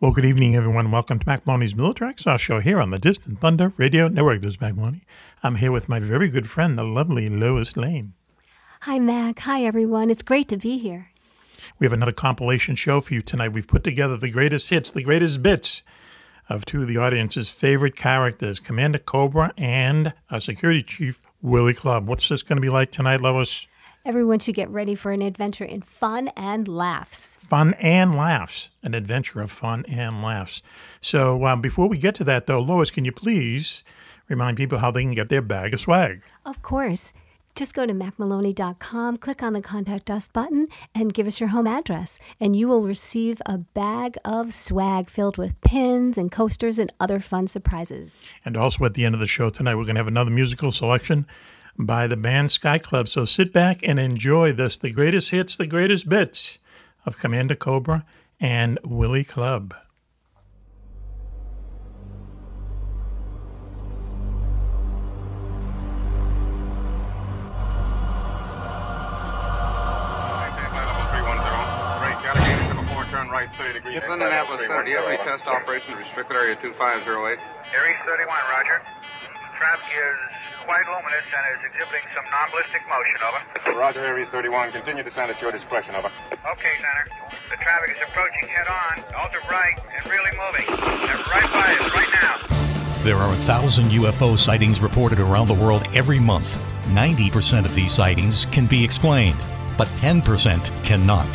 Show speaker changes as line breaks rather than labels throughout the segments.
Well, good evening, everyone. Welcome to Mac Maloney's Militrax, our show here on the Distant Thunder Radio Network. This is Mac Maloney. I'm here with my very good friend, the lovely Lois Lane.
Hi, Mac. Hi, everyone. It's great to be here.
We have another compilation show for you tonight. We've put together the greatest hits, the greatest bits of two of the audience's favorite characters, Commander Cobra and our security chief, Willie Club. What's this going to be like tonight, Lois?
Everyone should get ready for an adventure in fun and laughs.
fun and laughs, an adventure of fun and laughs. So um, before we get to that, though, Lois, can you please remind people how they can get their bag of swag?
Of course, just go to macmaloney.com, click on the contact us button, and give us your home address. And you will receive a bag of swag filled with pins and coasters and other fun surprises.
And also at the end of the show tonight, we're going to have another musical selection by the band Sky Club. So sit back and enjoy this the greatest hits, the greatest bits of Commander Cobra and Willie Club.
Right there by level 310. Break Alligator number 4, turn right 30 degrees.
It's
Exit
Indianapolis
level
Center. Do you have any
310.
test operations restricted area 2508?
Aries 31, roger. Trap is quite luminous and is exhibiting some non-ballistic motion, over. Roger, Aries 31. Continue to descend at your discretion, over. Okay, Center. The traffic is approaching head-on, ultra bright, and really moving. They're right by us right now.
There are a thousand UFO sightings reported around the world every month. 90% of these sightings can be explained, but 10% cannot.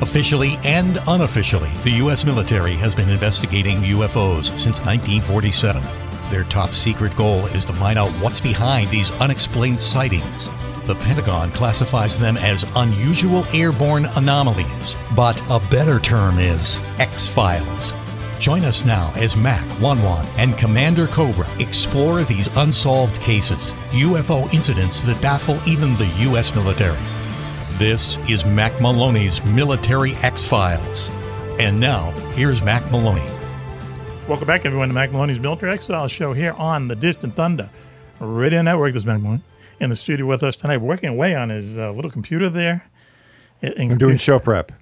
Officially and unofficially, the U.S. military has been investigating UFOs since 1947. Their top secret goal is to find out what's behind these unexplained sightings. The Pentagon classifies them as unusual airborne anomalies, but a better term is X Files. Join us now as Mac, Wanwan, and Commander Cobra explore these unsolved cases, UFO incidents that baffle even the U.S. military. This is Mac Maloney's Military X Files. And now, here's Mac Maloney.
Welcome back, everyone, to Mac Maloney's Military Exile show here on the Distant Thunder Radio Network. This is Mac Maloney in the studio with us tonight, working away on his uh, little computer there.
I'm doing show prep.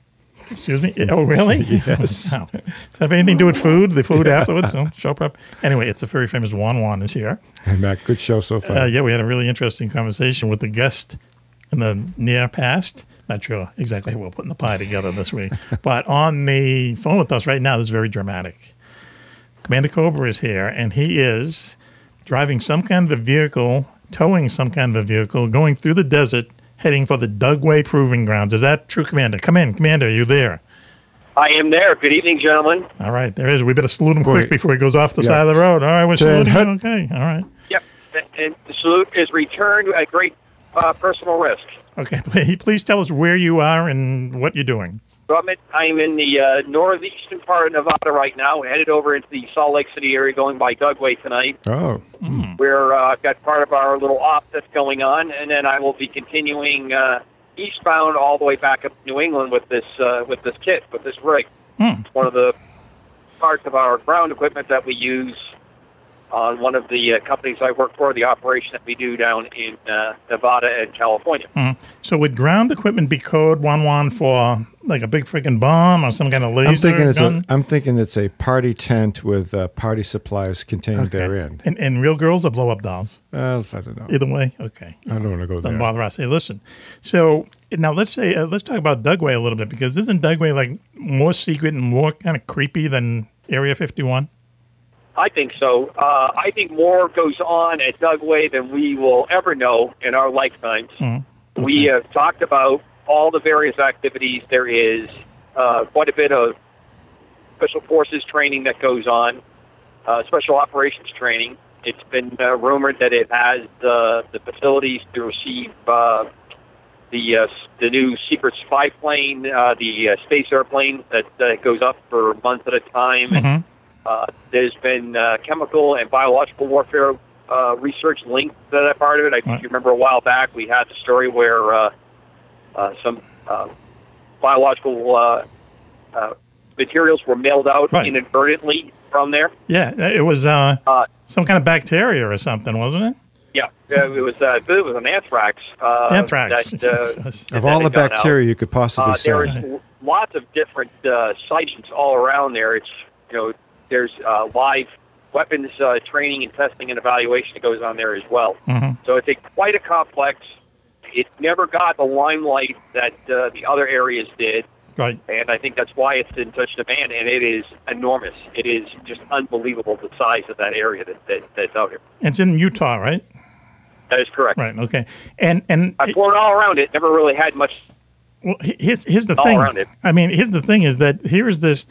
Excuse me. Oh, really?
Yes.
Wow. Does that have anything to do with food? The food afterwards? No, show prep. Anyway, it's the very famous Juan Juan is here.
Hey, Mac, good show so far.
Uh, yeah, we had a really interesting conversation with the guest in the near past. Not sure exactly how we're putting the pie together this week, but on the phone with us right now, this is very dramatic. Commander Cobra is here, and he is driving some kind of a vehicle, towing some kind of a vehicle, going through the desert, heading for the Dugway Proving Grounds. Is that true, Commander? Come in, Commander. Are you there?
I am there. Good evening, gentlemen.
All right, there is. We better salute him quick
Wait.
before he goes off the
Yeah.
side of the road. All right, we're
Turn
saluting.
head.
him. Okay, all right.
Yep. And the salute is returned at great uh, personal risk.
Okay, please, please tell us where you are and what you're doing.
So I'm, in, I'm in the uh, northeastern part of Nevada right now, headed over into the Salt Lake City area, going by Dugway tonight,
oh,
where uh, I've got part of our little op that's going on, and then I will be continuing uh, eastbound all the way back up to New England with this uh, with this kit, with this rig. It's one of the parts of our ground equipment that we use on one of the uh, companies I work for, the operation that we do down in uh, Nevada and California.
Hmm. So would ground equipment be code one one for like a big freaking bomb or some kind of laser
I'm thinking it's
gun?
a I'm thinking it's a party tent with uh, party supplies contained therein.
and, and real girls or blow up dolls?
Uh, I don't know.
Either way, okay.
I don't want to go
Don't
there.
bother us. Hey, listen. So now let's say uh, let's talk about Dugway a little bit because isn't Dugway like more secret and more kind of creepy than Area 51?
I think so. Uh, I think more goes on at Dugway than we will ever know in our lifetimes. We have talked about all the various activities. There is uh, quite a bit of special forces training that goes on, uh, special operations training. It's been uh, rumored that it has uh, the facilities to receive uh, the uh, s- the new secret spy plane, uh, the uh, space airplane that uh, goes up for months at a time.
Mm-hmm.
And, uh, there's been uh, chemical and biological warfare uh, research linked to that part of it. I think you remember a while back we had the story where uh, uh, some uh, biological uh, uh, materials were mailed out
Right.
inadvertently from there.
Yeah, it was uh,
Uh,
some kind of bacteria or something, wasn't it?
Yeah, uh, it was. Uh, I believe it was an anthrax. Uh,
Anthrax.
That, uh,
of all
that
the
had gone out.
bacteria you could possibly
Uh, there
sell,
is lots of different uh, sightings all around there. It's you know, there's uh, live weapons uh, training and testing and evaluation that goes on there as well. So it's a quite a complex. It never got the limelight that uh, the other areas did,
Right.
and I think that's why it's in such demand. And it is enormous. It is just unbelievable the size of that area that, that that's out here.
It's in Utah, right?
That is correct.
Right. Okay. And and
I poured all around it. Never really had much.
Well, he- here's here's the
All
thing.
around it.
I mean, here's the thing is that here's this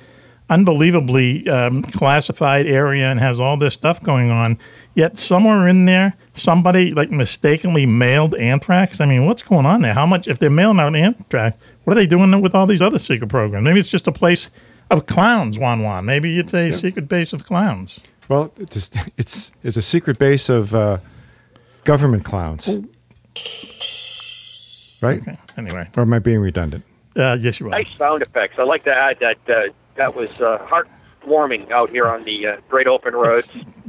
unbelievably um, classified area and has all this stuff going on. Yet somewhere in there, somebody like mistakenly mailed anthrax. I mean, what's going on there? How much if they're mailing out anthrax? What are they doing with all these other secret programs? Maybe it's just a place of clowns, Juan Juan. Maybe it's a secret base of clowns.
Well, it's just- it's it's a secret base of uh, government clowns,
Oh.
right?
Anyway,
Or am I being redundant?
uh, yes, you are.
Nice sound effects. I'd like to add that uh, that was uh, heartwarming out here on the uh, Great Open Road.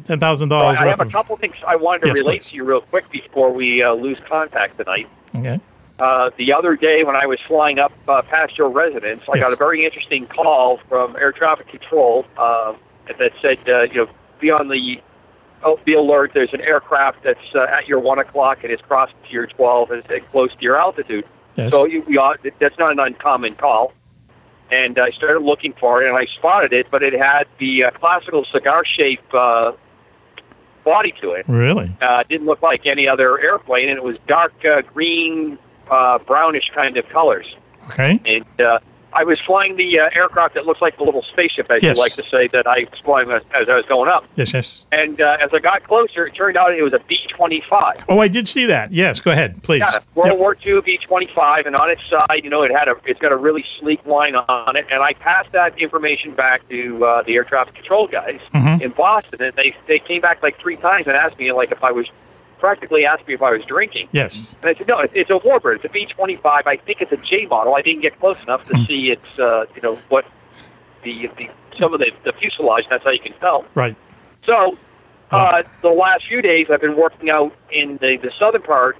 Ten thousand
Uh,
dollars
I
worth
have a
of.
couple things I wanted to
Yes,
relate
please.
to you real quick before we uh, lose contact tonight.
Okay.
Uh, the other day when I was flying up uh, past your residence, I
Yes.
got a very interesting call from air traffic control uh, that said, uh, you know, be on the oh, be alert. There's an aircraft that's uh, at your one o'clock and is crossing to your twelve and, and close to your altitude.
Yes.
So you, we ought, that's not an uncommon call. And I started looking for it, and I spotted it, but it had the uh, classical cigar shape uh, body to it
Really?
uh, didn't look like any other airplane, and it was dark uh, green, uh, brownish kind of colors.
Okay.
And uh, I was flying the uh, aircraft that looks like the little spaceship, as
Yes.
you like to say, that I was flying as, as I was going up.
Yes. Yes.
And uh, as I got closer, it turned out it was a B twenty five.
Oh, I did see that. Yes. Go ahead, please.
Yeah, World
Yep.
War II B twenty five, and on its side, you know, it had a, it's got a really sleek line on it. And I passed that information back to uh, the air traffic control guys
Mm-hmm.
in Boston, and they they came back like three times and asked me like if I was practically asked me if I was drinking.
Yes.
And I said, no, it's, it's a Warbird. It's a B-25. I think it's a J model. I didn't get close enough
Hmm.
to see it's, uh, you know, what the, the some of the, the fuselage. That's how you can tell.
Right.
So, uh, the last few days, I've been working out in the, the southern part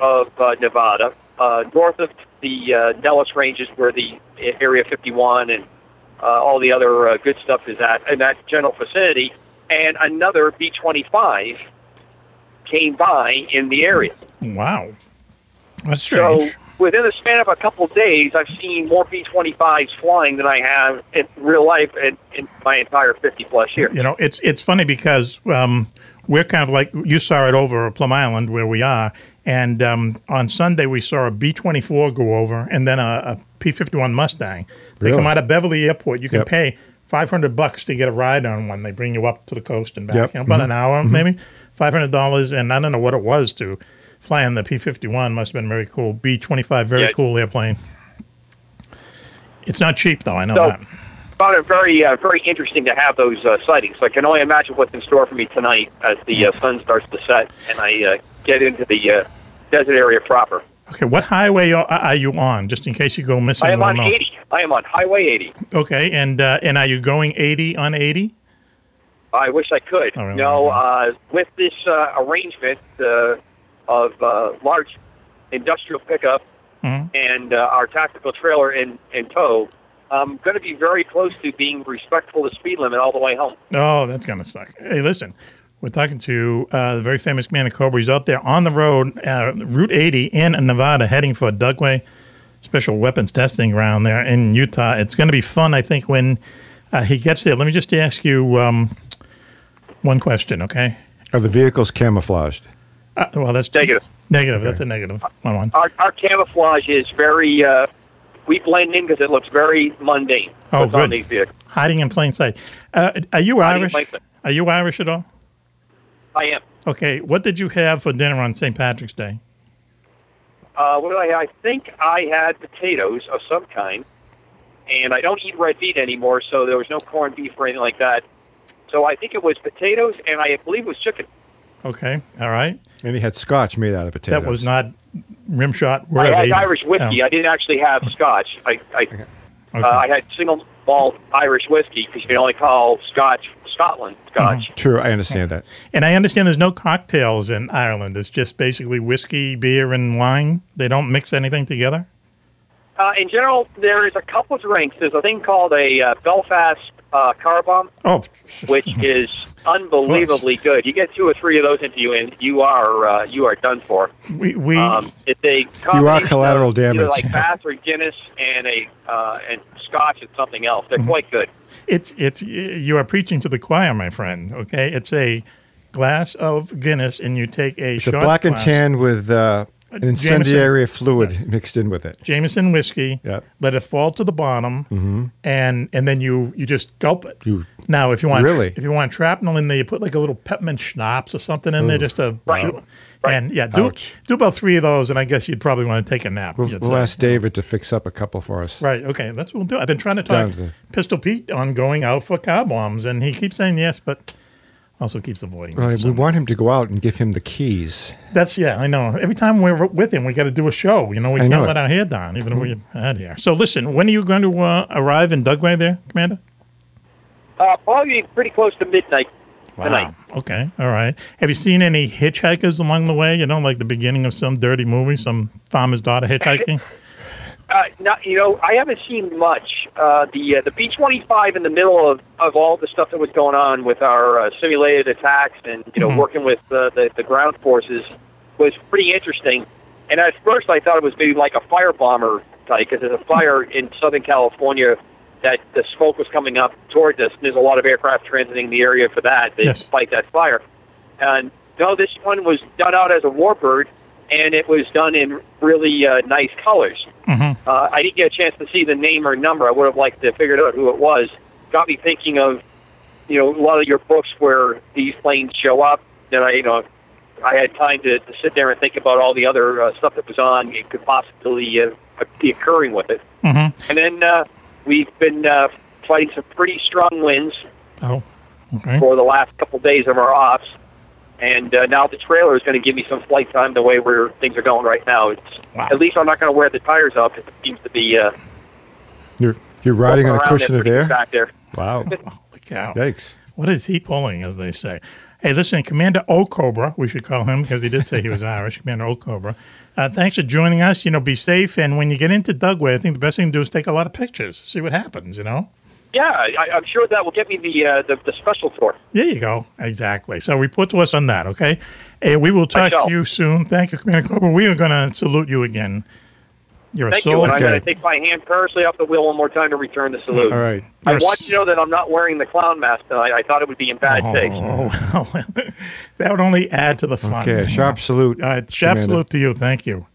of uh, Nevada, uh, north of the uh, Nellis Ranges, where the Area 51 and uh, all the other uh, good stuff is at, in that general vicinity. And another B-25 came by in the area.
Wow. That's
So
strange.
within the span of a couple of days, I've seen more B-25s flying than I have in real life in, in my entire 50 plus year.
you know, it's it's funny because um, we're kind of like you saw it over at Plum Island where we are, and um, on Sunday we saw a B twenty four go over, and then a, a P fifty one Mustang. They
Really?
come out of Beverly Airport. You can
Yep.
pay five hundred bucks to get a ride on one. They bring you up to the coast and back,
Yep.
you know, about an hour maybe, five hundred dollars, and I don't know what it was to fly in the P fifty one. Must have been very cool. B twenty five, very
Yeah.
cool airplane. It's not cheap though. I know
So-
that.
Found it very, uh, very interesting to have those uh, sightings. So I can only imagine what's in store for me tonight as the uh, sun starts to set and I uh, get into the uh, desert area proper.
Okay, what highway are, are you on? Just in case you go missing.
I am
we'll
on
know.
80. I am on Highway 80.
Okay, and uh, and are you going eighty on eighty?
I wish I could.
All right.
No, uh, with this uh, arrangement uh, of uh, large industrial pickup
Mm-hmm.
and uh, our tactical trailer in, in tow, I'm going to be very close to being respectful to speed limit all the way home.
Oh, that's gonna suck. Hey, listen, we're talking to uh, the very famous man of Cobra. He's out there on the road, uh, Route eighty in Nevada, heading for Dugway Special Weapons Testing Ground there in Utah. It's gonna be fun, I think, when uh, he gets there. Let me just ask you um, one question, okay?
Are the vehicles camouflaged?
Uh, well, that's
Negative.
Negative. That's a negative. One one.
Our, our camouflage is very, uh, we blend in because it looks very mundane.
Oh,
what's
good.
on these vehicles.
Hiding in plain sight. Uh, are you
Hiding in
Irish?
plain sight.
Are you Irish at all?
I am.
Okay, what did you have for dinner on St. Patrick's Day?
Uh, well, I, I think I had potatoes of some kind, and I don't eat red meat anymore, so there was no corned beef or anything like that. So I think it was potatoes, and I believe it was chicken.
Okay, all right.
And he had scotch made out of potatoes.
That was not rim shot. Where
I
are
had
they?
Irish whiskey.
Oh,
I didn't actually have scotch. I I, uh, I had single malt Irish whiskey because you can only call scotch Scotland
Uh-huh.
scotch.
True, I understand that.
and I understand there's no cocktails in Ireland. It's just basically whiskey, beer, and wine. They don't mix anything together.
Uh, in general, there is a couple drinks. There's a thing called a uh, Belfast uh, car bomb,
Oh,
which is unbelievably good. You get two or three of those into you, and you are uh, you are done for.
we we
Um, it's a
You are
combination
collateral
of either
damage.
like Bass or Guinness, and a uh, and Scotch and something else.
Mm-hmm.
They're quite good.
it's it's you are preaching to the choir, my friend. Okay, it's a glass of Guinness, and you take a
It's a
shot
black and
glass
tan with uh, an
Jameson.
incendiary fluid mixed in with it.
Jameson whiskey.
Yeah. Mm-hmm.
Let it fall to the bottom, and and then you you just gulp it.
You-
now, if you want
Really?
if you want shrapnel in there, you put like a little peppermint schnapps or something in there, just to
Right.
do- And yeah, do
Mm. Ouch.
do about three of those, and I guess you'd probably want to take a nap.
We'll,
you'd
we'll
say.
ask David to fix up a couple for us.
Right. Okay. That's what we'll do. I've been trying to
Down
talk
to the-
Pistol Pete on going out for car bombs, and he keeps saying yes, but also keeps avoiding.
Well,
it.
we want him to go out and give him the keys.
That's yeah, I know. Every time we're with him, we got to do a show. You know, we
I
can't
know
let
Mm-hmm. it.
our hair down, even if we're out here. So listen, when are you going to uh, arrive in Dugway, there, Commander?
Uh, probably pretty close to midnight tonight.
Okay. All right. Have you seen any hitchhikers along the way? You know, like the beginning of some dirty movie, some farmer's daughter hitchhiking.
Uh, not, you know, I haven't seen much. Uh, the uh, the B twenty five in the middle of, of all the stuff that was going on with our uh, simulated attacks and you know working with uh, the the ground forces was pretty interesting. And at first, I thought it was maybe like a fire bomber type because there's a fire in Southern California that the smoke was coming up towards us. There's a lot of aircraft transiting the area for that to
Yes.
fight that fire. And no, this one was done out as a warbird, and it was done in really uh, nice colors. Uh, I didn't get a chance to see the name or number. I would have liked to figure out who it was. Got me thinking of, you know, a lot of your books where these planes show up. That I, you know, I had time to, to sit there and think about all the other uh, stuff that was on. It could possibly uh, be occurring with it.
Mm-hmm.
And then uh, we've been uh, fighting some pretty strong winds
Oh. Okay.
for the last couple days of our ops. And uh, now the trailer is going to give me some flight time the way where things are going right now. It's,
Wow.
At least I'm not going to wear the tires up. It seems to be uh,
You're you're riding on a
around
cushion
it
of
pretty
air.
Back there.
Wow!
Holy cow.
Yikes!
What is he pulling, as they say? Hey, listen, Commander O'Cobra, we should call him because he did say he was Irish, Commander O'Cobra. Uh, thanks for joining us. You know, be safe. And when you get into Dugway, I think the best thing to do is take a lot of pictures, see what happens, you know?
Yeah, I, I'm sure that will get me the uh, the, the special tour.
There you go. Exactly. So report to us on that, okay? And we will talk to
shall.
you soon. Thank you, Commander O'Cobra. We are going to salute you again. You're a
Thank you.
soldier.
And I'm
Okay.
going to take my hand personally off the wheel one more time to return the salute.
All right.
I
You're a
want you to know that I'm not wearing the clown mask tonight. I thought it would be in bad taste.
Oh, well, that would only add to the fun.
Okay. a Sharp salute.
Uh, it's
Commander.
absolute to you. Thank you,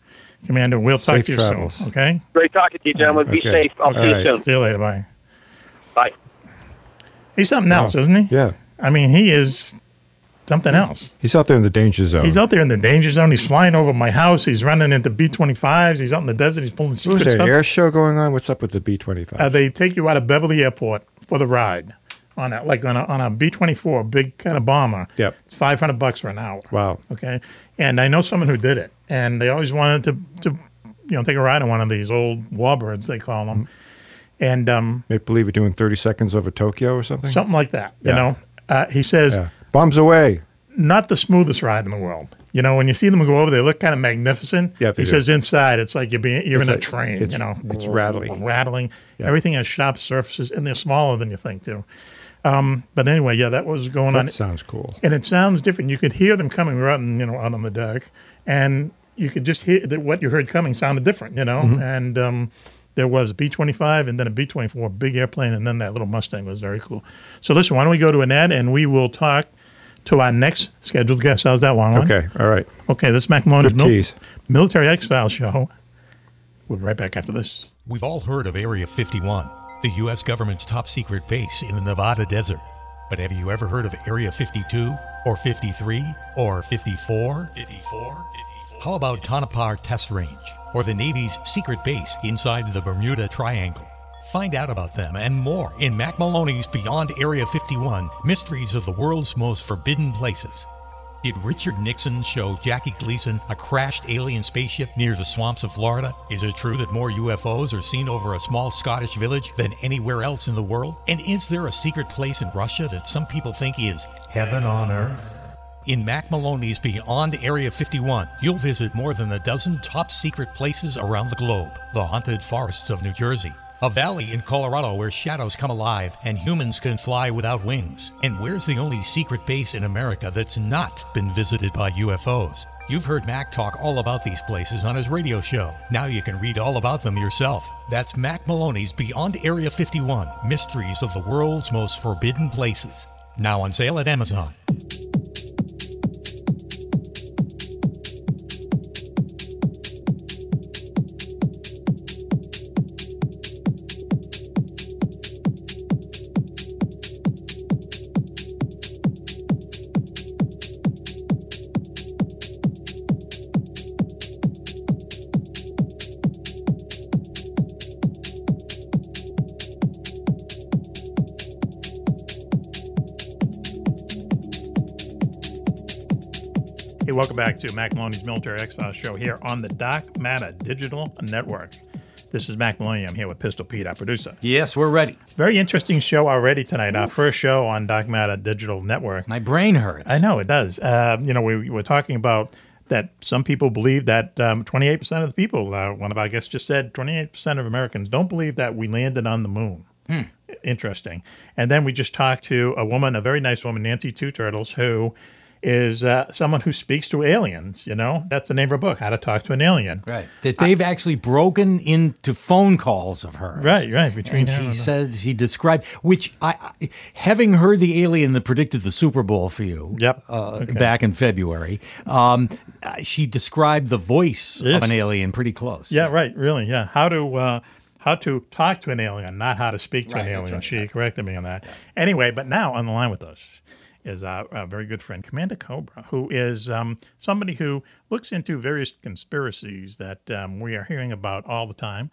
Commander. We'll talk
Safe
to you
travels.
soon. Okay.
Great talking to you, gentlemen. Be
Okay.
safe. I'll see
All
you
right.
soon.
See you later. Bye.
Bye.
He's something else, isn't he?
Yeah.
I mean, he is something else.
He's out there in the danger zone.
He's out there in the danger zone. He's flying over my house. He's running into B 25s. He's out in the desert. He's pulling
What
secret
was there
stuff.
an air show going on? What's up with the B twenty
Uh,
five?
they take you out of Beverly Airport for the ride on a, like on a, on a B 24, big kind of bomber.
Yep.
It's 500 bucks for an hour.
Wow.
Okay. And I know someone who did it, and they always wanted to, to you know, take a ride on one of these old warbirds, they call them. And um,
Make believe you're doing thirty seconds over Tokyo or Mm-hmm. something.
something like that, you
Yeah.
know. Uh, he says,
Yeah. Bombs away.
not the smoothest ride in the world. You know, when you see them go over, they look kind of magnificent.
Yeah, they
he
do.
says inside, it's like you're being you're
It's
in
like-
a train.
it's-
you know,
it's rattling.
rattling. Everything has sharp surfaces, and they're smaller than you think too. Um, but anyway, yeah, that was going on,
That sounds cool.
and it sounds different. You could hear them coming. We were out, in, you know, out on the deck, and you could just hear that what you heard coming sounded different. You know,
Mm-hmm.
and um, there was a B twenty five, and then a B twenty four, big airplane, and then that little Mustang was very cool. So listen, why don't we go to an ad, and we will talk to our next scheduled guest. How's that one?
Okay. All right.
Okay, this is Mac Malone's
Good
Mil-
tease.
Military X Files show. We'll be right back after this.
We've all heard of Area 51, the U.S. government's top secret base in the Nevada desert. But have you ever heard of Area 52 or 53 or 54? 54? 54? How about Tonopah Test Range or the Navy's secret base inside the Bermuda Triangle? Find out about them and more in Mac Maloney's Beyond Area 51 Mysteries of the World's Most Forbidden Places. Did Richard Nixon show Jackie Gleason a crashed alien spaceship near the swamps of Florida? Is it true that more UFOs are seen over a small Scottish village than anywhere else in the world? And is there a secret place in Russia that some people think is heaven on earth? In Mac Maloney's Beyond Area 51, you'll visit more than a dozen top secret places around the globe the haunted forests of New Jersey, a valley in Colorado where shadows come alive and humans can fly without wings. And where's the only secret base in America that's not been visited by UFOs? You've heard Mac talk all about these places on his radio show. Now you can read all about them yourself. That's Mac Maloney's Beyond Area 51 Mysteries of the World's Most Forbidden Places. Now on sale at Amazon.
Hey, welcome back to Mac Maloney's Military X Files show here on the Doc Matter Digital Network. This is Mac Maloney. I'm here with Pistol Pete, our producer.
Yes, we're ready.
Very interesting show already tonight. Our first show on Doc Matter Digital Network.
My brain hurts.
I know it does. Uh, you know, we were talking about that some people believe that um, 28% of the people, uh, one of our guests just said, 28% of Americans don't believe that we landed on the moon. Interesting. And then we just talked to a woman, a very nice woman, Nancy Two Turtles, who is uh, someone who speaks to aliens. You know, that's the name of her book, How to Talk to an Alien.
Right. That they've actually broken into phone calls of hers.
Right, right, between
and
her
she
and-
says he described, which I, I, having heard the alien that predicted the Super Bowl for you,
Yep.
uh, back in February, um, uh, she described the voice
Yes.
of an alien pretty close.
Yeah, right. Really, yeah. How to uh, how to talk to an alien, not how to speak to
Right,
an
that's
alien.
right.
She corrected me on that. Anyway, but now on the line with us is our, our very good friend Commander Cobra, who is um, somebody who looks into various conspiracies that um, we are hearing about all the time,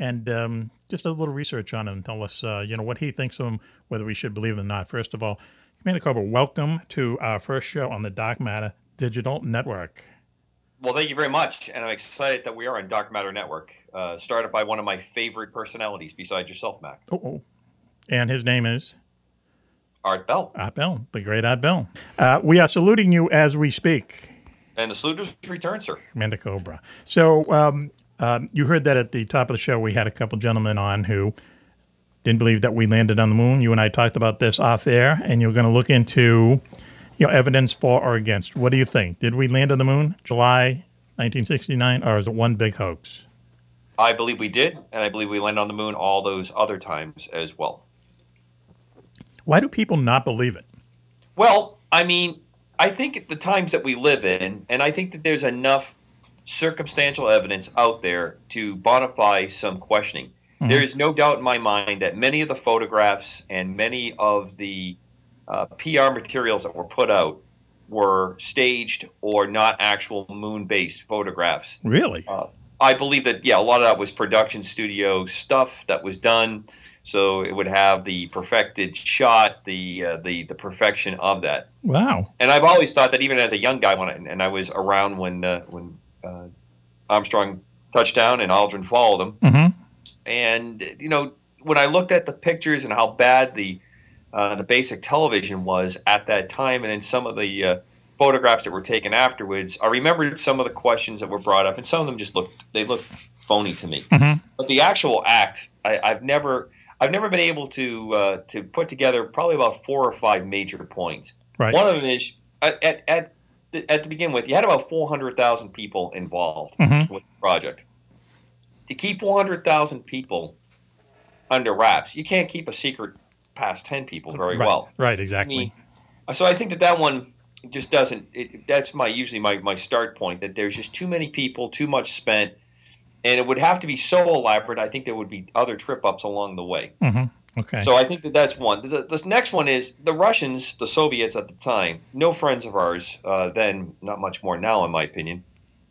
and um, just does a little research on them. Tell us, uh, you know, what he thinks of them, whether we should believe them or not. First of all, Commander Cobra, welcome to our first show on the Doc Matter Digital Network.
Well, thank you very much, and I'm excited that we are on Dark Matter Network, uh, started by one of my favorite personalities besides yourself, Mac,
Oh, oh. and his name is.
Art Bell.
Art Bell, the great Art Bell. Uh, we are saluting you as we speak,
And the salute is returned, sir.
Commander Cobra. So um, um, you heard that at the top of the show, we had a couple gentlemen on who didn't believe that we landed on the moon. You and I talked about this off air, and you're going to look into you know, evidence for or against. What do you think? Did we land on the moon, July 1969, or is it one big hoax?
I believe we did, and I believe we landed on the moon all those other times as well.
Why do people not believe it?
Well, I mean, I think at the times that we live in, and I think that there's enough circumstantial evidence out there to bonify some questioning. There is no doubt in my mind that many of the photographs and many of the uh, PR materials that were put out were staged or not actual moon based photographs.
Really?
Uh, I believe that yeah, a lot of that was production studio stuff that was done, so it would have the perfected shot, the uh, the the perfection of that.
Wow.
And I've always thought that even as a young guy, when I, and I was around when uh, when uh, Armstrong touched down and Aldrin followed him,
Mhm.
and you know when I looked at the pictures and how bad the uh, the basic television was at that time, and then some of the uh, photographs that were taken afterwards, I remembered some of the questions that were brought up, and some of them just looked they looked phony to me. But the actual act, I, I've never I've never been able to uh, to put together probably about four or five major points.
Right.
One of them is at at at the, at the begin with, you had about four hundred thousand people involved with the project. To keep four hundred thousand people under wraps, you can't keep a secret past ten people very
right.
well.
Right, exactly.
Me- So I think that that one just doesn't. It, that's my usually my my start point that there's just too many people, too much spent, and it would have to be so elaborate. I think there would be other trip ups along the way.
Mm-hmm. Okay.
So I think that that's one. The, this next one is the Russians, the Soviets at the time, no friends of ours uh, then, not much more now, in my opinion.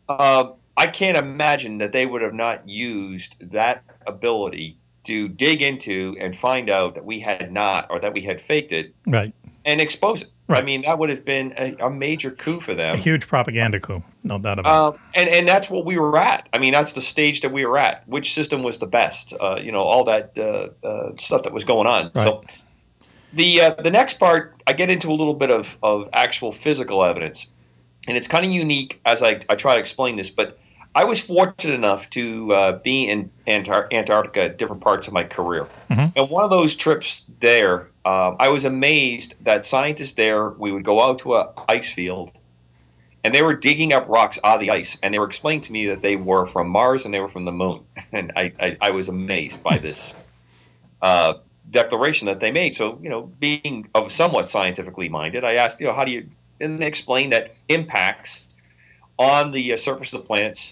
Uh, I can't imagine that they would have not used that ability to dig into and find out that we had not, or that we had faked it,
right.
and expose it.
Right.
I mean, that would have been a, a major coup for them.
A huge propaganda coup, no doubt about it.
Um, and and that's what we were at. I mean, that's the stage that we were at. Which system was the best? Uh, you know, all that uh, uh, stuff that was going on. So the uh, the next part, I get into a little bit of of actual physical evidence, and it's kind of unique as I I try to explain this, but. I was fortunate enough to uh, be in Antar- Antarctica at different parts of my career. And one of those trips there, um, I was amazed that scientists there, we would go out to a ice field and they were digging up rocks out of the ice. And they were explaining to me that they were from Mars and they were from the moon. And I, I, I was amazed by this uh, declaration that they made. So, you know, being of somewhat scientifically minded, I asked, you know, how do you, and they explained that impacts on the uh, surface of the planets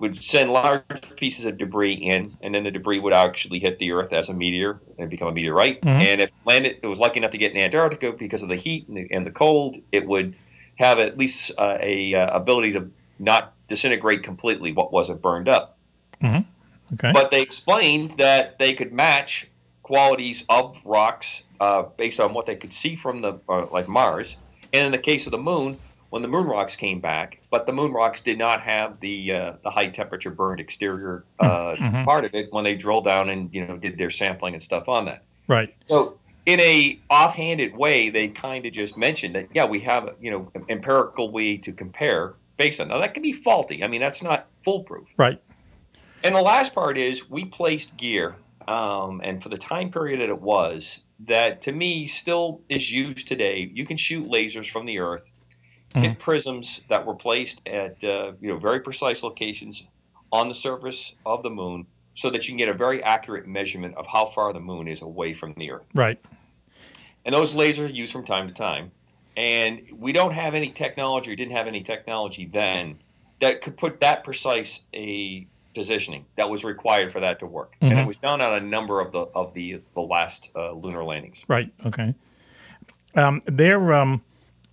would send large pieces of debris in, and then the debris would actually hit the Earth as a meteor and become a meteorite. And if landed, it was lucky enough to get in Antarctica because of the heat and the, and the cold, it would have at least uh, a uh, ability to not disintegrate completely what wasn't burned up.
Okay.
But they explained that they could match qualities of rocks uh, based on what they could see from the uh, like Mars, and in the case of the Moon, when the moon rocks came back, but the moon rocks did not have the uh, the high temperature burned exterior uh, part of it when they drilled down and you know did their sampling and stuff on that.
right.
So in a offhanded way, they kind of just mentioned that yeah, we have you know an empirical way to compare based on now that can be faulty. I mean that's not foolproof.
Right.
And the last part is we placed gear, um, and for the time period that it was, that to me still is used today. You can shoot lasers from the Earth, hit prisms that were placed at uh, you know very precise locations on the surface of the moon, so that you can get a very accurate measurement of how far the moon is away from the Earth.
Right.
And those lasers are used from time to time. And we don't have any technology, or didn't have any technology then, that could put that precise a positioning that was required for that to work. And it was done on a number of the of the the last uh, lunar landings.
Right. Okay. Um, their um,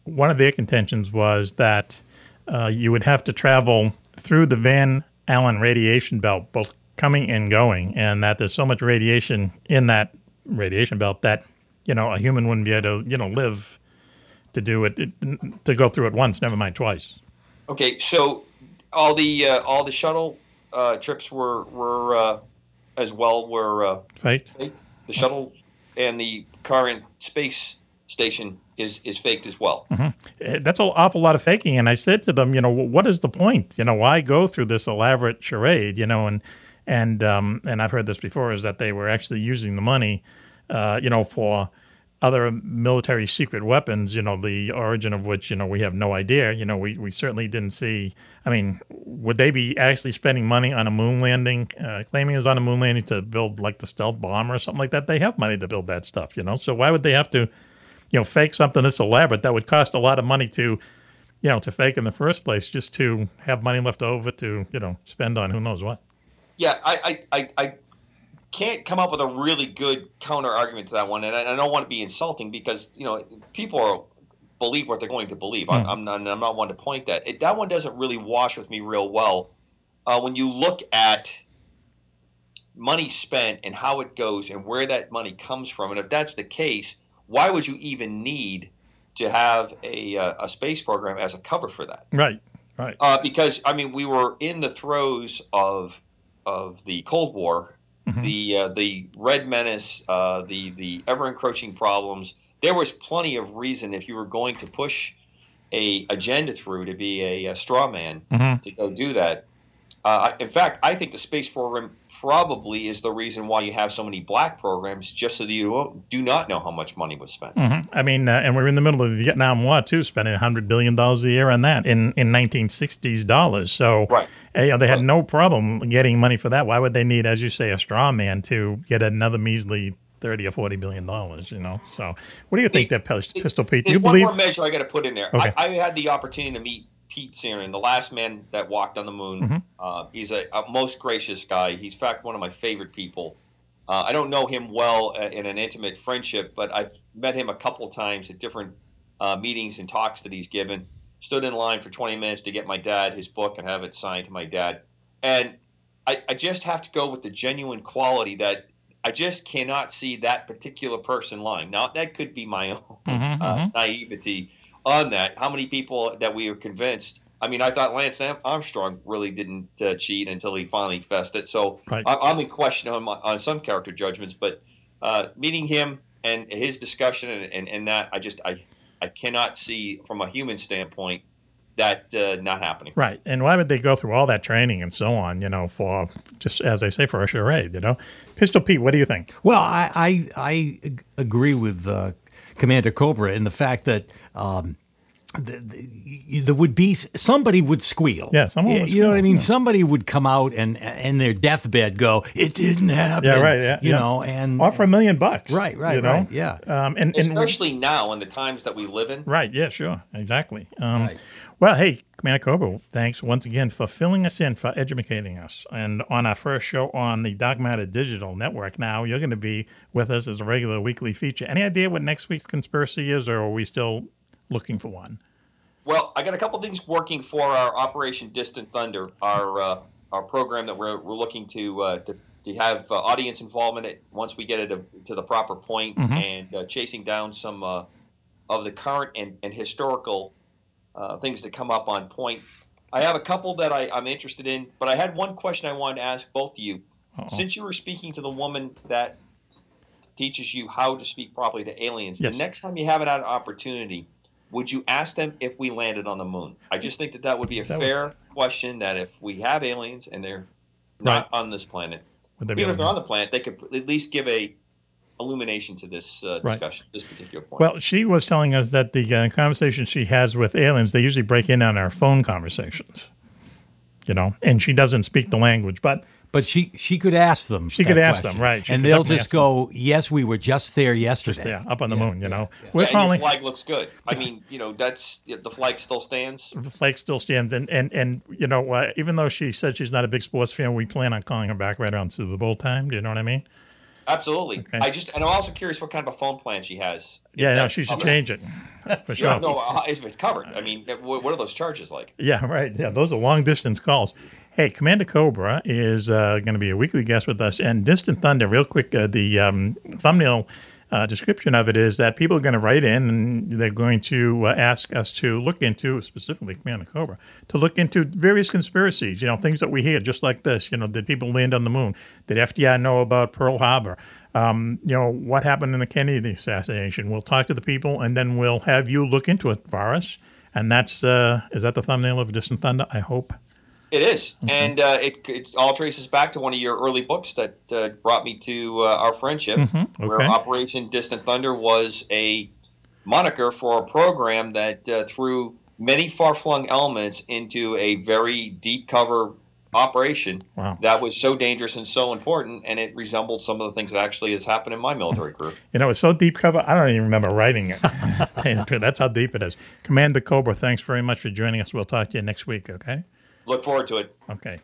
one of their contentions was that uh, you would have to travel through the Van Allen radiation belt, both coming and going, and that there's so much radiation in that radiation belt that you know a human wouldn't be able to you know live to do it to go through it once, never mind twice.
Okay, so all the uh, all the shuttle uh, trips were were uh, as well were uh,
Right.
faked. The shuttle and the current space station is is faked as well.
Eh, that's an awful lot of faking. And I said to them, you know, "Wh- what is the point? You know, why go through this elaborate charade? You know, and and um, and I've heard this before is that they were actually using the money, uh, you know, for other military secret weapons. You know, the origin of which you know we have no idea. You know, we we certainly didn't see. I mean, would they be actually spending money on a moon landing, uh, claiming it was on a moon landing to build like the stealth bomb or something like that? They have money to build that stuff. You know, so why would they have to? you know fake something that's elaborate that would cost a lot of money to you know to fake in the first place just to have money left over to you know spend on who knows what
Yeah, I, I, I, I can't come up with a really good counter argument to that one, and I, I don't want to be insulting because you know people are, believe what they're going to believe. I, I'm not, I'm not one to point that. It, that one doesn't really wash with me real well uh, when you look at money spent and how it goes and where that money comes from. And if that's the case, why would you even need to have a, uh, a space program as a cover for that?
right right
uh, because I mean we were in the throes of of the Cold War, the uh, the Red Menace, uh, the the ever encroaching problems. There was plenty of reason if you were going to push a agenda through to be a, a straw man to go do that. Uh, I- in fact, I think the space program probably is the reason why you have so many black programs, just so that you don't- do not know how much money was spent.
i mean uh, and we're in the middle of the vietnam war too spending 100 billion dollars a year on that in in 1960s dollars so
Right.
eh, you know, they had no problem getting money for that why would they need as you say a straw man to get another measly 30 or 40 billion dollars you know so what do you think that pis- pistol pete do you
There's one
believe
more measure I got to put in there.
Okay.
I, I had the opportunity to meet Pete Searin, the last man that walked on the moon.
Mm-hmm.
Uh, he's a, a most gracious guy. He's, in fact, one of my favorite people. Uh, I don't know him well uh, in an intimate friendship, but I've met him a couple times at different uh, meetings and talks that he's given. Stood in line for 20 minutes to get my dad his book and have it signed to my dad. And I, I just have to go with the genuine quality that I just cannot see that particular person lying. Now, that could be my own
Mm-hmm.
uh, naivety on that. How many people that we are convinced? I mean, I thought Lance Am- Armstrong really didn't uh, cheat until he finally fessed it. So
Right.
I, I'm in question on, my, on some character judgments, but uh, meeting him and his discussion and, and, and that, I just I I cannot see from a human standpoint that uh, not happening.
Right. And why would they go through all that training and so on, you know, for just as I say, for a charade, you know? Pistol Pete, what do you think?
Well, I I, I ag- agree with uh, Commander Cobra in the fact that. Um, the, the, there would be somebody would squeal.
Yeah, someone would
you know what I
squeal,
mean.
yeah.
Somebody would come out and and their deathbed go, "It didn't happen."
Yeah, right. Yeah,
you
yeah.
know, and
offer a million bucks.
Right, right,
you know?
right, yeah.
Um, and, and
Especially now in the times that we live in.
Right. Yeah. Sure. Exactly. Um, Well, hey, Commander Cobra, thanks once again for filling us in, for educating us, and on our first show on the Dog Matter Digital Network. Now you're going to be with us as a regular weekly feature. Any idea what next week's conspiracy is, or are we still looking for one?
Well, I got a couple things working for our Operation Distant Thunder, our uh, our program that we're, we're looking to, uh, to to have uh, audience involvement at, once we get it to, to the proper point
Mhm.
and uh, chasing down some uh, of the current and, and historical uh, things that come up on point. I have a couple that I, I'm interested in, but I had one question I wanted to ask both of you.
Uh-oh.
Since you were speaking to the woman that teaches you how to speak properly to aliens,
Yes.
the next time you have an opportunity, would you ask them if we landed on the moon? I just think that that would be a
That would-
fair question. That if we have aliens and they're not on this planet,
Would there be
even if
a-
they're on the planet, they could at least give a illumination to this uh,
Right.
discussion, this particular point.
Well, she was telling us that the uh, conversation she has with aliens, they usually break in on our phone conversations, you know, and she doesn't speak the language, but
But she she could ask them.
She
that
could ask them,
question.
right. She
and
could
they'll
definitely
just
ask them.
go, "Yes, we were just there yesterday."
yeah, up on the moon, you know.
yeah,
We're
and
calling.
your flag looks good. I mean, you know, that's the flag still stands.
the flake still stands. And and and you know, uh, even though she said she's not a big sports fan, we plan on calling her back right around Super Bowl time. Do you know what I mean?
Absolutely.
Okay.
I just and I'm also curious what kind of a phone plan she has.
Yeah, no,
That's
she should
covered.
change it for
Yeah,
sure.
no, uh, it's it's covered. I mean, wh- what are those charges like?
Yeah, right. Yeah, those are long distance calls. Hey, Commander Cobra is uh, going to be a weekly guest with us. And Distant Thunder, real quick, uh, the um, thumbnail uh, description of it is that people are going to write in and they're going to uh, ask us to look into, specifically Commander Cobra, to look into various conspiracies, you know, things that we hear, just like this. You know, did people land on the moon? Did FDR know about Pearl Harbor? Um, you know, what happened in the Kennedy assassination? We'll talk to the people and then we'll have you look into it for us. And that's uh, is that the thumbnail of Distant Thunder? I hope.
It is.
Mm-hmm.
and uh, it it all traces back to one of your early books that uh, brought me to uh, our friendship, where
Mm-hmm. okay.
Operation Distant Thunder was a moniker for a program that uh, threw many far-flung elements into a very deep cover operation
Wow.
that was so dangerous and so important and it resembled some of the things that actually has happened in my military career
You know, it's so deep cover. I don't even remember writing it. that's how deep it is. Commander Cobra, thanks very much for joining us. We'll talk to you next week. Okay.
look forward to it
Okay.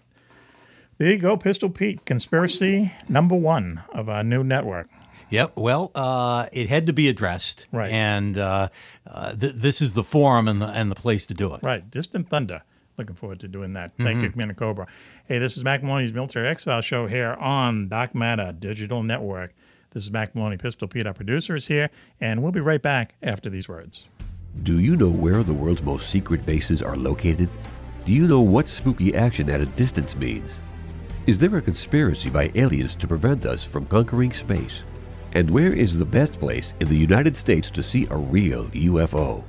There you go, Pistol Pete. Conspiracy number one of our new network.
Yep. Well, uh, it had to be addressed,
Right.
And uh, uh, th- this is the forum and the and the place to do it.
Right, Distant Thunder. Looking forward to doing that. Thank you, Commander Cobra. Hey, this is Mac Maloney's Military Exile Show here on Doc Matter Digital Network. This is Mac Maloney, Pistol Pete, our producer, is here, and we'll be right back after these words.
Do you know where the world's most secret bases are located? Do you know what spooky action at a distance means? Is there a conspiracy by aliens to prevent us from conquering space? And where is the best place in the United States to see a real UFO?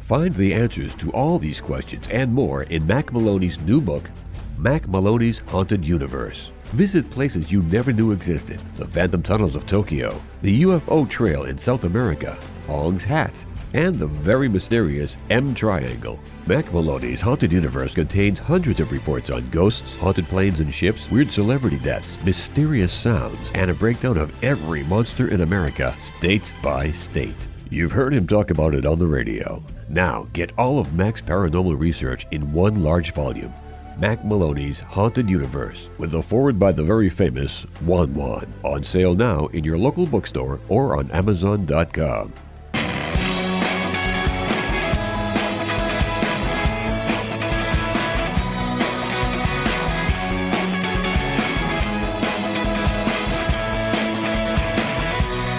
Find the answers to all these questions and more in Mac Maloney's new book, Mac Maloney's Haunted Universe. Visit places you never knew existed the Phantom Tunnels of Tokyo, the UFO Trail in South America, Ong's Hats, and the very mysterious M Triangle. Mac Maloney's Haunted Universe contains hundreds of reports on ghosts, haunted planes and ships, weird celebrity deaths, mysterious sounds, and a breakdown of every monster in America, state by state. You've heard him talk about it on the radio. Now, get all of Mac's paranormal research in one large volume Mac Maloney's Haunted Universe, with a forward by the very famous Juan Juan. On sale now in your local bookstore or on Amazon.com.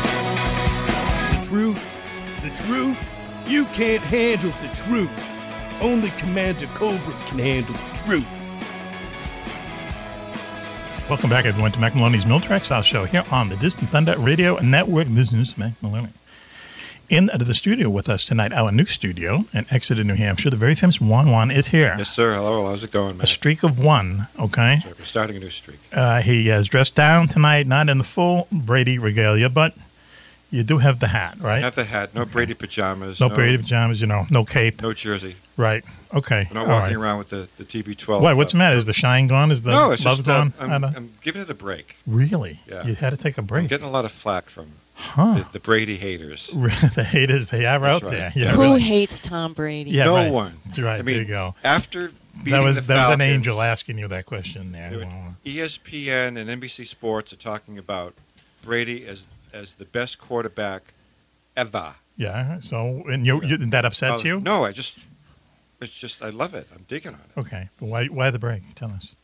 The truth, the truth. You can't handle the truth. Only Commander Cobra can handle the truth.
Welcome back, everyone, to Mac Maloney's Military Exile Show here on the Distant Thunder Radio Network. This is Mac Maloney. in uh, the studio with us tonight, our new studio in Exeter, New Hampshire. The very famous Juan Juan is here.
Yes, sir. Hello. How's it going,
A
man?
streak of one, okay?
We're starting a new streak.
Uh, he is dressed down tonight, not in the full Brady regalia, but you do have the hat, right?
Have the hat. No Brady pajamas.
no, Brady pajamas, you know, no cape.
No jersey.
Right. Okay.
We're not
All
walking
right.
around with the, the TB12.
Why? What's the matter? Is the shine gone? Is the
no, it's
love
just uh,
gone? I
I'm,
don't-
I'm giving it a break.
Really?
Yeah.
You had to take a
I'm
break.
getting a lot of flack from
Huh.
the, the Brady haters.
the haters they are out
That's right.
there. Yeah.
Who
really.
hates Tom Brady?
Yeah,
no
right.
one.
Right.
I
there you
mean,
go.
after
that
beating
was
the
that was an
Falcons-
angel asking you that question there. Wow.
E ESPN and NBC Sports are talking about Brady as as the best quarterback ever.
Yeah. So and you, you that upsets
Oh,
you?
No, I just it's just I love it. I'm digging on it.
Okay. But why why the break? Tell us.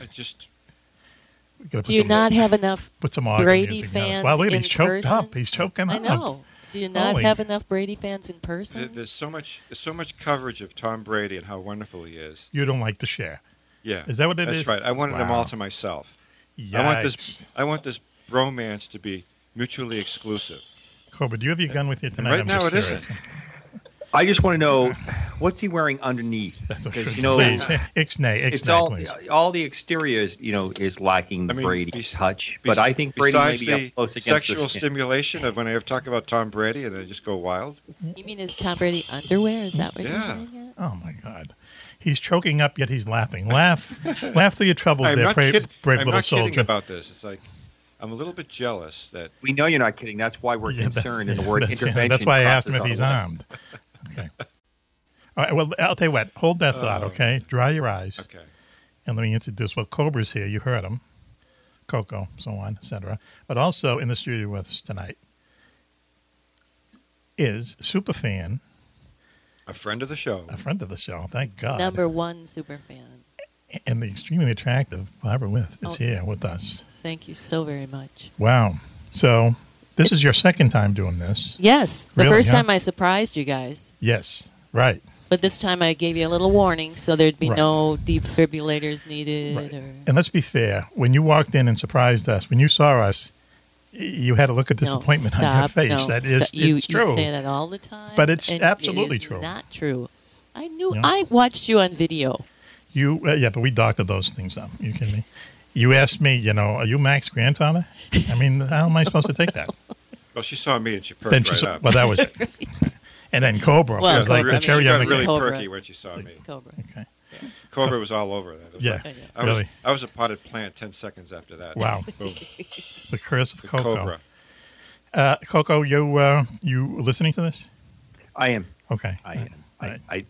I just
We gotta put
Do you
some-
not have enough
put some audio
Brady
music on.
fans
Wow, look,
in
he's choked
person?
up. He's choking
I
up.
know. Do you not
Holy-
have enough Brady fans in person?
There- There's so much there's so much coverage of Tom Brady and how wonderful he is.
You don't like to share.
Yeah,
Is that what it
That's
is?
right. I wanted them all
Wow.
to myself. I want this. I want this bromance to be mutually exclusive.
Cobra, do you have your gun with you tonight?
right
I'm
now,
just
it
curious.
isn't.
I just want to know what's he wearing underneath? Because you know,
Please, ixnay,
it's
ixnay,
all
please.
all the exterior is you know is lacking
I mean,
Brady's touch,
Bes-
but I think Brady may
besides
be up close
the
against
sexual
the skin.
stimulation of when I talk about Tom Brady and I just go wild.
You mean is Tom Brady underwear? Is that what
Yeah.
you're saying?
Oh my God. He's choking up, yet he's laughing. Laugh, laugh through your troubles,
I'm
there,
not,
brave,
kid-
brave
I'm
little
not kidding
soldier.
about this. It's like I'm a little bit jealous that
We know you're not kidding. That's why we're concerned in the
yeah,
word
that's- yeah,
intervention.
that's why I asked him
crosses
if he's
all the way.
armed. Okay. All right. Well, I'll tell you what. Hold
Uh,
that thought. Okay. Dry your eyes.
Okay.
And let me introduce. Well, Cobra's here. You heard him. Coco, so on, etc. But also in the studio with us tonight is superfan,
a friend of the show.
a friend of the show. Thank God.
Number one super fan.
And the extremely attractive Barbara With is
Oh.
here with us.
Thank you so very much.
Wow. So this is your second time doing this.
Yes, the
Really,
first
huh?
time I surprised you guys,
Yes. Right.
but this time I gave you a little warning, so there'd be
Right.
no defibrillators needed. Or
And let's be fair. When you walked in and surprised us, when you saw us, y- you had a look of disappointment on your
stop,
face.
no,
that is
stop. You-
it's
you
true.
say that all the time,
But it's
and it
absolutely
is
true.
Not true. I knew.
Yeah.
I watched you on video.
You uh, yeah, but we doctored those things up. You kidding me? You asked me, you know, are you Mac's grandfather? I mean, how am I supposed to take that?
Well, she saw me and she perked
then she
right
saw-
up.
well, that was it. And then Cobra
Well,
was like
Cobra, I mean,
the cherry
she
on
got
the
really
Cobra.
perky when she saw me.
Cobra.
Okay.
Cobra was all over that. It was
Yeah,
like- I was
really.
I was a potted plant ten seconds after that.
Wow.
Boom.
the curse of
The
Coco.
Cobra.
Uh, Coco, you uh, you listening to this?
I am.
Okay.
I am. I, I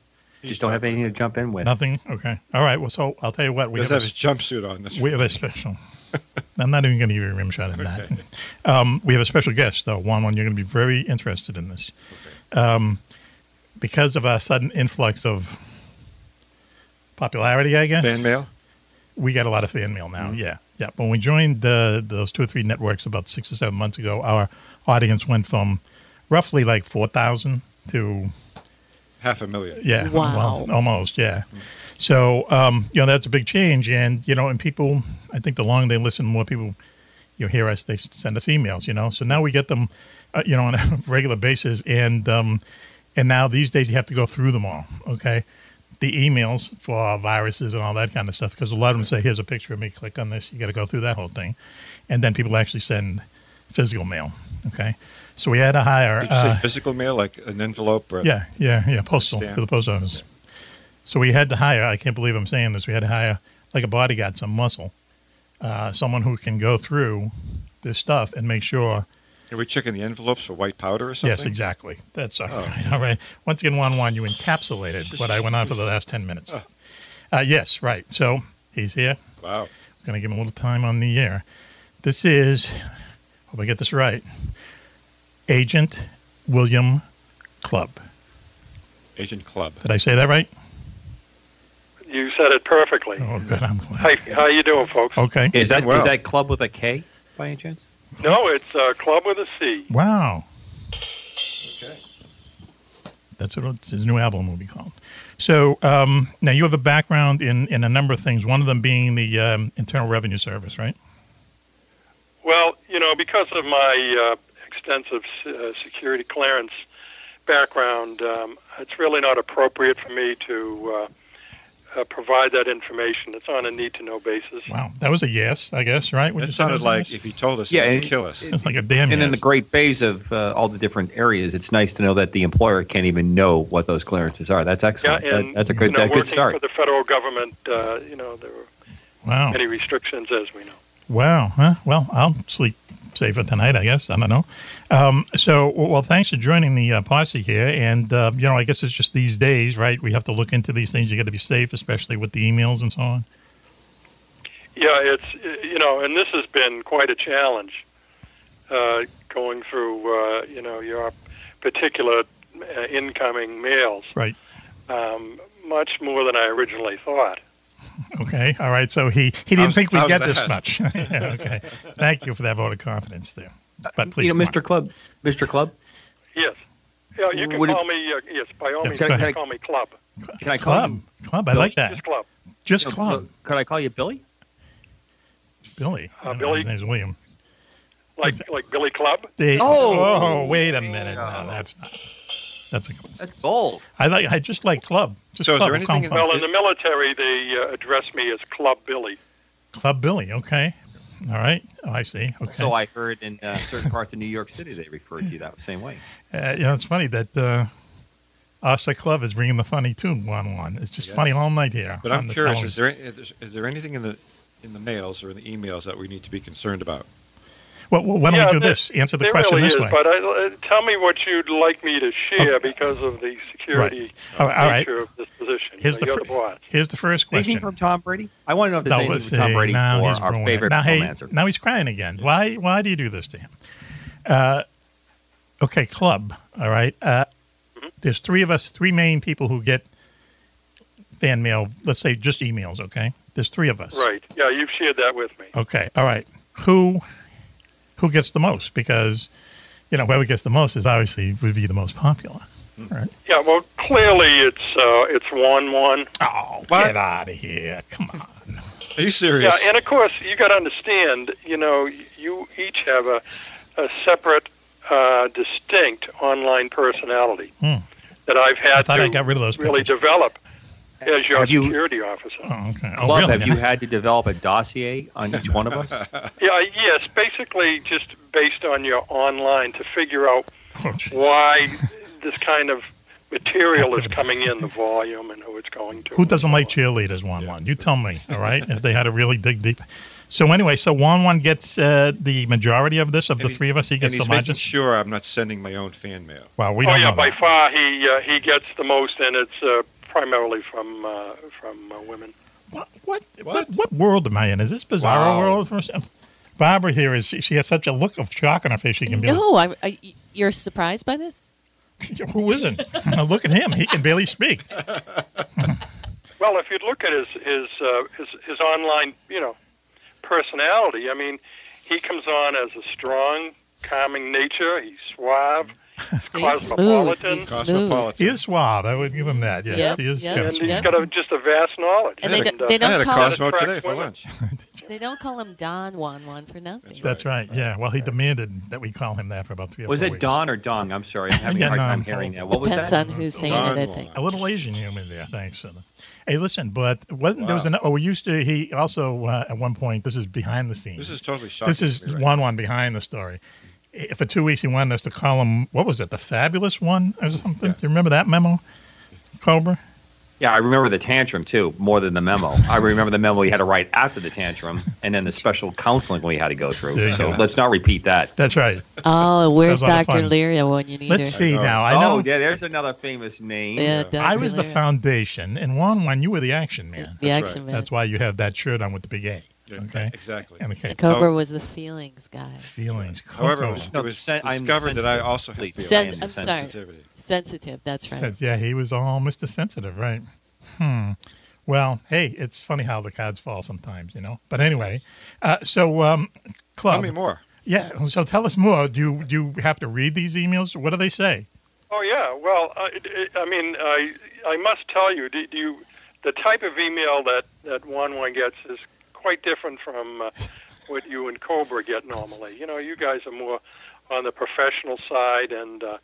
just don't have anything to jump in with.
Nothing. Okay. All right. Well, so I'll tell you what. We
Does
have
have
a
his jumpsuit on this
We have a special. I'm not even going to give you a rim shot at that. Um, we have a special guest, though, Juan. Juan, you're going to be very interested in this. Um, because of our sudden influx of popularity, I guess.
Fan mail? Mm-hmm.
We got a lot of fan mail now, yeah. Yeah. When we joined uh, those two or three networks about six or seven months ago, our audience went from roughly like 4,000 to
half a million.
yeah.
Wow.
Well, almost, yeah. So, um, you know, that's a big change. And, you know, and people, I think the longer they listen, more people, you hear us, they s- send us emails, you know. So now we get them, uh, you know, on a regular basis. And, um, and now these days you have to go through them all, okay? The emails for viruses and all that kind of stuff, because a lot of them say, here's a picture of me, click on this. You got to go through that whole thing. And then people actually send physical mail, okay? So we had to hire.
Did you
uh,
say physical mail, like an envelope? Or
yeah, yeah, yeah. Postal
Stamp.
to the post office. So we had to hire. I can't believe I'm saying this. We had to hire like a bodyguard, some muscle, uh, someone who can go through this stuff and make sure.
Are we checking the envelopes for white powder or something?
Yes, exactly. That's all right.
Oh.
All right. Once again, Juan Juan, you encapsulated what I went on for the last ten
Oh.
minutes. Uh, yes, right. So he's here.
Wow.
Going to give him a little time on the air. This is. Hope I get this right. Agent William Club.
Agent Club.
Did I say that right?
You said it perfectly.
Oh, good. I'm glad.
Hi, how you doing, folks?
Okay.
Is that is
Well.
that club with a K by any chance?
No, it's uh, Club with a C.
Wow.
Okay.
That's what it's- his new album will be called. So um, now you have a background in, in a number of things, one of them being the um, Internal Revenue Service, right?
Well, you know, because of my uh, extensive uh, security clearance background, um, it's really not appropriate for me to uh, uh, provide that information. It's on a need to know basis.
Wow, that was a yes, I guess, right? That
sounded like if he told us,
Yeah,
he would
it-
kill us.
It's like a damn
And in the
yes.
great phase of uh, all the different areas, it's nice to know that the employer can't even know what those clearances are. That's excellent.
Yeah, and
That- that's a
you
good,
know,
uh,
working
good start.
for the federal government. Uh, you know, there were
Wow.
many restrictions, as we know.
Wow. Huh? Well, I'll sleep safer tonight, I guess. I don't know. Um, so, w- well, thanks for joining the uh, posse here. And, uh, you know, I guess it's just these days, right? We have to look into these things. You got to be safe, especially with the emails and so on.
Yeah, it's you know, and this has been quite a challenge uh, going through uh, you know your particular uh, incoming mails,
Right.
um, much more than I originally thought.
Okay. All right. So he, he didn't
How's-
think we'd
how's
get
that?
this much. Yeah, okay. Thank you for that vote of confidence there. But please,
you know,
come
Mr. Club, Mr. Club,
Yes, yeah, you can
Would it-
call me uh, yes by all
Yes,
means.
go
You can
ahead.
call me Club.
can I call
Club.
you?
Club. Oh, I
Billy?
like that.
Just Club.
Just
No,
Club.
Could I call you Billy?
Billy. I don't know,
Uh, Billy?
His name's William.
Like like Billy Club.
They-
Oh.
oh, wait a minute. No, that's not. That's a
That's bold.
I like. I just like club. Just club. We'll call him club.
well in the military? They uh, address me as Club Billy.
Club Billy. Okay. All right. Oh, I see. Okay.
So I heard in uh, certain parts of New York City they refer to you that same way.
Uh, you know, it's funny that uh, us at club is bringing the funny too on one. It's just funny all night here.
But
on
I'm
this
curious:
Halloween.
is there is, is there anything in the in the mails or in the emails that we need to be concerned about?
Well, well, why don't
Yeah,
we do
there-
this? Answer the
there
question
really
this
is,
way.
But I, uh, tell me what you'd like me to share because of the security
All right, all right.
nature of this position.
Here's
Uh,
the
you're
fir-
the boss.
Here's the first question.
Anything from Tom Brady? I want to know if there's
No,
anything
let's
from Tom
see.
Brady
Now
for
he's
our
ruined it.
favorite
now, hey,
romancer.
Now he's crying again. Why? Why do you do this to him? Uh, okay, club. All right. Uh,
Mm-hmm.
There's three of us, three main people who get fan mail. Let's say just emails. Okay. There's three of us.
Right. Yeah, you've shared that with me.
Okay. All right. Who who gets the most? Because you know whoever gets the most is obviously would be the most popular. All right.
Yeah. Well, clearly it's uh, it's one one.
Oh, get out of here! Come on.
Are you serious?
Yeah, and of course you got to understand. You know, you each have a a separate, uh, distinct online personality
Hmm.
that I've had
I thought
to
I got rid of those
really develop as your
Have you-
security officer.
Oh, okay.
Club, have you had to develop a dossier on each one of us?
Yeah, yes, basically just based on your online to figure out
Oh,
why this kind of material is coming in, the volume and who it's going to.
Who doesn't like cheerleaders? One one. You tell me. All right. if they had to really dig deep. So anyway, so one one gets uh, the majority of this of the three of us. He
and
gets the
he's making
largest.
sure I'm not sending my own fan mail.
Wow, we
oh
don't
yeah,
know
by
that.
far he uh, he gets the most, and it's uh, primarily from uh, from uh, women.
What, what what world am I in? Is this bizarro world for some- Barbara here is she she has such a look of shock on her face. She can be
No, I, I, you're surprised by this?
like, who isn't? Now look at him. He can barely speak.
Well, if you'd look at his his uh, his, his online, you know, personality. I mean, he comes on as a strong, calming nature. He's suave, cosmopolitan.
He is suave. I would give him that. Yes,
Yep,
he is.
yep,
kind
And
of
he's
suave.
got a, just a vast knowledge.
And they don't- they don't I had a call it- Cosmo today for
lunch.
They don't call him Don Juan Juan for nothing.
That's right. Yeah. Well, he demanded that we call him that for about three or
Was
four
it
weeks.
Don or Dong? I'm sorry, I'm having a
Yeah,
hard
no,
time
I'm-
hearing that. What was
Depends
that?
on who's saying it, I think.
A little Asian human there. Thanks. Sonny. Hey, listen, but wasn't there was an oh we used to he also uh, at one point this is behind the scenes.
This is totally shocking
This is
to me right
one one behind the story. Eh, For two weeks he wanted us to call him what was it the fabulous one or something? Do you remember that memo, Cobra?
Yeah, I remember the tantrum too, more than the memo. I remember the memo we had to write after the tantrum, and then the special counseling we had to go
There
through.
you
So
go.
let's not repeat that.
That's right.
Oh, where's
That was a lot of
Dr.
fun.
Leary when you need
Let's
her?
see now. I know
Oh, yeah, there's another famous name.
Yeah, Dr.
I was the
Leary.
foundation, and one one you were the action man.
The That's right. action man.
That's why you have that shirt on with the big A. Okay.
exactly.
And the cape.
The Cobra was the feelings guy.
feelings.
However, it
Coco.
was, it was discovered that I also have feelings.
Sen-
and
I'm sorry. Sensitive, that's right.
Says, yeah, he was all Mr. Sensitive, right? Hmm. Well, hey, it's funny how the cards fall sometimes, you know. But anyway, uh, so um, club.
Tell me more.
Yeah. So tell us more. Do you, do you have to read these emails? What do they say?
Oh yeah. Well, I, it- I mean, I I must tell you, do, do you the type of email that that one one gets is quite different from uh, what you and Cobra get normally. You know, you guys are more on the professional side, and uh,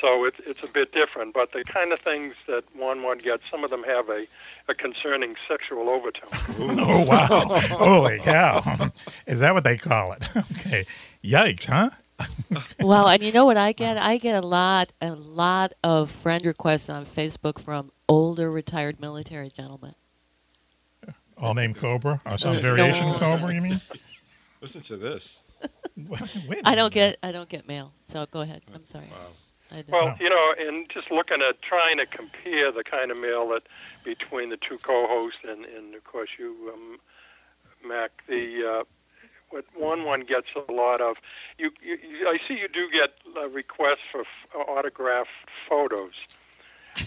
so it, it's a bit different. But the kind of things that one would get, some of them have a, a concerning sexual overtone.
Oh wow! Holy cow! Is that what they call it? Okay. Yikes, huh?
well, and you know what I get? I get a lot, a lot of friend requests on Facebook from older retired military gentlemen.
All name Cobra or Uh,
Uh,
some variation of Cobra? You mean?
Listen to this.
I don't get, I don't get mail. So go ahead. I'm sorry. I don't.
Well, you know, and just looking at trying to compare the kind of mail that between the two co-hosts and, and of course you, um, Mac, the uh, what one one gets a lot of. You, you you- I see you do get uh, requests for f- uh, autographed photos,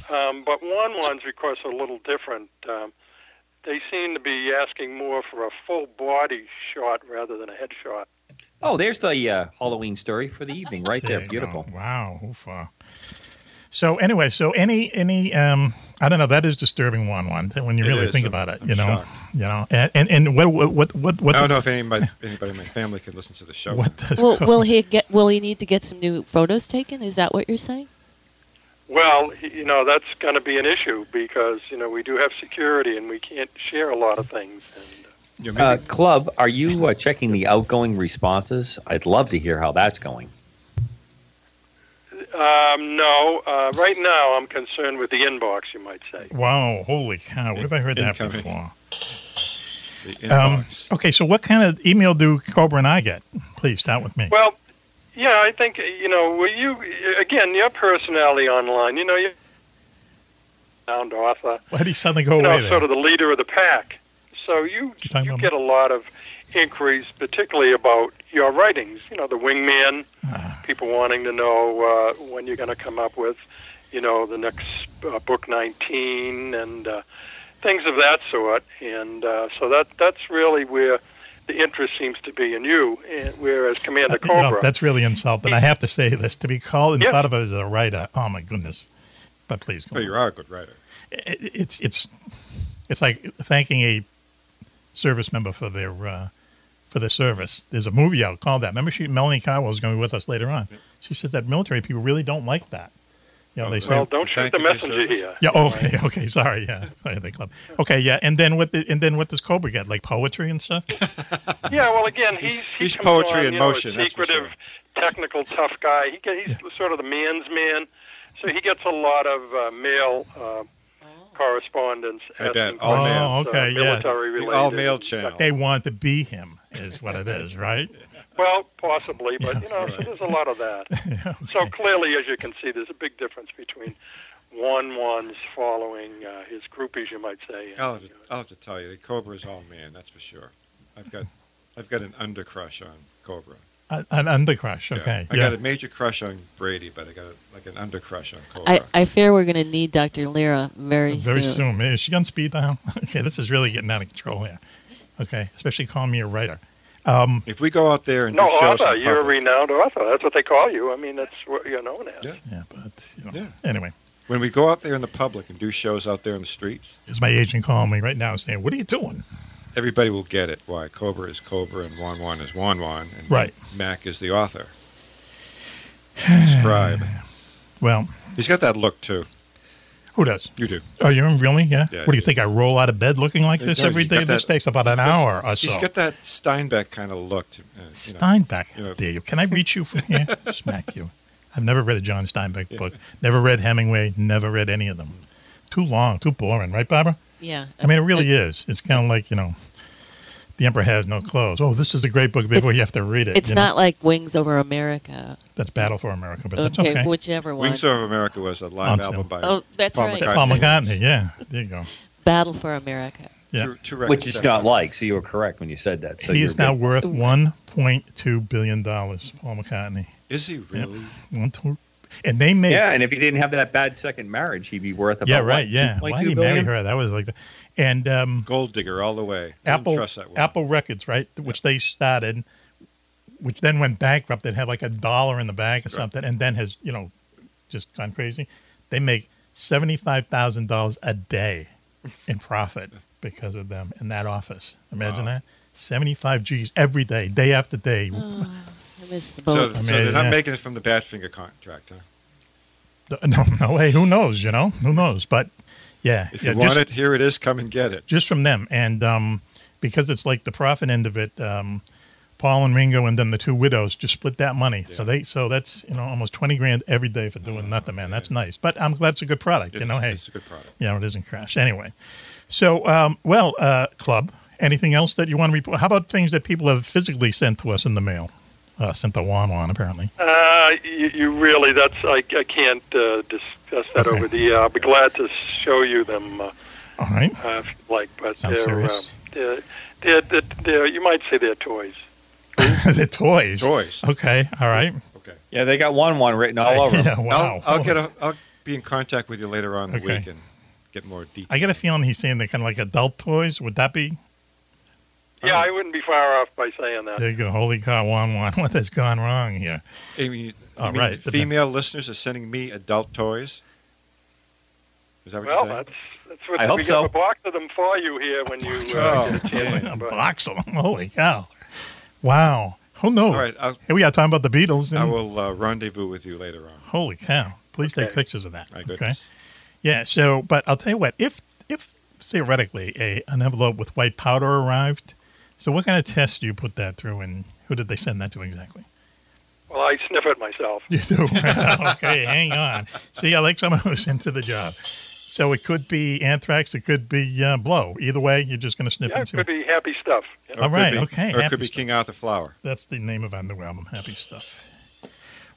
um, but one one's requests are a little different. Um, they seem to be asking more for a full body shot rather than a head shot.
Oh, there's the uh, Halloween story for the evening right there. Beautiful.
Wow. uh. Oofa. So anyway, so any any um I don't know that is disturbing one one when you
It
really
is.
think about it
I'm
you know
shocked.
you know and and, and what what what what
I don't know if anybody, anybody in my family can listen to the show.
What does
Will, will he get? Will he need to get some new photos taken? Is that what you're saying?
Well, y- you know, that's going to be an issue because, you know, we do have security and we can't share a lot of things.
Uh, Club, are you uh, checking the outgoing responses? I'd love to hear how that's going.
Um, no, uh, right now I'm concerned with the inbox, you might say.
wow holy cow where have I heard that
Incoming.
before
The
um, okay so what kind of email do Cobra and I get please start with me
Well, yeah, I think, you know, well, you, again, your personality online, you know, you're sound uh, author,
why did he suddenly go
you
away
know,
there
sort of the leader of the pack. So you,
talking
you get a lot of inquiries, particularly about your writings, you know, the wingman,
Ah.
people wanting to know uh, when you're going to come up with, you know, the next uh, book 19 and uh, things of that sort. And uh, so that that's really where the interest seems to be in you, and whereas Commander
You know,
Cobra.
Uh,
Hmm.
that's really insulting I have to say this to be called and
Yeah.
thought of as a writer oh my goodness but please go
But you are a good writer.
it, it's it's it's like thanking a service member for their uh, for their service. There's a movie out called that. Remember, she Melanie Caldwell is going to be with us later on. She said that military people really don't like that. You know, they say,
well, don't shoot the messenger here.
yeah. oh, Okay. Okay. Sorry. Yeah. Sorry. They club. Okay. Yeah. And then what? The, and then what does Cobra get? Like poetry and stuff.
Yeah, well, again, he's he
he's
comes
poetry
on,
in
you know,
motion,
A
that's for
secretive, technical, tough guy. He, get- he's sort of the man's man, so he gets a lot of uh, male uh, correspondence.
I bet.
asking
All
oh,
male.
okay.
uh,
yeah.
military related.
They want to be him, is what it is, right?
Well, possibly, but you know, so there's a lot of that. So clearly, as you can see, there's a big difference between one ones following uh, his groupies, you might say.
I'll have, to, I'll have to tell you, the Cobra is all man. That's for sure. I've got, I've got an under crush on Cobra.
An an undercrush. Okay.
I
yeah.
got a major crush on Brady, but I got a, like an under crush on Cobra.
I, I fear we're going to need Dr. Lyra very,
Very soon. Is she on speed dial? Okay, this is really getting out of control here. Okay, especially calling me a writer. Um,
if we go out there
no, author. You're a renowned author. That's what they call you. I mean, that's what you're known as.
Yeah, but you know. Anyway,
when we go out there in the public and do shows out there in the streets,
is my agent calling me right now saying, "What are you doing?"
everybody will get it. Why Cobra is Cobra and Juan Juan is Juan Juan, and
Right.
Mac is the author, scribe.
Well,
He's got that look too.
Who does?
You do.
oh, you're really? Yeah.
Yeah,
what do you think? I roll out of bed looking like this
No,
every
he's
day.
got
This
that-
takes about an
he's-
hour or so.
He's got that Steinbeck kind of look. To, uh, you know.
Steinbeck. How dare you? Can I reach you from here? Smack you. I've never read a John Steinbeck book. Never read Hemingway. Never read any of them. Too long. Too boring. Right, Barbara?
Yeah.
I mean, it really is. It's kind of like you know, the emperor has no clothes. Oh, this is a great book. Therefore, you have to read it.
It's
you know?
not like Wings Over America.
that's Battle for America, but that's
okay,
okay.
whichever one.
Wings Over America was a live
On sale.
album by
Oh, that's
Paul
right.
McCartney.
Paul McCartney. Yeah, there you go.
Battle for America.
Yeah.
Which is not like, so you were correct when you said that. So
he
you're
is now
good.
worth one point two billion dollars. Paul McCartney.
Is he really?
One two, and they made.
Yeah, and if he didn't have that bad second marriage, he'd be worth about
yeah, right.
What,
yeah.
2.2
Why did he
billion?
marry her? That was like the and um,
gold digger all the way. I didn't
Apple
trust that woman.
Apple Records, right? Which they started, which then went bankrupt and had like a dollar in the bank or something, and then has you know just gone crazy. They make seventy five thousand dollars a day in profit because of them in that office. Imagine
Wow.
that seventy five G's every day, day after day.
Ah, I miss the
So,
boat.
so
I mean,
they're not
yeah.
making it from the Badfinger contract, huh?
No, no way. Who knows? You know, who knows? But yeah,
If
yeah,
you want
just-
it, here it is. Come and get it.
just from them. And um, because it's like the profit end of it, um, Paul and Ringo, and then the two widows just split that money. So they, so that's you know almost twenty grand every day for doing nothing, man. That's nice. But I'm glad it's a good product.
It
you know,
is-
hey,
it's a good product.
You know, it isn't crash anyway. So, um, well, uh, club. Anything else that you want to report? How about things that people have physically sent to us in the mail? Uh, sent the Juan Juan apparently.
Uh, you, you really, that's, I, I can't uh, discuss that
Okay.
over the air. I'll be glad to show you them. Uh,
All right.
Uh, if you like, but
Sounds
they're, um,
serious.
they're, they're, they're, they're, you might say they're toys.
the toys. Toys. Okay. All right.
Yeah, they got one one written all over. 'em.
Yeah, wow.
I'll, I'll get. A, I'll be in contact with you later on in the
Okay.
week and get more details.
I get a feeling he's saying they're kind of like adult toys. Would that be?
Yeah, I wouldn't be far off by saying that.
Oh. There you go. Holy cow, Juan Juan. What has gone wrong here?
I mean,
All
you mean
right, the-
female listeners are sending me adult toys. Is that what
Well,
you're saying?
that's that's what
I hope
we
so.
have a box of them for you here when you uh,
Oh,
get a chance.
man.
But-
Box of them. Holy cow. Wow. Who knows?
All right, I'll-
Here we are talking about the Beatles.
I
and-
will uh, rendezvous with you later on.
Holy cow. Please take
Okay.
pictures of that.
My
okay.
goodness.
Yeah. So, but I'll tell you what. If if theoretically a an envelope with white powder arrived, so what kind of test do you put that through, and who did they send that to exactly?
well, I sniff it myself.
You do. okay, hang on. See, I like someone who's into the job. So it could be anthrax. It could be uh, blow. Either way, you're just going to sniff
Yeah, it
into
could be happy stuff.
Or All it could right, be- okay,
Or it
happy
could be
stuff.
King Arthur flower.
That's the name of our new album, Happy Stuff.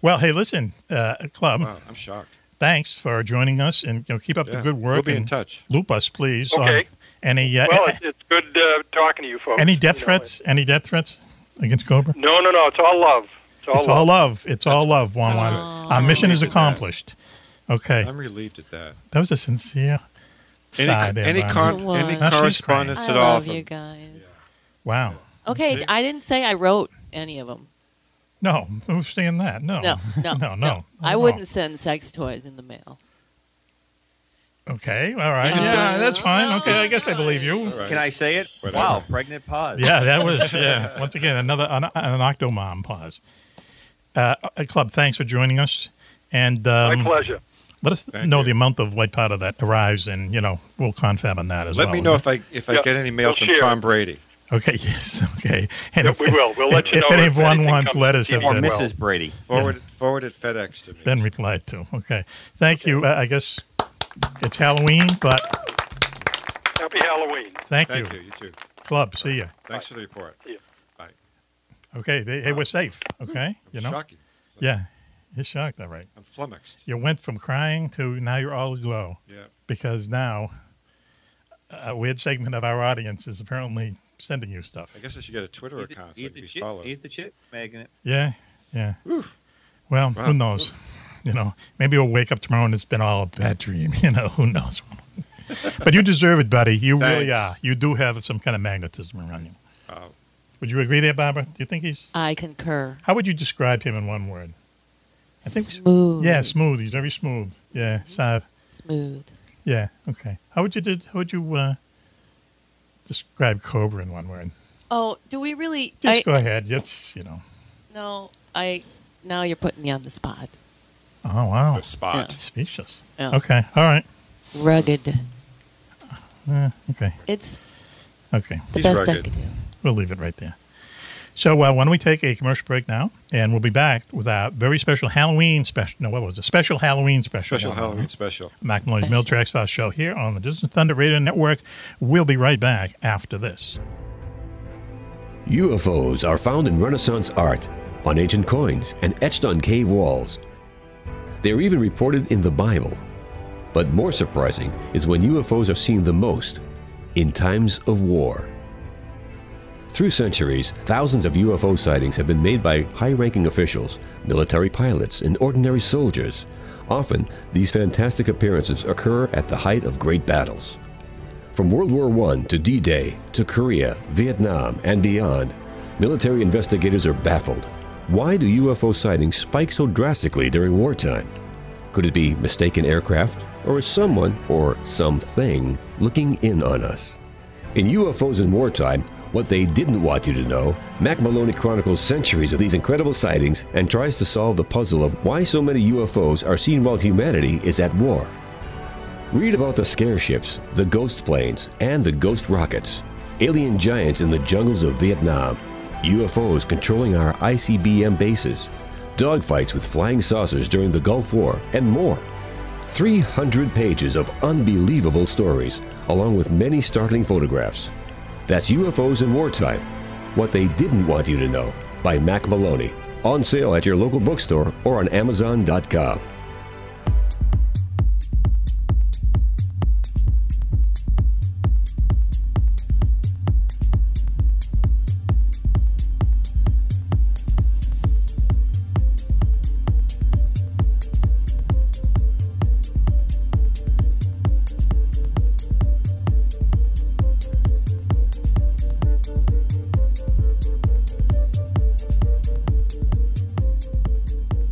Well, hey, listen, uh, Club.
Wow, I'm shocked.
Thanks for joining us, and you know, keep up the
Yeah,
good work.
we'll be in
and
touch.
Loop us, please. on
Okay.
Any uh,
well, it's, it's good uh, talking to you folks.
any death
You know,
threats? Any death threats against Cobra?
No, no, no. It's all love. It's all
it's
love. Oh,
all love. It's all love. Juan Juan. Our mission is accomplished. Okay.
I'm relieved at that.
That was a sincere.
Any,
sigh there,
any,
Bob.
con- any
Now she's
correspondence
I
at all
love
from
you guys.
Wow.
Okay, I didn't say I wrote any of them.
No, who's saying that? No.
No, no,
no, no.
I
No.
wouldn't send sex toys in the mail.
Okay. All right. Yeah, that's fine. Okay. I guess I believe you.
Can I say it? Wow, pregnant pause.
Yeah, that was yeah. Once again, another an, an Octomom pause. Uh, uh, Club, thanks for joining us, and um,
My pleasure.
Let us know the amount of white powder that arrives, and you know we'll confab on that as
Let
well.
me know if I if I
Yeah,
get any mail
we'll
from
share.
Tom Brady.
Okay. Yes. Okay. And
Yeah, we will. We'll let you
if
know if
anyone
anything
wants
comes
letters,
to
have
you. Or
been-
Mrs.
Brady.
Forward forward at FedEx to me.
Been replied to. Okay. Thank you. Uh, I guess it's Halloween, but
Happy Halloween.
thank,
Thank you. You too.
Club, see ya.
Thanks for the report. Bye.
Okay, they, hey, we're safe. Okay, you know.
shocking.
Yeah, you're shocked. All right.
I'm flummoxed.
You went from crying to now you're all aglow.
Yeah.
Because now uh, a weird segment of our audience is apparently sending you stuff.
I guess I should get a Twitter account so I
He's
can
the
be
chip.
followed.
He's the chip making it.
Yeah, yeah.
Oof.
Well,
Wow.
who knows? You know, maybe we'll wake up tomorrow and it's been all a bad dream. You know, who knows? but you deserve it, buddy. You really
Thanks.
are. You do have some kind of magnetism around you.
Oh.
Would you agree there, Barbara? Do you think he's?
I concur.
How would you describe him in one word? I think
Smooth.
Yeah, smooth. He's very smooth. Yeah, sad.
Mm. Smooth.
Yeah. Okay. How would you did? How would you uh, describe Cobra in one word?
Oh, do we really?
Just
I,
go ahead. It's you know.
No, I. Now you're putting me on the spot.
Oh wow.
The spot.
Speechless.
Yeah.
Okay. All right.
Rugged.
Uh, okay.
It's
Okay.
the best I could do.
We'll leave it right there. So uh, why don't we take a commercial break now, and we'll be back with our very special Halloween special. No, what was it? Special Halloween special.
Special Halloween special.
Mac Maloney's Mill Tracks Fast Show here on the Distant Thunder Radio Network. We'll be right back after this.
UFOs are found in Renaissance art, on ancient coins, and etched on cave walls. They are even reported in the Bible. But more surprising is when UFOs are seen the most in times of war. Through centuries, thousands of UFO sightings have been made by high ranking officials, military pilots, and ordinary soldiers. Often, these fantastic appearances occur at the height of great battles. From World War I to D Day to Korea, Vietnam, and beyond, military investigators are baffled. Why do UFO sightings spike so drastically during wartime? Could it be mistaken aircraft, or is someone or something looking in on us? In UFOs in Wartime, What they didn't want you to know, Mac Maloney chronicles centuries of these incredible sightings and tries to solve the puzzle of why so many UFOs are seen while humanity is at war. Read about the scare ships, the ghost planes, and the ghost rockets, alien giants in the jungles of Vietnam, UFOs controlling our ICBM bases, dogfights with flying saucers during the Gulf War, and more. 300 pages of unbelievable stories, along with many startling photographs. That's UFOs in Wartime What They Didn't Want You to Know by Mac Maloney. On sale at your local bookstore or on Amazon.com.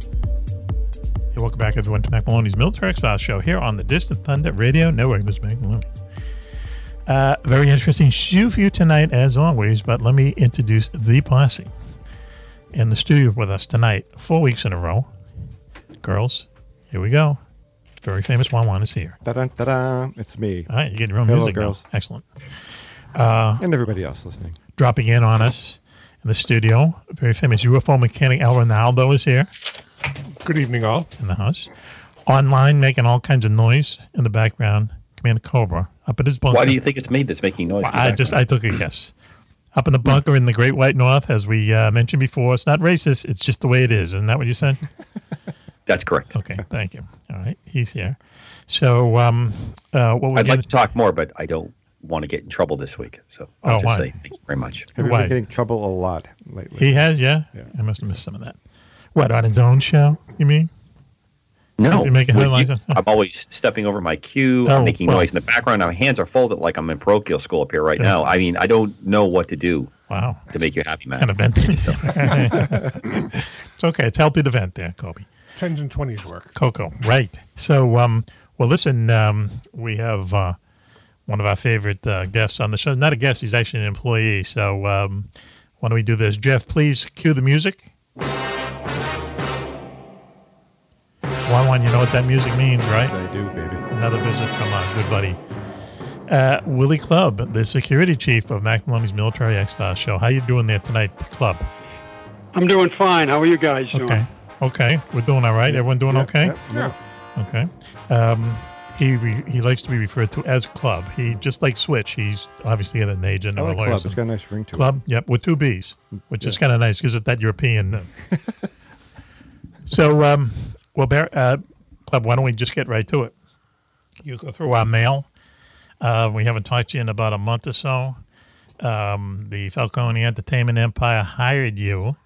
Hey, welcome back, everyone, to Mac Maloney's Military Exile Show here on the Distant Thunder Radio Network. This is Mac Maloney. Uh, very interesting show for you tonight, as always, but let me introduce the posse in the studio with us tonight, four weeks in a row. Girls, here we go. Very famous Juan Juan is here.
Da da da! It's me.
All right, you get your own
Hello,
music. now.
girls.
Excellent. Uh,
and everybody else listening.
Dropping in on us in the studio, very famous UFO mechanic El Ronaldo is here. Good evening, all. In the house. Online, making all kinds of noise in the background. Commander Cobra up at his bunker.
Why do you think it's me that's making noise?
Well,
in the
I just I
background?
took a guess. Up in the bunker in the Great White North, as we uh, mentioned before, it's not racist. It's just the way it is. Isn't that what you said?
That's correct.
Okay, thank you. All right, he's here. So, um, uh, what we
I'd like to talk more, but I don't want to get in trouble this week. So I'll
Oh,
just
why?
say thank you very much.
Have you
Why?
been getting trouble a lot lately?
He has, yeah? I must have missed some of that. What on his own show? You mean?
No,
If you make a
with
headline-
you, I'm always stepping over my cue.
Oh,
I'm making
well.
noise in the background. My hands are folded like I'm in parochial school up here right now. I mean, I don't know what to do.
Wow.
To make you happy, man.
Kind of venting. it's okay. It's healthy to vent there, Kobe.
Tens and twenties work.
Coco, right. So, um, well, listen, um, we have uh, one of our favorite uh, guests on the show. Not a guest, he's actually an employee. So, um, why don't we do this? Jeff, please cue the music. Juan Juan, you know what that music means, right?
I do, baby.
Another visit from our good buddy. Uh, Willie Clubb, the security chief of Mac Maloney's Military X-Files show. How you doing there tonight, Club?
I'm doing fine. How are you guys doing?
Okay. Okay. We're doing all right. Everyone doing
Yeah,
okay?
yeah,
Okay. Um, he re- he likes to be referred to as Club. He just like Switch. He's obviously at an agent
I
and
like
a lawyer.
Club.
so-
It's got a nice ring to it.
Club. Yep, with two B's, which is
Yeah.
kind of nice because it's that European. uh, so, um, well, Bar- uh, Club, why don't we just get right to it? You go through our mail. Uh, we haven't talked to you in about a month or so. Um, the Falcone Entertainment Empire hired you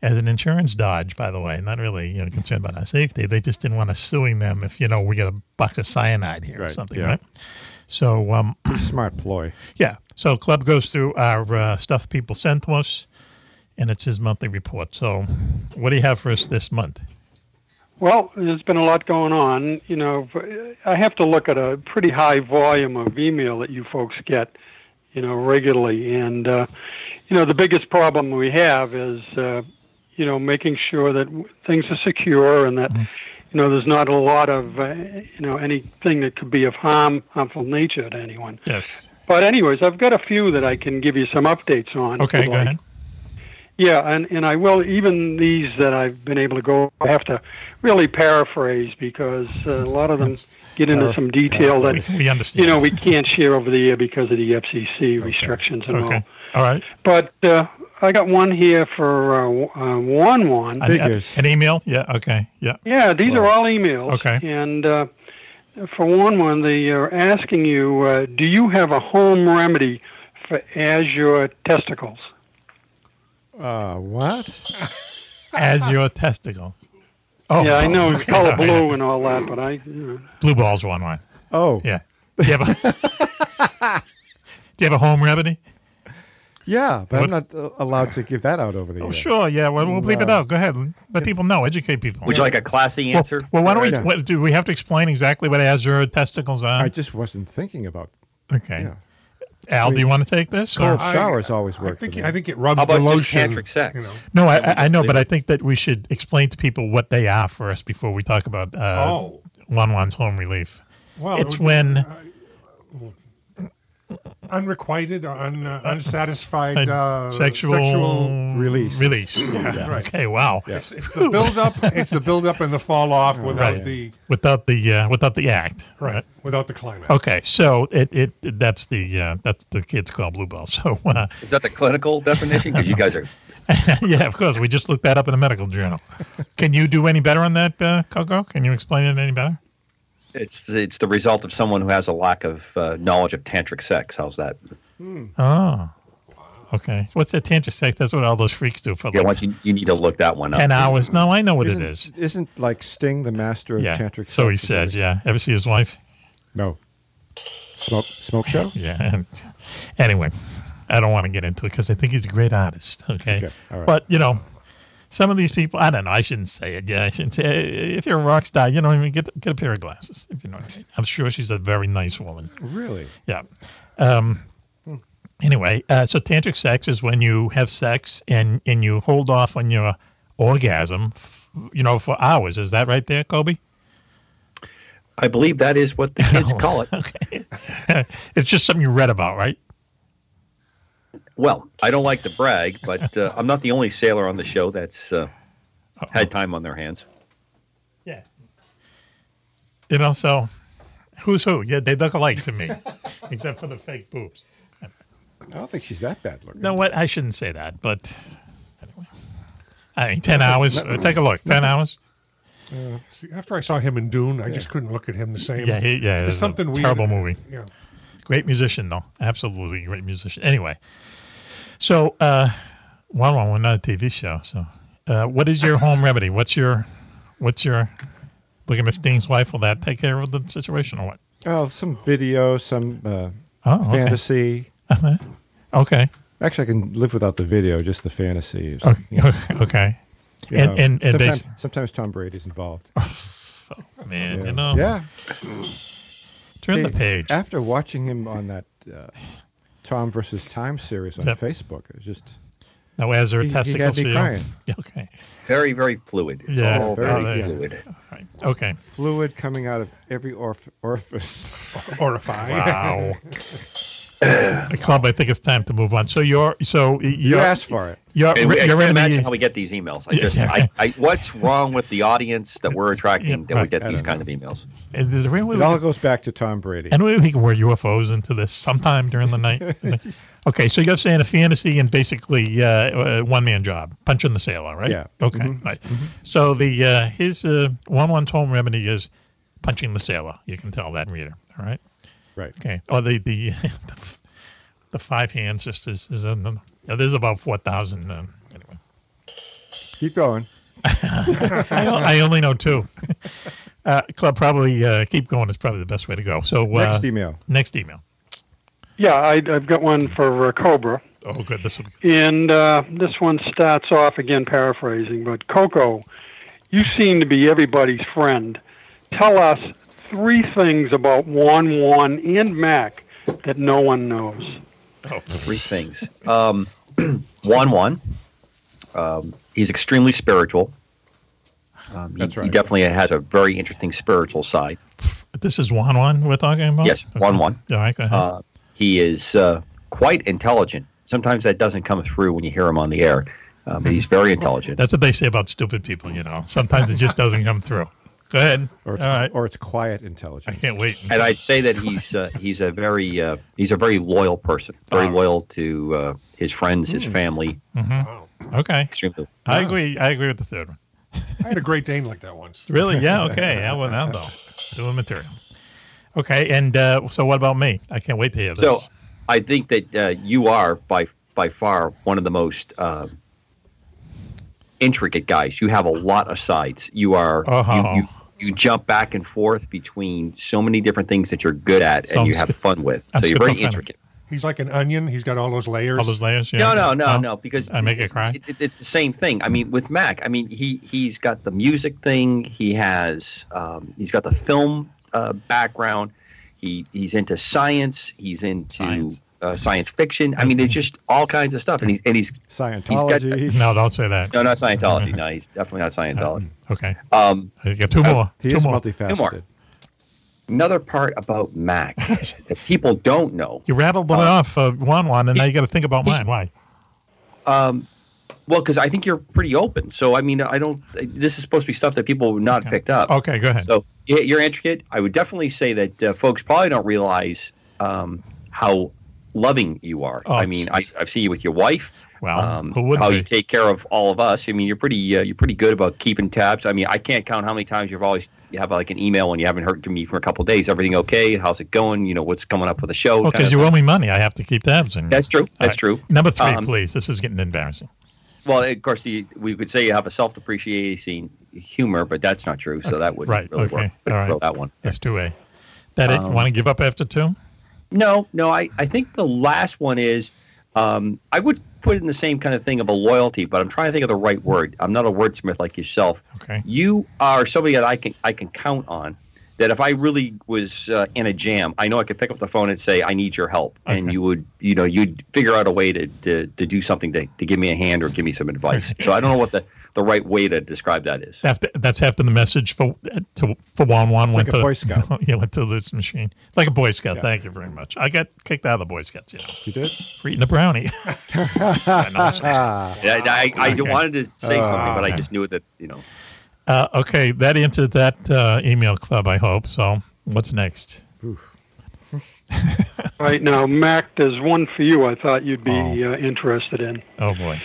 as an insurance dodge, by the way. Not really you know, concerned about our safety. They just didn't want us suing them if, you know, we get a box of cyanide here or
Right,
something,
yeah.
right? So, um,
Smart ploy.
yeah. So club goes through our uh, stuff people send to us, and it's his monthly report. So, what do you have for us this month?
Well, there's been a lot going on. You know, v- I have to look at a pretty high volume of email that you folks get, you know, regularly. And, uh, you know, the biggest problem we have is, uh, you know, making sure that w- things are secure and
Mm-hmm.
that, you know, there's not a lot of, uh, you know, anything that could be of harm, harmful nature to anyone.
Yes.
But, anyways, I've got a few that I can give you some updates on. if
Okay,
you'd
go
like.
ahead.
Yeah, and, and I will, even these that I've been able to go, I have to really paraphrase because uh, a lot of them get into
paraph-
some detail that,
We- we understand.
you know, we can't share over the air because of the FCC restrictions and
Okay.
all.
All right.
But uh, I got one here for uh, uh, Juan Juan.
An- An, email? Yeah. Okay. Yeah.
Yeah, these are all emails.
Okay.
And uh, for one, one they are asking you, uh, do you have a home remedy for Azure testicles?
Uh, what?
As your testicle. Oh.
yeah, I know it's
Okay.
color
All right.
blue and all that, but I. You
Blue balls one one.
Oh.
Yeah. Do you have a, do you have a home remedy?
Yeah, but I'm
What-
not uh, allowed to give that out over the
Oh,
air.
sure. Yeah. Well, we'll leave it
No.
out. Go ahead. Let people know. Educate people.
Would you like a
classy
Well-
answer?
Well, why don't we?
Yeah.
What, do we have to explain exactly what Azure testicles are?
I just wasn't thinking about.
Okay. Al, do you want to take this?
Cold
or-
showers always
I
work.
think
for
I
them.
think it rubs
How about
the
just
lotion.
tantric sex?
You know.
No, I,
That would
I- I know,
just
but
leave
I think that we should explain to people what they are first before we talk about uh,
Oh.
Lon Lon's home relief.
Well,
it's
it would-
when
Unrequited or un, uh, unsatisfied
Un-
uh,
sexual release. Release. Yeah.
Right.
Okay, wow. Yeah.
It's, it's the build up. It's the build up and the fall off without
Right.
the
without the uh, without the act,
Right, without the climax.
Okay, so it, it that's the uh, that's the kids call blue ball. So uh,
Is that the clinical definition? Because you guys are
yeah, of course, we just looked that up in a medical journal. Can you do any better on that, uh, Coco? Can you explain it any better?
it's it's the result of someone who has a lack of uh, knowledge of tantric sex. How's that?
Oh, okay. What's that tantric sex? That's what all those freaks do for
Yeah,
like
once you you need to look that one up.
ten hours. No, I know what it
Isn't-
is.
Isn't like Sting the master of
Yeah.
tantric?
so he
sex?
says. Yeah. Ever see his wife?
No. Smoke smoke show.
yeah. Anyway, I don't want to get into it because I think he's a great artist. Okay.
all right.
But you know, some of these people. I don't know. I shouldn't say it. Yeah, I shouldn't say. If you're a rock star, you know, what I mean, get get a pair of glasses. If you know what I mean. I'm sure she's a very nice woman.
Really?
Yeah. Um, anyway, uh, so tantric sex is when you have sex and and you hold off on your orgasm, f- you know, for hours. Is that right there, Kobe?
I believe that is what the kids call it.
it's just something you read about, right?
Well, I don't like to brag, but uh, I'm not the only sailor on the show that's uh, had time on their hands.
You know, so who's who? Yeah, they look alike to me, except for the fake boobs.
I don't think she's that bad looking.
You know what? I shouldn't say that, but anyway. I mean, 10 hours. Uh, Take a look. 10 hours.
Uh, see, after I saw him in Dune, I just couldn't look at him the same.
Yeah, he, yeah.
There's
It's
something
a
weird.
terrible movie.
Yeah.
Great musician, though. Absolutely great musician. Anyway, so uh, one one one, not a TV show. So, uh, what is your home remedy? What's your, what's your, looking at Sting's wife? Will that take care of the situation or what?
Oh, some video, some uh,
Oh, okay. Uh-huh.
fantasy.
Okay.
Actually, I can live without the video, just the fantasy. Or
Okay,
something, you know.
okay.
You
And-
know,
and- and they- Oh,
sometimes, sometimes Tom Brady's involved.
Man,
Yeah.
you know.
Yeah.
Turn the
Hey,
page.
After watching him on that uh, Tom versus Time series on
Yep.
Facebook, it was just
Now, as her
he, he
testicles
had me
feel.
crying.
Okay.
Very, very fluid. It's
Yeah,
all
very
very,
yeah.
fluid.
Okay.
Fluid coming out of every orf- orifice.
Orify.
Wow. Club, I think it's time to move on. So you're so you're,
You asked for it.
You're,
And we- I
you're
can't
in the-
imagine how we get these emails. I just, I, I, what's wrong with the audience that we're attracting that we
right.
get
I
these
don't
kind of emails?
And there's a real way
It
we
all
could-
goes back to Tom Brady.
and we, we can wear UFOs into this sometime during the night. okay, so you're saying a fantasy and basically uh, one man job, punching the sailor, right?
Yeah.
Okay.
Mhm.
Right. So the uh, his uh, one one home remedy is punching the sailor. You can tell that reader. All right.
Right.
Okay. Or the the the five hand sisters is another. Yeah, there's about four thousand. Um, anyway,
keep going.
I, I only know two. Uh, club probably uh, keep going is probably the best way to go. So uh,
Next email.
Next email.
Yeah, I, I've got one for uh, Cobra.
Oh, good. This will be
And uh, this one starts off again paraphrasing, but Coco, you seem to be everybody's friend. Tell us three things about Juan Juan and Mac that no one knows.
Oh.
Three things. Um, Juan Juan, um, he's extremely spiritual. Um, he,
That's
He definitely has a very interesting spiritual side.
This is Juan Juan we're talking about?
Yes,
Okay.
Juan Juan.
All right, go ahead.
Uh, he is uh, quite intelligent. Sometimes that doesn't come through when you hear him on the air, uh, but he's very intelligent.
Mm-hmm. That's what they say about stupid people, you know. Sometimes it just doesn't come through. Go ahead.
Or it's,
All right.
or it's quiet intelligence. I
can't wait.
and I'd say that he's uh, he's a very uh, he's a very loyal person, very
Ah.
loyal to uh, his friends, his
Mm.
family.
Mm-hmm. Okay.
Extremely.
Ah.
I agree. I agree with the third one.
I had a Great Dane like that once.
Really? Yeah. Okay. El Ronaldo. Doing material. Okay. And uh, so what about me? I can't wait to hear this.
So I think that uh, you are by by far one of the most uh, intricate guys. You have a lot of sides. You are
Oh.
you, you, you jump back and forth between so many different things that you're good at
So
and
I'm
you have
schi-
fun with.
I'm
so you're very
schizophrenic.
intricate.
He's like an onion. He's got all those layers.
All those layers? Yeah.
No, no, no, no, because
Oh, I make it cry.
It, it- it's the same thing. I mean, with Mac, I mean he he's got the music thing. He has um, he's got the film uh, background. He he's into science. He's into uh, science fiction. I mean, there's just all kinds of stuff, and he's and he's
Scientology.
no, don't say that.
No, not Scientology. No, he's definitely not Scientology.
Okay.
Um,
you got two
uh,
more. He Two is more. multifaceted.
Two more. Another part about Mac that people don't know.
You rattled one off uh, one one, and now you got to think about mine. Why?
Um, well, because I think you're pretty open. So I mean, I don't. This is supposed to be stuff that people have not picked up.
Okay, go ahead.
So y- you're intricate. I would definitely say that uh, folks probably don't realize um, how loving you are.
Oh,
I mean, I, I see you with your wife.
Well,
um,
who wouldn't
how
be?
you take care of all of us. I mean, you're pretty uh, you're pretty good about keeping tabs. I mean, I can't count how many times you've always you have like an email and you haven't heard from me for a couple of days. Everything okay? How's it going? You know, what's coming up for the show?
Well,
kind of
because Oh, you owe me money, I have to keep tabs. And
That's true.
All
That's true.
Number three,
Um,
please. This is getting embarrassing.
Well, of course, the, we could say you have a self-depreciating humor, but that's not true. So that wouldn't
Right.
really work.
okay.
But
All right.
throw that one.
That's two A. That it?
Um,
Want to give up after two?
No, no. I, I think the last one is um, I would put it in the same kind of thing of a loyalty, but I'm trying to think of the right word. I'm not a wordsmith like yourself.
Okay.
You are somebody that I can I can count on. That if I really was uh, in a jam, I know I could pick up the phone and say I need your help, and you would you know you'd figure out a way to to, to do something to, to give me a hand or give me some advice. so I don't know what the the right way to describe that is.
After, that's after the message for to for one one
It's
went
like a
to
Boy Scout.
yeah, went to this machine like a Boy Scout.
Yeah.
Thank you very much. I got kicked out of the Boy Scouts. You know,
you did
for eating a brownie. I know this is-
Yeah, I, I, I
Okay. Oh,
wanted to say something, but I
Okay.
just knew that you know.
Uh, okay, that answered that uh, email club. I hope so. What's next?
All right now, Mac, there's one for you. I thought you'd be uh, interested in.
Oh boy.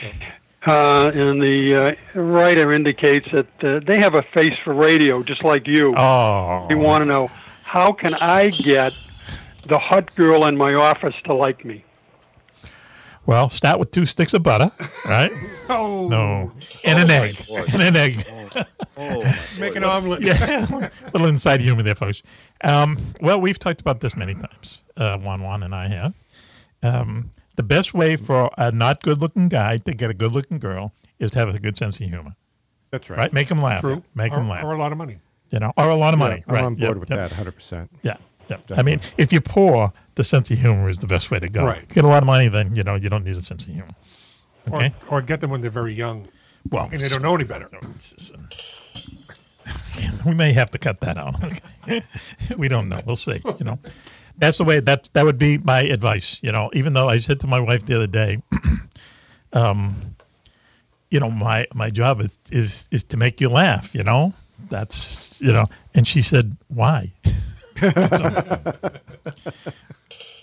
Uh, and the uh, writer indicates that uh, they have a face for radio, just like you.
Oh.
You want to know how can I get the hot girl in my office to like me?
Well, start with two sticks of butter, right?
Oh.
no, and an
Oh, my
egg,
Lord.
and an egg.
Oh.
Oh,
Make an omelet.
Yeah, little inside humor there, folks. Um, well, we've talked about this many times, uh, Juan Juan and I have. Um, the best way for a not good looking guy to get a good looking girl is to have a good sense of humor.
That's right.
Right? Make them laugh.
True.
Make
or,
them laugh.
Or a lot of money.
you know, or a lot of
Yeah,
money.
I'm
right.
on board
Yep,
with
yep.
that 100%.
Yeah. Yeah. I mean, if you're poor, the sense of humor is the best way to go.
Right.
Get a lot of money, then, you know, you don't need a sense of humor. Okay.
Or, or get them when they're very young.
Well,
and they don't know any better.
we may have to cut that out. Okay. we don't know. We'll see. You know, that's the way. That's that would be my advice. You know, even though I said to my wife the other day, um, you know, my my job is is is to make you laugh. You know, that's you know, and she said, why?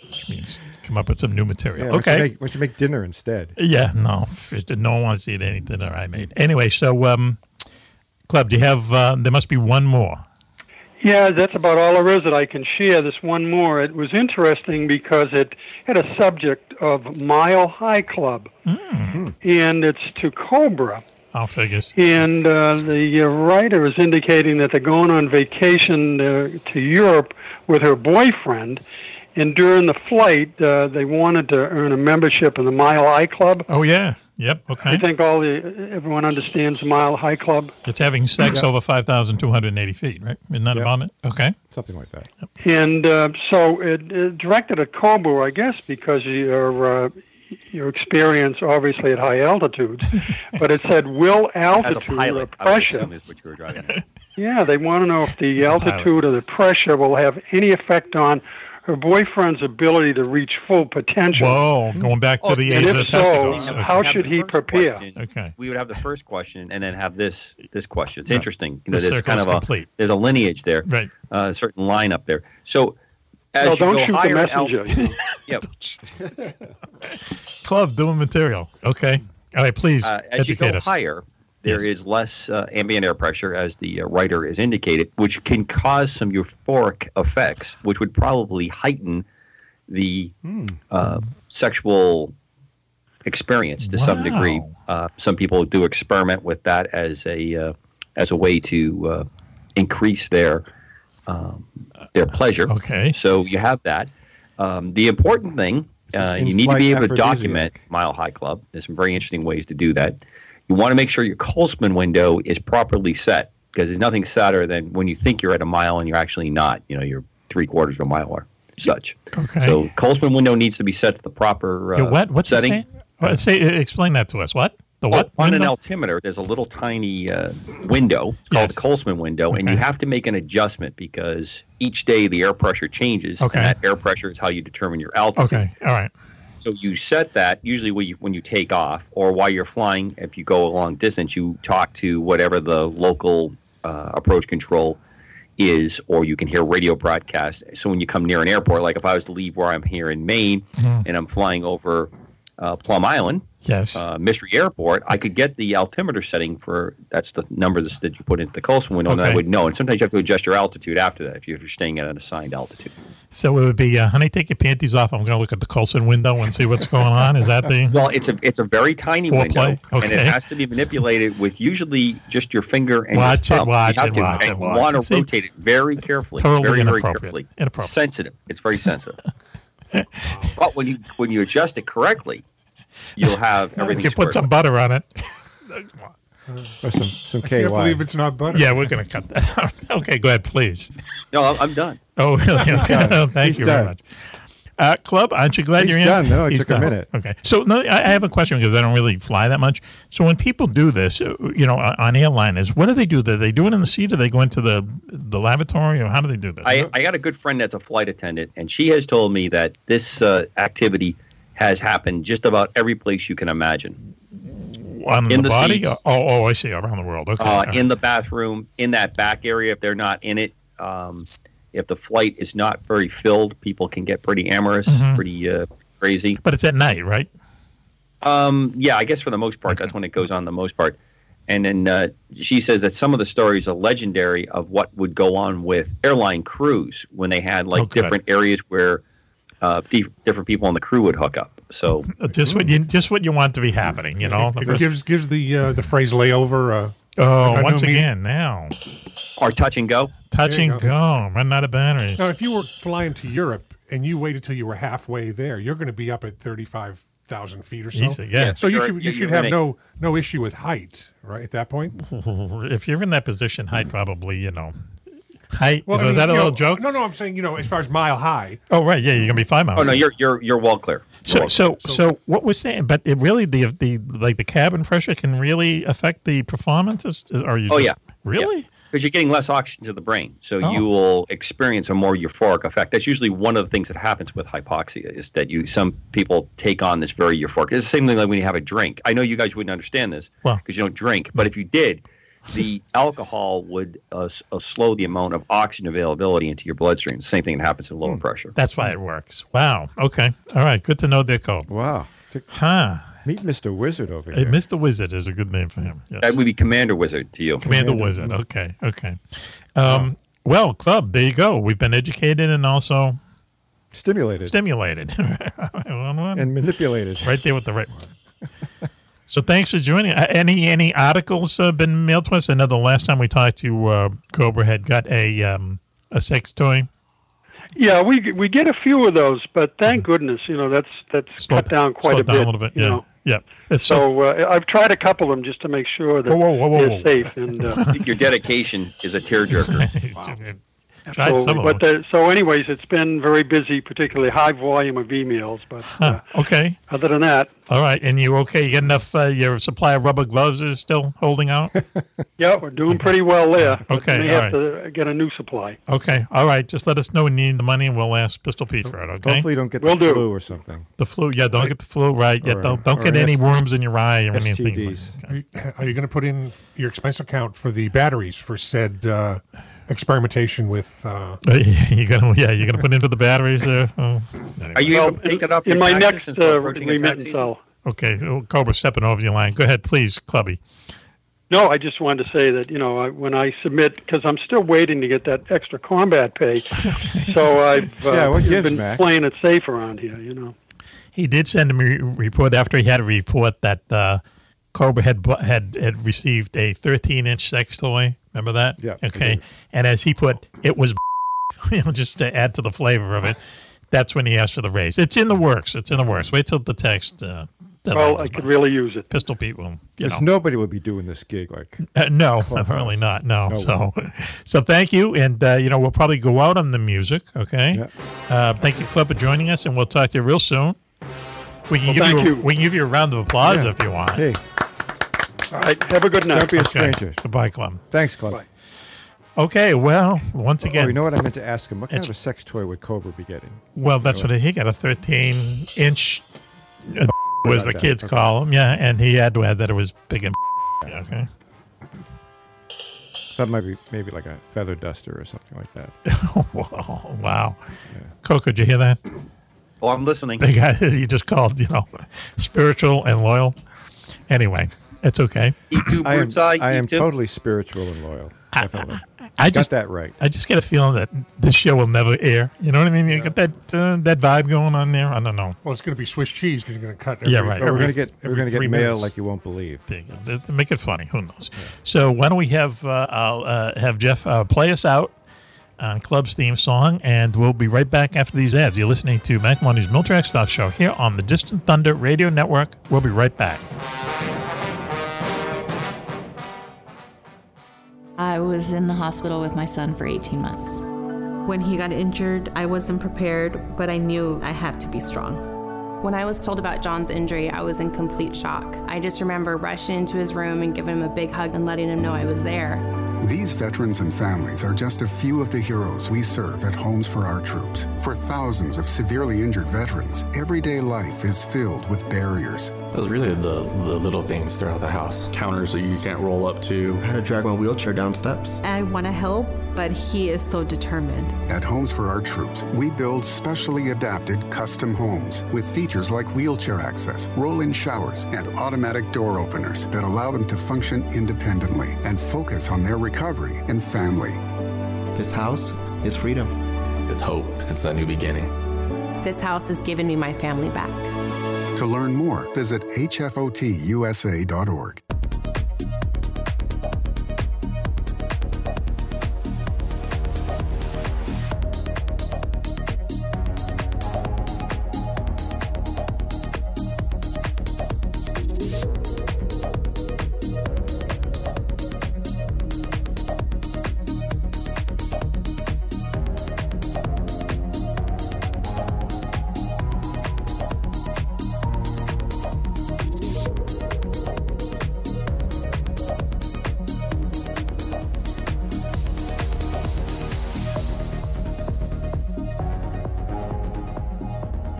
Which means come up with some new material.
Yeah,
okay.
Why don't you make, why don't you make dinner instead?
Yeah, no, no one wants to eat anything that I made. Anyway, so um, club, do you have? Uh, there must be one more.
Yeah, that's about all there is that I can share. This one more. It was interesting because it had a subject of Mile High Club,
Hmm.
and it's to Cobra.
I'll figures.
And uh, the uh, writer is indicating that they're going on vacation uh, to Europe with her boyfriend. And during the flight, uh, they wanted to earn a membership in the Mile High Club.
Oh yeah, yep.
I
Okay,
think all the everyone understands the Mile High Club.
it's having sex
Yeah.
over five thousand two hundred eighty feet, right? Isn't that
Yeah.
about it? Okay,
something like that.
And uh, so it, it directed at Kobu, I guess, because of your uh, your experience obviously at high altitudes. but it said, will
As a
altitude or
pilot, I would
pressure?
assume is what you were driving at.
Yeah, they want to know if the
a pilot.
altitude or the pressure will have any effect on her boyfriend's ability to reach full potential.
Whoa, going back
to the
and
age of
if
the
so,
testicles.
How should he prepare?
Okay.
We would have the first question and then have this this question. It's
Yeah.
interesting.
The
You know, there's
circle
kind
is
of a
complete.
there's a lineage there,
Right.
Uh, a certain line up there. So as
No,
you
don't
go
shoot the
higher in
messenger.
altitude, yep.
club doing material. Okay, all right. Please
Uh, as you go
educate us.
higher, there is less uh, ambient air pressure, as the uh, writer has indicated, which can cause some euphoric effects, which would probably heighten the
Hmm.
uh, sexual experience to some degree. Uh, some people do experiment with that as a uh, as a way to uh, increase their um, their pleasure.
Okay.
So you have that. Um, the important thing uh, you need to be
in-flight
able to
aphrodisiac.
document Mile High Club. There's some very interesting ways to do that. You want to make sure your Colesman window is properly set because there's nothing sadder than when you think you're at a mile and you're actually not. You know, you're three quarters of a mile or such.
Okay.
So Colesman window needs to be set to the proper uh,
Yeah, what? What's
setting. Oh,
it saying? What- say? e, Explain that to us. What? The what?
on an
window?
altimeter, there's a little tiny uh, window. It's called the Colesman window, and you have to make an adjustment because each day the air pressure changes,
Okay.
and that air pressure is how you determine your altitude.
Okay. All right.
So you set that usually when you when you take off or while you're flying. If you go a long distance, you talk to whatever the local uh, approach control is, or you can hear radio broadcasts. So when you come near an airport, like if I was to leave where I'm here in Maine
Mhm.
and I'm flying over uh, Plum Island,
Yes.
uh, Mystery Airport, I could get the altimeter setting for that's the number that's- that you put into the Colson window, and then
Okay.
I would know. And sometimes you have to adjust your altitude after that if you- if you're staying at an assigned altitude.
so it would be, uh, honey, take your panties off. I'm going to look at the Colson window and see what's going on. Is that the?
Well, it's a it's a very tiny
Foreplay?
window, and
Okay.
it has to be manipulated with usually just your finger and
Watch it,
your thumb.
watch
you have
it,
to
watch it,
and
watch
want
it.
to
See,
rotate it very carefully,
totally
very very
inappropriate,
carefully.
inappropriate.
Sensitive. It's very sensitive. but when you when you adjust it correctly, you'll have
You
everything.
can put
squared
some butter on it.
Or some some
I can't
KY.
believe it's not butter.
Yeah, we're going to cut that. out. okay, go ahead, please.
away. No, I'm, I'm done.
Oh, really?
He's
Okay.
done.
Oh, Thank
He's
you very
done.
much. Uh, Club, aren't you glad
He's
you're
done.
in?
No, it took a minute.
Okay. So no, I, I have a question because I don't really fly that much. So when people do this, uh, you know, on on airliners, what do they do? Do they do it in the seat? Do they go into the the lavatory? Or how do they do this?
I, I got a good friend that's a flight attendant, and she has told me that this uh, activity has happened just about every place you can imagine.
on
in
the,
the
body?
seats.
Oh, oh, I see. Around the world. Okay.
uh,
All right.
in the bathroom, in that back area, if they're not in it, um, if the flight is not very filled, people can get pretty amorous,
Mhm.
pretty uh, crazy.
but it's at night, right?
Um, yeah, I guess for the most part, that's when it goes on the most part. And then uh, she says that some of the stories are legendary of what would go on with airline crews when they had like
Okay.
different areas where uh, di- different people on the crew would hook up. So
Uh, Just what you just what you want to be happening, you know. The
It
first-
gives gives the uh, the phrase layover. Uh,
oh, once again now,
or touch and go.
touch
There you
and go, running out of batteries.
Now, if you were flying to Europe and you waited till you were halfway there, you're going to be up at thirty-five thousand feet or so.
Easy, yeah. Yeah,
So you
you're-
should you
you're- you're
should have
in a-
no no issue with height, right? At that point.
If you're in that position, height probably, you know, height.
Well,
is,
I mean,
that a
you know,
little joke?
No, no. I'm saying you know as far as mile high.
Oh, right. Yeah, you're gonna be five miles.
Oh no, you're you're you're well clear.
So, so, so, what we're saying, but it really the the like the cabin pressure can really affect the performances. Is- Are you?
oh
just-
yeah,
really?
Because you're getting less oxygen to the brain, so
Oh.
you will experience a more euphoric effect. That's usually one of the things that happens with hypoxia is that you some people take on this very euphoric. It's the same thing like when you have a drink. I know you guys wouldn't understand this because
Well.
you don't drink, but if you did, the alcohol would uh, s- uh, slow the amount of oxygen availability into your bloodstream. Same thing that happens in lower
Hmm.
pressure.
That's why it works. Wow. Okay. All right. Good to know they're called.
Wow.
Huh.
Meet Mr. Wizard over
Hey,
here.
Mr. Wizard is a good name for him. Yes.
That would be Commander Wizard to you.
Commander Wizard. Okay. Okay. Um, Well, club. There you go. We've been educated and also
stimulated.
Stimulated. One, one.
And manipulated.
Um, Right there with the right one. So thanks for joining. Uh, any any articles uh, been mailed to us? I know the last time we talked to uh, Cobra had got a um, a sex toy.
Yeah, we we get a few of those, but thank goodness, you know that's that's cut down quite
Mm-hmm. slowed
a
down
bit.
a little bit.
you
Yeah,
know.
yeah. It's so,
so uh, I've tried a couple of them just to make sure that
Whoa, whoa, whoa, whoa,
they're
whoa.
safe and. Uh,
Your dedication is a tearjerker.
Tried some of
but the, so, anyways, it's been very busy, particularly high volume of emails. But
Huh, okay.
other than that,
All right. And you okay? You got enough? Uh, your supply of rubber gloves is still holding out.
yeah, we're doing pretty well there. but
Okay,
we
all
have to uh, get a new supply.
okay. All right. Just let us know when you need the money, and we'll ask Pistol Pete for it. Okay.
Hopefully, you don't get
We'll
the
do.
flu or something.
The flu, Oh, yeah. Don't get the flu, right? Yeah,
Or-
don't don't
or
get any
S-
worms in your eye or anything. Like
STDs.
Are you, are you going to put in your expense account for the batteries for said uh, experimentation with? Uh,
that. you're gonna, yeah, you're gonna put in for the batteries there. Oh.
Are you able to take that off
in
your
my
taxes
next,
since we're
uh,
approaching a tax
remittance,
season?
I'll-
Okay, oh, Cobra stepping over your line. Go ahead, please, Clubby.
No, I just wanted to say that you know I, when I submit because I'm still waiting to get that extra combat pay, so I've uh,
Yeah, what gives,
been
Mac?
playing it safe around here. You know,
He did send me a report after he had a report that uh, Cobra had bu- had had received a 13 inch sex toy. Remember that? Yeah. Okay. And as he put, it was, you know, just to add to the flavor of it. That's when he asked for the raise. It's in the works. It's in the works. Wait till the text uh, That
well,
like
I
is
could
my-
really use it.
Pistol Pete will. You know.
Because nobody would be doing this gig like.
Uh, no,
Clubhouse.
apparently not. No.
No
so, so thank you, and uh, you know we'll probably go out on the music. Okay. Uh, thank you, Cliff, for joining us, and we'll talk to you real soon. We can
Well,
give
thank
you, a-
you.
we can give you a round of applause
Yeah.
if you want.
Hey. All right. Have a good night.
Don't be a
Okay.
stranger.
Goodbye, Club.
Thanks, Club.
Okay. Well, once again,
oh, you know what I meant to ask him? What kind
It's-
of a sex toy would Cobra be getting?
Well, that's
You
what
know,
he got a 13 inch uh, was the
that.
kids
Okay.
call him. Yeah, and he had to add that it was big and okay.
That might be maybe like a feather duster or something like that.
wow, wow. Coco, did you hear that?
Oh, I'm listening.
They got you just called, you know, spiritual and loyal. Anyway, it's okay.
I am, I am totally spiritual and loyal. Definitely.
I
Got
just
that right.
I just get a feeling that this show will never air. You know what I mean? You got that uh, that vibe going on there. I don't know.
Well, it's going to be Swiss cheese because you're going to cut.
Yeah, right.
Oh, we're
Every-
gonna get we're
every
gonna
three
get mail
minutes.
like you won't believe.
They- they make it funny. Who knows? So why don't we have uh, I'll uh, have Jeff uh, play us out on Club's theme song, and we'll be right back after these ads. You're listening to Mac Money's Military Exile Show here on the Distant Thunder Radio Network. We'll be right back.
I was in the hospital with my son for 18 months.
When he got injured, I wasn't prepared, but I knew I had to be strong.
When I was told about John's injury, I was in complete shock. I just remember rushing into his room and giving him a big hug and letting him know I was there.
These veterans and families are just a few of the heroes we serve at Homes for Our Troops. For thousands of severely injured veterans, everyday life is filled with barriers.
It was really the, the little things throughout the house. Counters that you can't roll up to. I had to drag my wheelchair down steps.
I want to help, but he is so determined.
At Homes for Our Troops, we build specially adapted custom homes with features like wheelchair access, roll in showers, and automatic door openers that allow them to function independently and focus on their recovery and family. This house is freedom.
It's hope. It's a new beginning.
This house has given me my family back.
To learn more, visit hfotusa.org.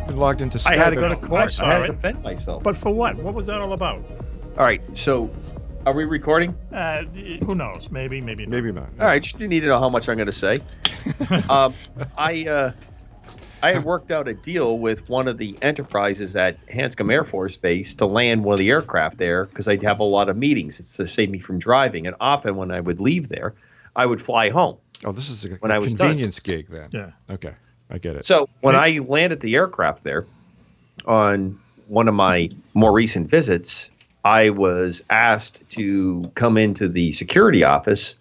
Been logged into Skype.
I had to go to
and-
court. I saw I had to it. defend myself.
But for what? What was that all about?
All right. So, are we recording?
Uh, who knows? Maybe, maybe not.
Maybe not.
All right, just need to know how much I'm going to say. um, I uh, I had worked out a deal with one of the enterprises at Hanscom Air Force Base to land one of the aircraft there because I'd have a lot of meetings. It's to save me from driving, and often when I would leave there, I would fly home.
Oh, this is a,
when
a
I was done.
convenience gig then.
Yeah.
Okay, I get it.
So when I landed the aircraft there on one of my more recent visits, I was asked to come into the security office.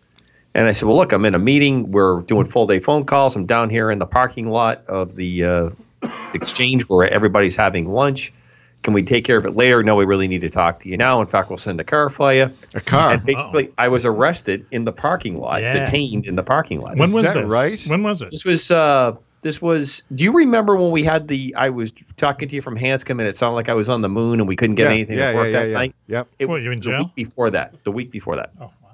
And I said, Well, look, I'm in a meeting. We're doing full day phone calls. I'm down here in the parking lot of the uh, exchange where everybody's having lunch. Can we take care of it later? No, we really need to talk to you now. In fact, we'll send a car for you.
A car.
And basically, I was arrested in the parking lot,
Yeah.
detained in the parking lot.
When was this? When was it?
This was uh this was do you remember when we had the I was talking to you from Hanscom and it sounded like I was on the moon and we couldn't get
Yeah,
anything
yeah,
to work
yeah,
that
yeah, yeah.
night?
Yep.
It
What,
was
you in
the
jail?
week before that. The week before that. Oh wow.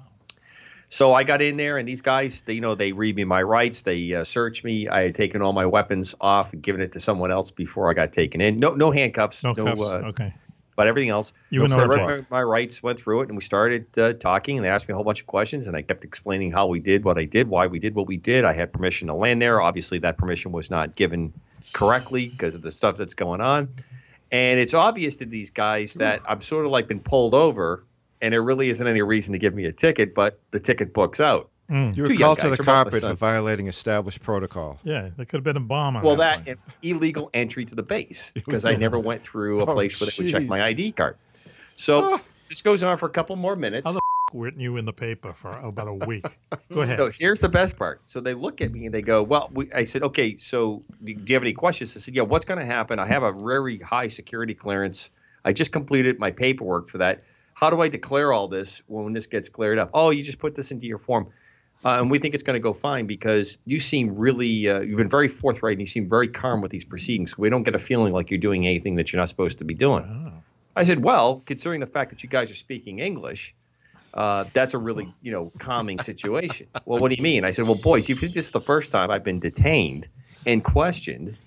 So I got in there and these guys, they, you know, they read me my rights, they uh, search me. I had taken all my weapons off and given it to someone else before I got taken in. No no handcuffs,
No cuffs.
uh,
okay.
but everything else.
You
so
went
I
over
read
to
my, my rights, went through it, and we started uh, talking. And they asked me a whole bunch of questions, and I kept explaining how we did what I did, why we did what we did. I had permission to land there. Obviously, that permission was not given correctly because of the stuff that's going on. And it's obvious to these guys that I'm sort of like been pulled over, and there really isn't any reason to give me a ticket, but the ticket book's out.
Mm.
Two
You were
young
called to
guys
the
from Buffalo,
carpet
so-
for violating established protocol.
Yeah, there could have been a bomb on
Well,
that.
that and illegal entry to the base because I never went through a
Oh,
place where they would check my
jeez.
ID card.
Oh,
So Ah! this goes on for a couple more minutes.
How the f- weren't you in the paper for about a week? Go ahead.
So here's the best part. So they look at me and they go, "Well," we, I said, "Okay, so do do you have any questions?" I said, "Yeah. What's going to happen? I have a very high security clearance. I just completed my paperwork for that. How do I declare all this when this gets cleared up? Oh, you just put this into your form. Uh, and we think it's going to go fine because you seem really, uh, you've been very forthright and you seem very calm with these proceedings. We don't get a feeling like you're doing anything that you're not supposed to be doing.
Oh.
I said, well, considering the fact that you guys are speaking English, uh, that's a really, you know, calming situation. well, what do you mean? I said, well, boys, you this is the first time I've been detained and questioned.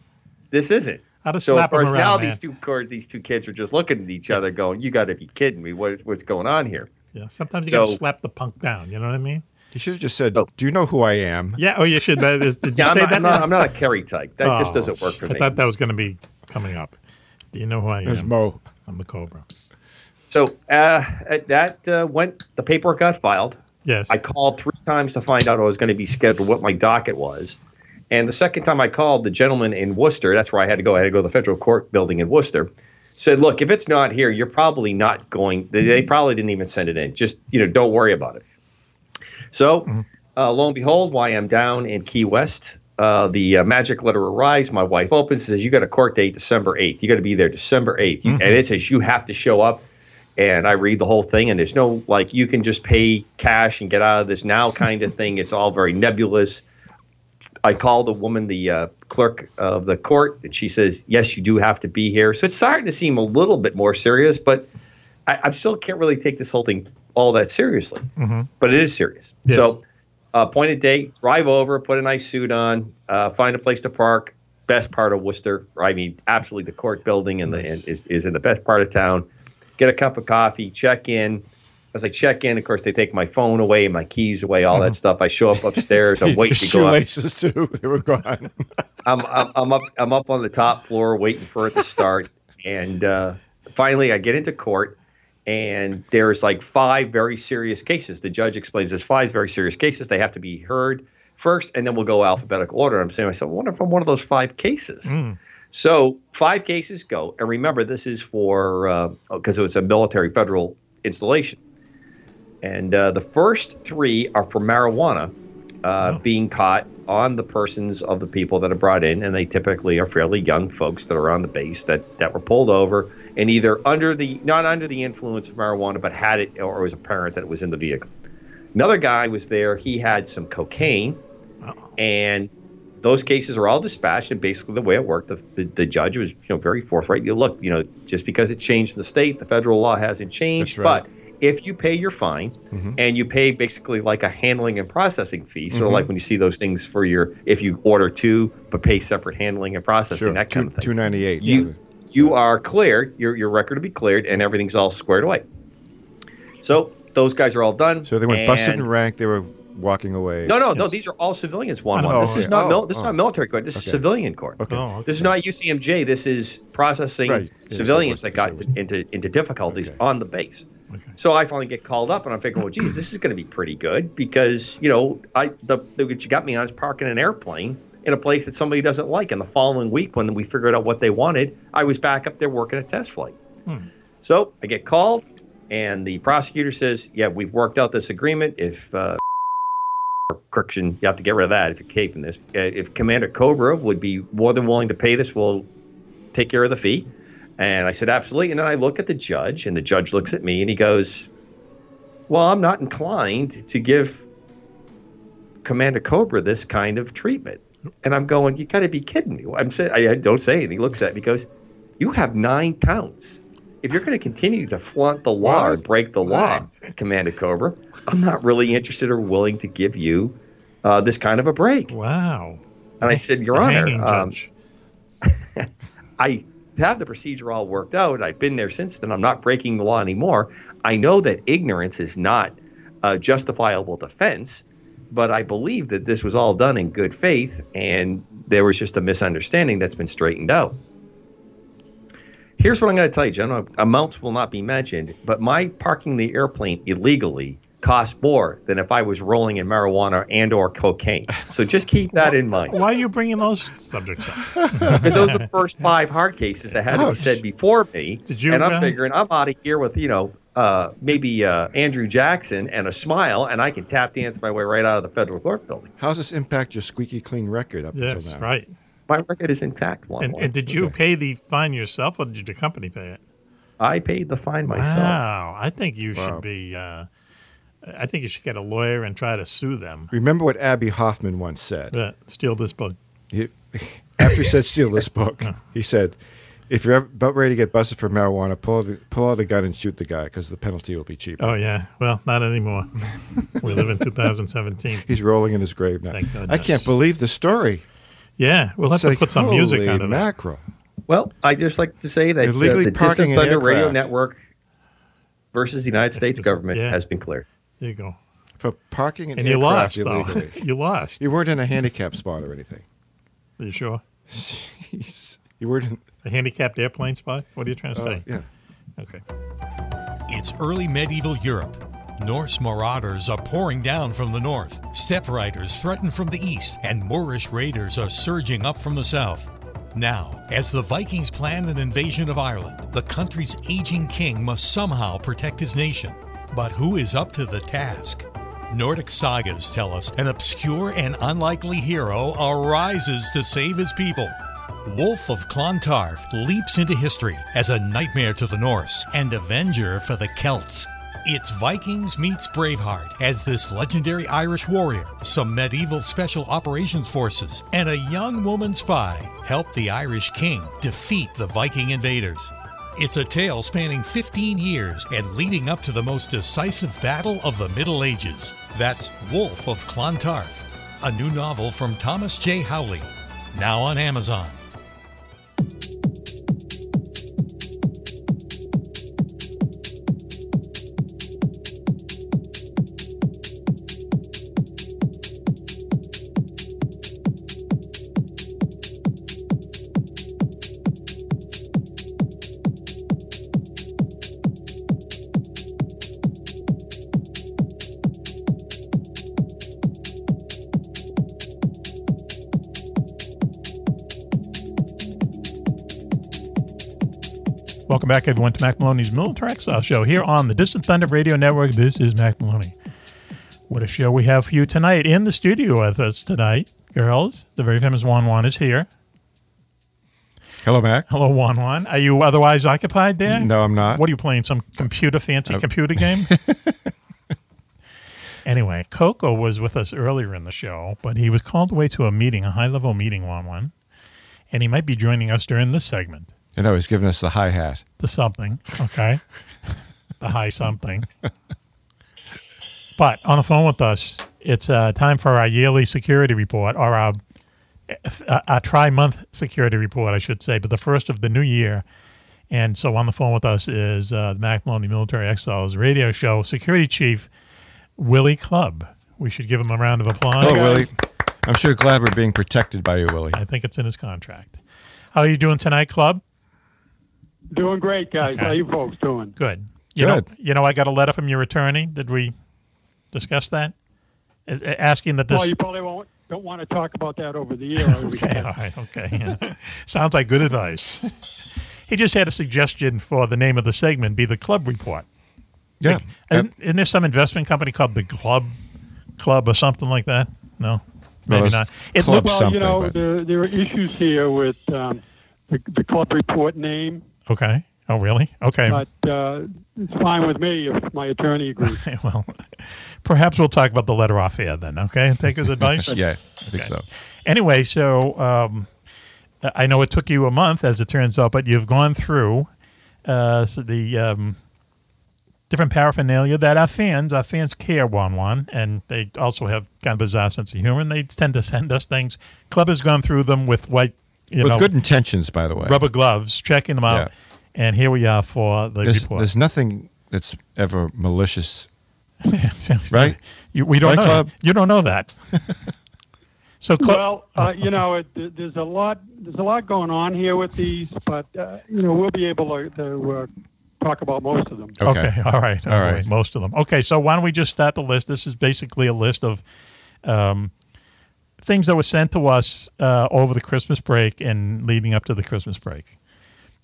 This isn't.
I'd have
so
slapped
of
him
course, now
around, man.
these two girls- these two kids are just looking at each other, going, "You got to be kidding me! What, what's going on here?"
Yeah, sometimes you
So-
gotta slap the punk down. You know what I mean?
You should have just
Oh.
said, "Do you know who I am?"
Yeah. Oh, you should. That is, did you
Yeah, I'm
say
not-
that? Oh,
I'm not- I'm not a Kerry type. That just doesn't work for
I
me.
thought that was going to be coming up. Do you know who I am?
There's
Mo.
I'm the Cobra.
So uh, at that uh, went. The paperwork got filed.
Yes.
I called three times to find out I was going to be scheduled, what my docket was. And the second time I called, the gentleman in Worcester, that's where I had to go. I had to go to the federal court building in Worcester. Said, look, if it's not here, you're probably not going. They- They probably didn't even send it in. Just you know, don't worry about it. So, uh, lo and behold, why I'm down in Key West, uh, the uh, magic letter arrives. My wife opens and says, "You got a court date December 8th. You got to be there December 8th." You- And it says you have to show up. And I read the whole thing, and there's no like you can just pay cash and get out of this now kind of thing. It's all very nebulous. I call the woman, the uh, clerk of the court, and she says, "Yes, you do have to be here." So it's starting to seem a little bit more serious, but I, I still can't really take this whole thing all that seriously
Mm-hmm.
but it is serious. So, uh, point of date, drive over, put a nice suit on, uh, find a place to park. Best part of Worcester, or I mean, absolutely the court building and, the, and is, is in the best part of town. Get a cup of coffee, check in. As I check in, of course, they take my phone away, my keys away, all that stuff. I show up upstairs. I'm waiting to go up.
shoelaces too. They were gone.
I'm, I'm, I'm up I'm up on the top floor waiting for it to start, and uh, finally I get into court, and there's like five very serious cases. The judge explains there's five very serious cases. They have to be heard first, and then we'll go alphabetical order. I'm saying to myself, I wonder if I'm one of those five cases. So five cases go, and remember this is for because it was a military federal installation, and uh, the first three are for marijuana uh, being caught on the persons of the people that are brought in, and they typically are fairly young folks that are on the base that that were pulled over and either under the not under the influence of marijuana, but had it or was apparent that it was in the vehicle. Another guy was there; he had some cocaine, and those cases are all dispatched. And basically, the way it worked, the, the, the judge was you know very forthright. You look, you know, just because it changed in the state, the federal law hasn't changed,
right.
but if you pay your fine and you pay basically like a handling and processing fee, sort of
Mhm.
like when you see those things for your if you order two but pay separate handling and processing,
Sure.
that kind of thing.
Two ninety eight.
You you are cleared, your your record will be cleared, and everything's all squared away. So those guys are all done.
So they went busted
and-
and ranked. They were walking away.
no, no, no. These are all civilians. One,
I
one.
know,
This is
okay.
not
Oh,
mil- this is
oh.
not military court. This
Okay.
is civilian court.
Okay. Oh, okay.
This is not UCMJ. This is processing
Right. Yeah,
civilians that got into into difficulties on the base. So I finally get called up, and I'm thinking, well, geez, this is going to be pretty good because you know, I the, the what you got me on is parking an airplane in a place that somebody doesn't like. And the following week, when we figured out what they wanted, I was back up there working a test flight.
Hmm.
So I get called, and the prosecutor says, "Yeah, we've worked out this agreement. If uh, or correction, you have to get rid of that if you're caping this. Uh, If Commander Cobra would be more than willing to pay this, we'll take care of the fee." And I said, "Absolutely." And then I look at the judge, and the judge looks at me, and he goes, "Well, I'm not inclined to give Commander Cobra this kind of treatment." And I'm going, "You got to be kidding me!" I'm saying, I I don't say anything. He looks at me, he goes, "You have nine counts." if you're going to continue to flaunt the law or break the law, Commander Cobra, I'm not really interested or willing to give you uh, this kind of a break.
Wow.
And I said, Your
The
Honor,
hanging
um, I have the procedure all worked out. I've been there since then. I'm not breaking the law anymore. I know that ignorance is not a justifiable defense, but I believe that this was all done in good faith and there was just a misunderstanding that's been straightened out. Here's what I'm going to tell you, John. Amounts will not be mentioned, but my parking the airplane illegally cost more than if I was rolling in marijuana and or cocaine. So just keep that in mind.
Why are you bringing those subjects up?
Because those are the first five hard cases that had to be said before me.
Did you,
and I'm
uh,
figuring I'm out of here with, you know, uh, maybe uh, Andrew Jackson and a smile, and I can tap dance my way right out of the federal court building.
How's this impact your squeaky clean record up
yes,
until now?
right.
My record is intact. One
And, and did you pay the fine yourself, or did the company pay it?
I paid the fine myself.
Wow, I think you
Wow.
should be. Uh, I think you should get a lawyer and try to sue them.
Remember what Abby Hoffman once said.
Uh, steal this boat.
He, after he said steal this book, he said, "If you're ever about ready to get busted for marijuana, pull out, the- pull out a gun and shoot the guy because the penalty will be cheaper."
Oh yeah, well, not anymore. we live in 2017.
He's rolling in his grave now.
Thank
I
goodness.
can't believe the story.
Yeah, we'll have
It's
to
like,
put some music
holy
under that.
mackerel.
Well, I just like to say that uh,
Illegally
the Distant
parking an
Thunder Radio
aircraft.
Network versus the United States government has been cleared.
There you go.
For parking an
And you
aircraft
lost, though.
illegally.
You lost.
You weren't in a handicap spot or anything.
Are you sure?
You weren't in
A handicapped airplane spot? What are you trying to
Uh,
say?
yeah.
Okay.
It's early medieval Europe. Norse marauders are pouring down from the north, steppe riders threaten from the east, and Moorish raiders are surging up from the south. Now, as the Vikings plan an invasion of Ireland, the country's aging king must somehow protect his nation. But who is up to the task? Nordic sagas tell us an obscure and unlikely hero arises to save his people. Wolf of Clontarf leaps into history as a nightmare to the Norse and avenger for the Celts. It's Vikings meets Braveheart as this legendary Irish warrior, some medieval special operations forces, and a young woman spy help the Irish king defeat the Viking invaders. It's a tale spanning 15 years and leading up to the most decisive battle of the Middle Ages. That's Wolf of Clontarf, a new novel from Thomas J. Howley, now on Amazon.
Welcome back, everyone, to Mac Maloney's Military Exile uh, Show here on the Distant Thunder Radio Network. This is Mac Maloney. What a show we have for you tonight in the studio with us tonight, girls. The very famous Juan Juan is here.
Hello, Mac.
Hello, Juan Juan. Are you otherwise occupied there?
No, I'm not.
What are you playing? Some computer, fancy computer game? anyway, Coco was with us earlier in the show, but he was called away to a meeting, a high level meeting, Juan Juan. And he might be joining us during this segment.
You know, he's giving us the hi hat.
the something, okay? the high something. But on the phone with us, it's uh, time for our yearly security report or our, uh, our tri month security report, I should say, but the first of the new year. And so on the phone with us is uh, the Mac Maloney Military Exiles radio show security chief, Willie Clubb. We should give him a round of applause.
Hello, Oh, Willie. I'm sure glad we're being protected by you, Willie.
I think it's in his contract. How are you doing tonight, Club?
Doing great, guys. How you folks doing?
Good. You Know, you know, I got a letter from your attorney. Did we discuss that? Is, asking that this.
Well, you probably won't, don't want to talk about that over the year.
okay, all right, okay. yeah. Sounds like good advice. he just had a suggestion for the name of the segment be the Club Report.
Yeah.
Like, isn't, isn't there some investment company called the Club Club or something like that? No, maybe
it's
not.
Club
looks-
well, you know, there, there are issues here with um, the, the club report name,
okay. Oh, really? Okay.
but uh, it's fine with me if my attorney agrees.
well, Perhaps we'll talk about the letter off air then, okay? And take his advice.
Yeah, I think so.
Anyway, so um, I know it took you a month, as it turns out, but you've gone through uh, so the um, different paraphernalia that our fans, our fans care one one, and they also have kind of bizarre sense of humor, and they tend to send us things. Club has gone through them with white, you
With
know,
good intentions, by the way.
rubber gloves, checking them out, and here we are for the
There's,
report.
there's nothing that's ever malicious,
right? You, we don't
Right,
know.
Club?
You don't know that. so, Club, Oh,
well, uh, you know, it, th- there's a lot there's a lot going on here with these, but uh, you know, we'll be able to, to uh, talk about most of them.
Okay. All right. All right. Most of them. Okay. So why don't we just start the list? This is basically a list of um, things that were sent to us uh, over the Christmas break and leading up to the Christmas break.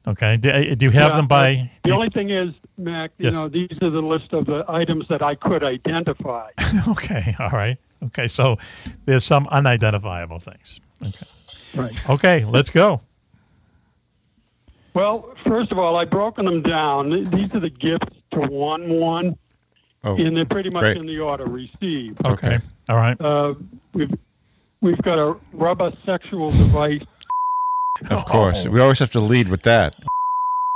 Okay. Do, uh, do you have
Yeah,
them by?
The only thing is, Mac, you
Yes.
know, these are the list of the items that I could identify.
okay. All right. Okay. So there's some unidentifiable things. Okay. Right. Okay. Let's go.
Well, first of all, I broken them down. These are the gifts to one one,
Oh,
and they're pretty much
great.
in the order received.
Okay. All right.
Uh, we've we've got a rubber sexual device.
Oh.
Oh.
Of course. We always have to lead with that.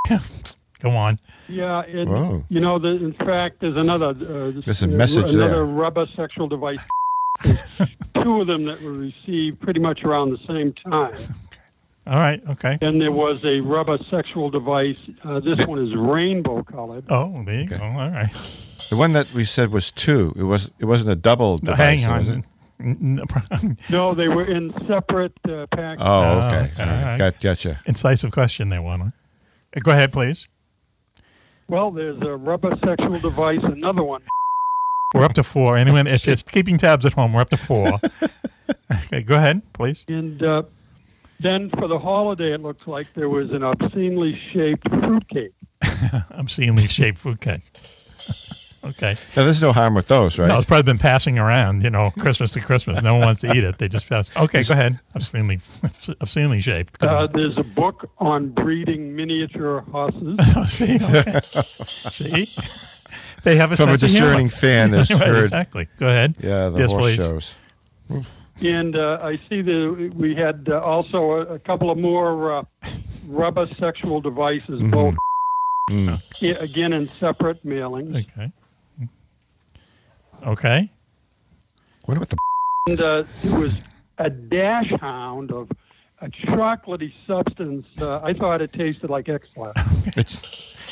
Go on.
Yeah, it,
Whoa.
you know, the, in fact, there's another. Uh,
There's a message
another
there.
rubber sexual device. There's two of them that were received pretty much around the same time.
All right. Okay.
Then there was a rubber sexual device. Uh, this one is rainbow colored.
Oh, there you go. All right.
The one that we said was two. It was it wasn't a double
No,
device,
hang
was
on.
it?
N- n-
No, they were in separate uh, packages.
Oh, okay.
okay.
All right. Got, gotcha.
Incisive question there, Juan. Uh, Go ahead, please.
Well, there's a rubber sexual device. Another one.
We're up to four. Anyone, if it's keeping tabs at home, we're up to four. okay, go ahead, please.
And uh, then for the holiday, it looked like there was an obscenely shaped fruitcake.
Obscenely shaped food cake. okay.
Now, there's no harm with those, right?
No, it's probably been passing around, you know, Christmas to Christmas. No one wants to eat it. They just pass. Okay, go ahead. Obscenely, obscenely shaped.
Uh, there's a book on breeding miniature horses.
Oh, See? Okay. See? They have a
From a
sense of humor.
discerning fan has
Right,
heard-
Exactly. Go ahead.
Yeah, the
yes,
horse
please.
shows.
And uh, I see that we had uh, also a, a couple of more uh, rubber sexual devices,
Mm-hmm.
both
Mm.
i- again in separate mailings.
Okay. Okay.
What about the?
And uh, it was a dash hound of a chocolatey substance. Uh, I thought it tasted like X-Lax.
It's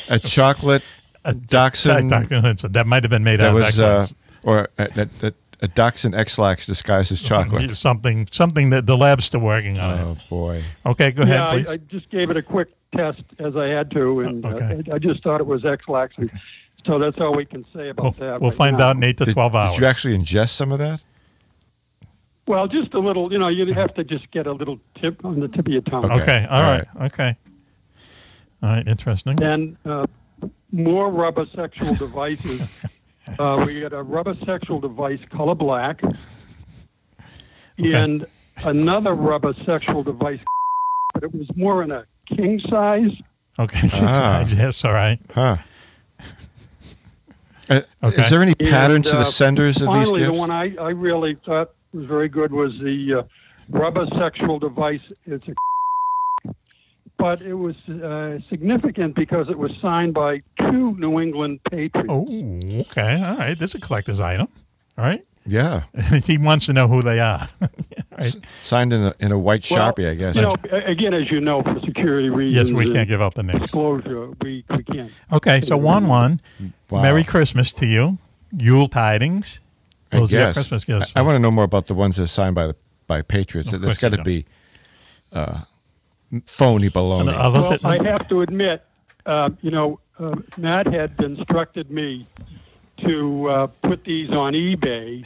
a chocolate a dachshund.
dachshund, it's- that might have been made
that
out of
was,
X-Lax.
Uh, or a, a, a, a dachshund X-Lax disguised
Oh,
as chocolate.
Something, something that the lab's still working on.
Oh boy.
Okay, go
yeah,
ahead,
I-
please. Oh,
I, just gave it a quick test as I had to, and uh, I, I just thought it was X-Lax. and So that's all we can say about that.
we'll
right
find
now.
out in eight to
Did-
twelve hours.
Did you actually ingest some of that?
Well, just a little, you know, you'd have to just get a little tip on the tip of your tongue.
Okay. all right. Okay. All right. Interesting.
And uh, more rubber sexual devices. uh, we got a rubber sexual device color black, and another rubber sexual device, but it was more in a king size.
Okay.
Ah.
yes. All right.
Huh. Uh,
Okay.
Is there any
And,
pattern to
uh,
the senders of these
Finally,
gifts?
the one I, I really thought was very good was the uh, rubber sexual device. It's a but it was uh, significant because it was signed by two New England Patriots.
Oh, okay. All right. This is a collector's item. All right.
yeah,
he wants to know who they are. All right.
signed in a in a white
Well,
sharpie, I guess.
You know, a- again, as you know, for security reasons.
Yes, we can't
and
give out the names.
Disclosure, we, we can't.
Okay. So one one.
Wow.
Merry Christmas to you. Yule tidings.
I
Those are your
guess.
Christmas gifts.
I, want to know more about the ones that are signed by the by Patriots.
Of
There's
course you
got to
don't.
be uh, phony
Uh,
Well,
baloney.
I have to admit, uh, you know, uh, Matt had instructed me to uh, put these on eBay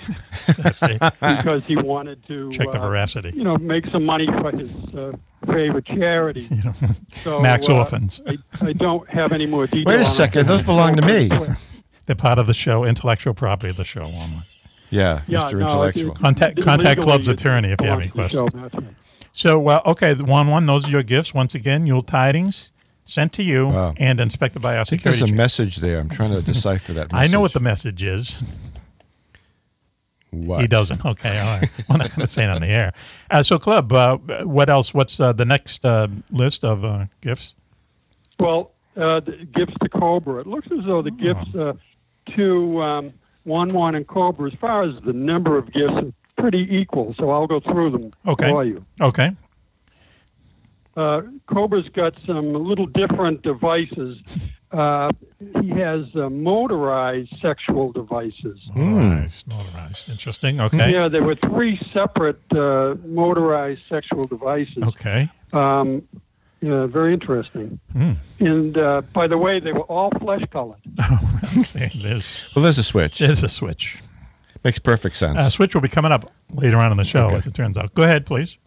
see.
because he wanted to
Check the
uh,
veracity.
You know, make some money for his uh, favorite charity. so,
Max
uh,
Orphans.
I, I don't have any more detail.
Wait
on
a
it.
second, those belong to me.
They're part of the show, intellectual property of the show. One.
Yeah,
Yeah,
Mr.
no,
Intellectual.
it's-
Contact
Legally,
Contact Club's
it
attorney if you have any
belongs to the
questions.
show, Matt.
So, uh, okay, the one one. Those are your gifts once again. Yule tidings sent to you
Wow.
and inspected by our
I think
security.
there's a
chief.
message there. I'm trying to decipher that.
I
Message.
know what the message is.
What?
He doesn't. Okay, all right. We're not going to say it on the air. Uh, so, club. Uh, what else? What's uh, the next uh, list of uh, gifts?
Well, uh, the gifts to Cobra. It looks as though
Hmm.
the gifts uh, to um, One One and Cobra, as far as the number of gifts, are pretty equal. So I'll go through them
Okay.
for you.
Okay.
Uh, Cobra's got some little different devices. Uh, he has uh, motorized sexual devices.
Hmm.
Motorized. Motorized. Interesting. Okay.
Yeah, there were three separate uh, motorized sexual devices.
Okay.
Um, yeah, very interesting.
Hmm.
And uh, by the way, they were all flesh colored.
there's
Well, there's a switch.
there's a switch.
Makes perfect sense.
Uh, switch will be coming up later on in the show, as it turns out. Go ahead, please.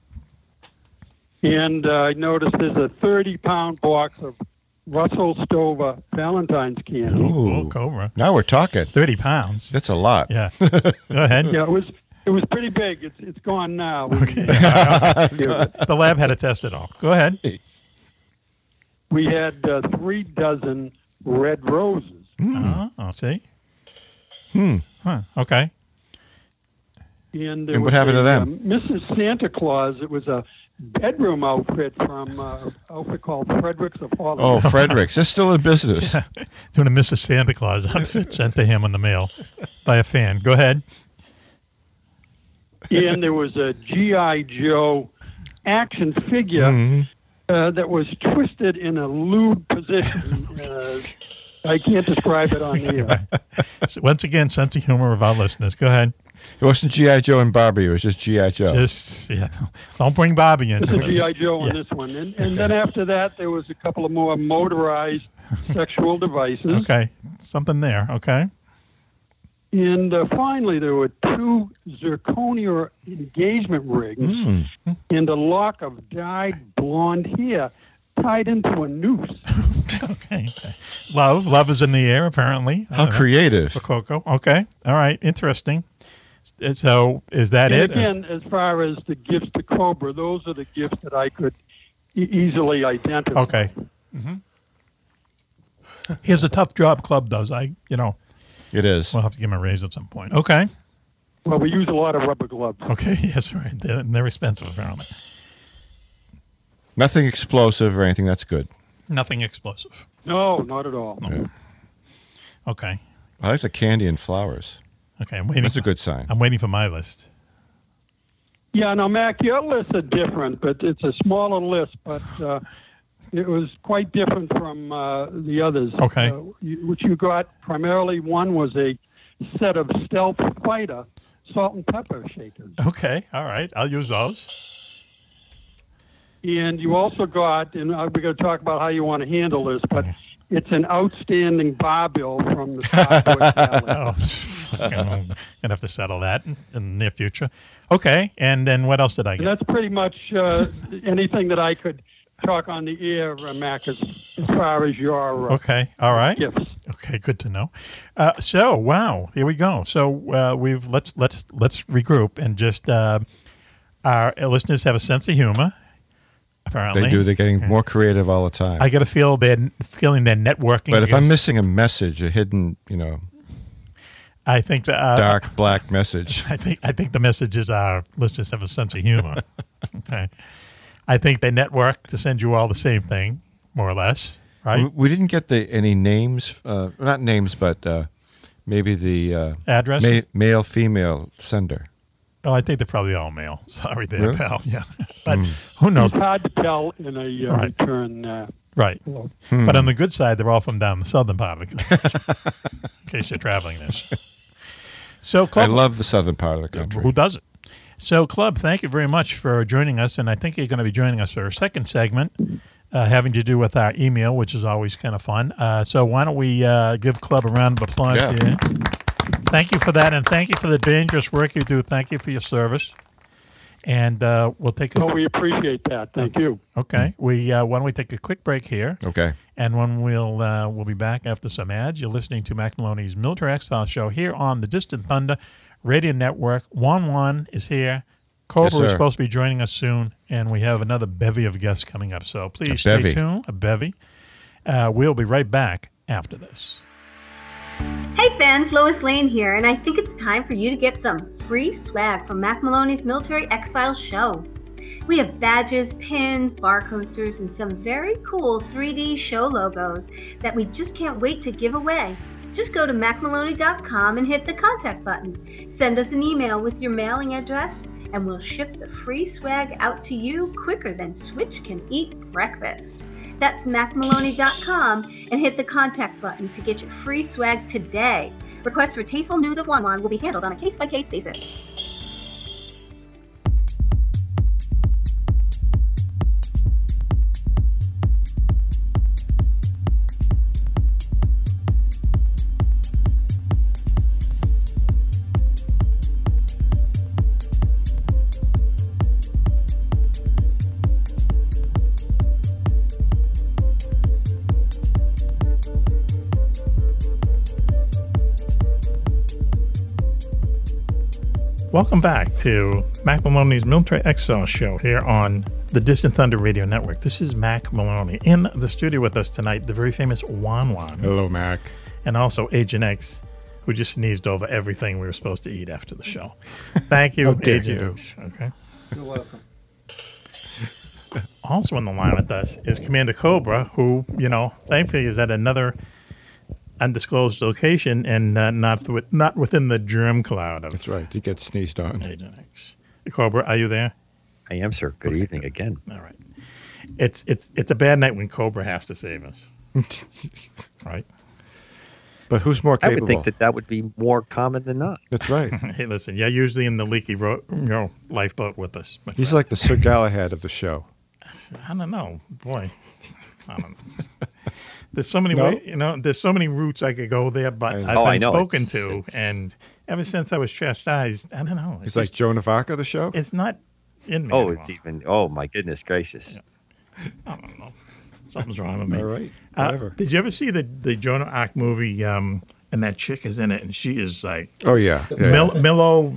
And uh, I noticed there's a 30 pound box of Russell Stover Valentine's candy.
Ooh.
Cobra.
Now we're talking.
Thirty pounds.
That's a lot.
Yeah. Go ahead.
Yeah, it was it was pretty big. It's it's gone now.
Okay. the lab had to test it all. Go ahead.
we had uh, three dozen red roses.
Uh-huh. I'll see. Hmm. Huh. Okay.
And, there
And what
was
happened
a,
to them?
um, Mrs. Santa Claus. It was a bedroom outfit from uh, outfit called Fredericks of Holland.
Oh, Fredericks, they're still in business.
Doing a Mrs. Santa Claus outfit sent to him in the mail by a fan. Go ahead.
and there was a GI Joe action figure uh, that was twisted in a lewd position. Uh, I can't describe it on the air.
So once again, sense of humor of our listeners. Go ahead.
It wasn't GI Joe and Barbie. It was just GI Joe.
Just yeah. Don't bring Bobby into
It's a
this.
GI Joe on this one, and, and then after that, there was a couple of more motorized sexual devices.
Okay. Something there. Okay.
And uh, finally, there were two zirconia engagement rings
Hmm.
and a lock of dyed blonde hair tied into a noose.
okay. Love. Love is in the air, apparently. I
How
don't know.
creative.
For Coco. Okay. All right. Interesting. S- So is that
and
it? Or is-
Again, as far as the gifts to Cobra, those are the gifts that I could e- easily identify.
Okay. Mm-hmm. Mhm. He has a tough job club does. I you know.
It is.
We'll have to give him a raise at some point. Okay.
Well, we use a lot of rubber gloves.
Okay. Yes, right. They're, they're expensive apparently.
Nothing explosive or anything. That's good.
Nothing explosive.
No, not at all.
Yeah.
Okay.
I like the candy and flowers.
Okay, I'm waiting.
That's a good sign.
I'm waiting for my list.
Yeah, now, Mac, your lists are different, but it's a smaller list, but uh, it was quite different from uh, the others.
Okay.
Uh, you- which you got primarily one was a set of stealth fighter salt and pepper shakers.
Okay. All right. I'll use those.
And you also got, and uh, we're going to talk about how you want to handle this, but it's an outstanding bar bill from the Southwest
oh, fucking, I'm gonna have to settle that in, in the near future. Okay. And then what else did I
And
get?
that's pretty much uh, anything that I could talk on the air, uh, Mac, as, as far as your. Uh,
Okay. All right.
Gifts.
Okay. Good to know. Uh, so wow, here we go. So uh, we've let's let's let's regroup and just uh, our listeners have a sense of humor. Apparently,
They do. They're getting more creative all the time.
I get a feel they're feeling they're networking.
but if I'm
is-
missing a message, a hidden, you know,
I think the uh,
dark black message.
I think I think the message is uh, let's just have a sense of humor. okay. I think they network to send you all the same thing, more or less, right?
We, we didn't get the any names, uh, not names, but uh, maybe the uh,
Addresses?
ma- male, female sender.
Oh, I think they're probably all male. Sorry, there,
Really? Hmm.
pal. Yeah, but who knows?
It's hard to tell in a uh,
Right.
return. Uh,
Right.
Hello.
Hmm.
But on the good side, they're all from down the southern part of the country, in case you're traveling this. So,
I
Club,
love the southern part of the country.
who doesn't? So, Club, thank you very much for joining us. And I think you're going to be joining us for a second segment uh, having to do with our email, which is always kind of fun. Uh, so, why don't we uh, give Club a round of applause
Yeah.
here? Thank you for that. And thank you for the dangerous work you do. Thank you for your service. And uh, we'll take a.
so we appreciate that. Thank you.
Okay. We uh, why don't we take a quick break here?
Okay.
And when we'll uh, we'll be back after some ads. You're listening to Mac Maloney's Military X Files show here on the Distant Thunder Radio Network. One One is here. Cobra
Yes,
is
sir.
supposed to be joining us soon, and we have another bevy of guests coming up. So please stay
bevy.
tuned. A bevy. Uh, we'll be right back after this.
Hey fans, Lois Lane here, and I think it's time for you to get some free swag from Mac Maloney's Military X Files show. We have badges, pins, bar coasters, and some very cool 3D show logos that we just can't wait to give away. Just go to macmaloney.com and hit the contact button. Send us an email with your mailing address, and we'll ship the free swag out to you quicker than Switch can eat breakfast. That's macmaloney.com and hit the contact button to get your free swag today. Requests for tasteful news of Wanwan will be handled on a case by case basis.
Welcome back to Mac Maloney's Military Exile Show here on the Distant Thunder Radio Network. This is Mac Maloney in the studio with us tonight, the very famous Juan Juan.
Hello, Mac.
And also Agent X, who just sneezed over everything we were supposed to eat after the show. Thank you,
How dare
Agent
you.
X. Okay.
You're welcome.
Also on the line with us is Commander Cobra, who, you know, thankfully is at another undisclosed location and uh, not, th- not within the germ cloud of
That's right. He gets sneezed on.
Agent X. Cobra, are you there?
I am, sir. Good evening again.
All right. It's it's it's a bad night when Cobra has to save us. right?
But who's more
I
capable?
would think that that would be more common than not.
That's right.
hey, listen, you're usually in the leaky ro- you know, lifeboat with us. my
He's
friend.
like the Sir Galahad of the show.
I don't know, boy. I don't know. There's so many
No?
way, you know. There's so many routes I could go there, but I've
Oh, I
been
know.
spoken
It's-
to,
it's-
and ever since I was chastised, I don't know.
He's like Joan of Arc of the show.
It's not in me.
Oh, it's even. Oh my goodness gracious!
I don't know. Something's wrong with me.
All right,
Uh,
whatever.
did you ever see the the Joan of Arc movie? Um, and that chick is in it, and she is like,
Oh, yeah. Yeah,
Mil-
yeah.
Milo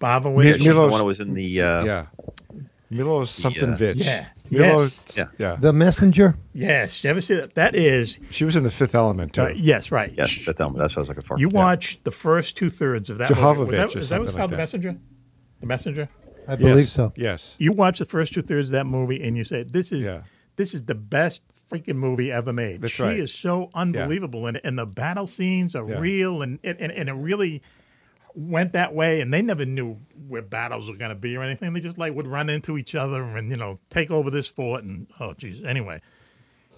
Bobowicz.
Mi- She's the Milo's-
One that was in the uh,
yeah, Milo something
uh,
bitch.
yeah.
Milo,
Yes.
yeah.
The messenger.
Yes, you ever see that? That is.
She was in the Fifth Element too.
Uh, yes, right.
Yes, Fifth Element. That's what I was looking for.
You watch the first two thirds of that. movie. Was
Jehovovich
that,
or
is that what's
something like
called the
that.
messenger? The messenger.
I believe
Yes.
so.
Yes.
You watch the first two thirds of that movie and you say, "This is this is the best freaking movie ever made."
That's
she
right.
is so unbelievable, and and the battle scenes are
Yeah.
real, and, and and it really went that way. And they never knew where battles were going to be or anything. They just like would run into each other and you know take over this fort and oh geez. Anyway,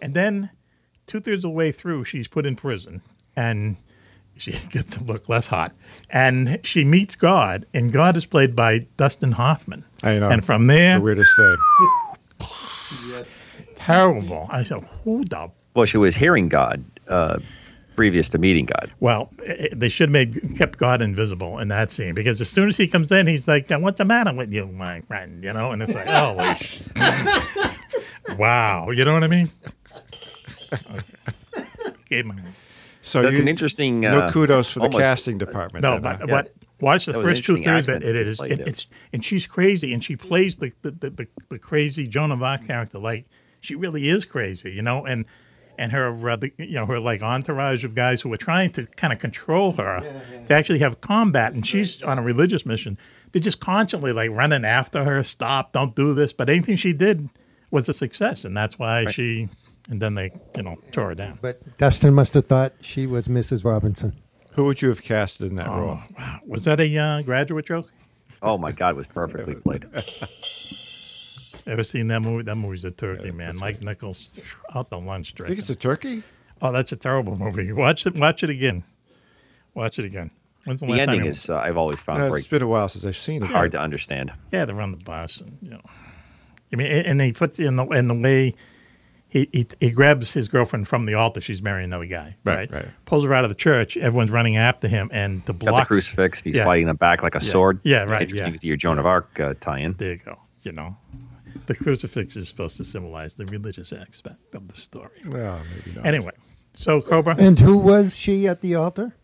and then two thirds of the way through, she's put in prison and she gets to look less hot. And she meets God, and God is played by Dustin Hoffman.
I know.
And from there,
the weirdest thing.
Yes.
terrible. I said, who the?
Well, she was hearing God uh, previous to meeting God.
Well, eh, eh, they should have made, kept God invisible in that scene because as soon as he comes in, he's like, "What's the matter with you, my friend?" You know, and it's like, "Holy sh- wow!" You know what I mean? Okay. my
So
That's
you-
an interesting,
No
uh,
kudos for the
almost-
casting department.
No,
then,
but,
huh?
but watch the
That was an
first two
interesting
thirds. That
accent
it
they
is,
played
it,
there.
it's and she's crazy, and she plays the the, the, the, the crazy Joan of Arc character like she really is crazy, you know, and and her uh, the, you know her like entourage of guys who are trying to kind of control her to actually have combat, and she's on a religious mission. They're just constantly like running after her, stop, don't do this. But anything she did was a success, and that's why she. And then they, you know, tore her down.
But Dustin must have thought she was Mrs. Robinson.
Who would you have casted in that role?
Oh, Wow. Was that a uh, graduate joke?
Oh my God, it was perfectly played.
Ever seen that movie? That movie's a turkey, man. Mike Nichols out the lunch. I
think it's a turkey.
Oh, that's a terrible movie. Watch it. Watch it again. Watch it again. When's the,
The,
last
ending
time? you-
is uh, I've always found
Uh,
very
it's been a while since I've seen it.
hard to understand.
yeah, they're on the bus, and you know, I mean, and and he puts in the in the way he, he he grabs his girlfriend from the altar. She's marrying another guy, right?
Right, right.
Pulls her out of the church. Everyone's running after him, and the
Got the
block.
crucifix. He's
Yeah.
fighting the back like a
Yeah.
sword.
Yeah, right,
Interesting
yeah.
to your Joan of Arc uh, tie-in.
There you go. You know, the crucifix is supposed to symbolize the religious aspect of the story.
Well, maybe not.
Anyway, so Cobra
And who was she at the altar?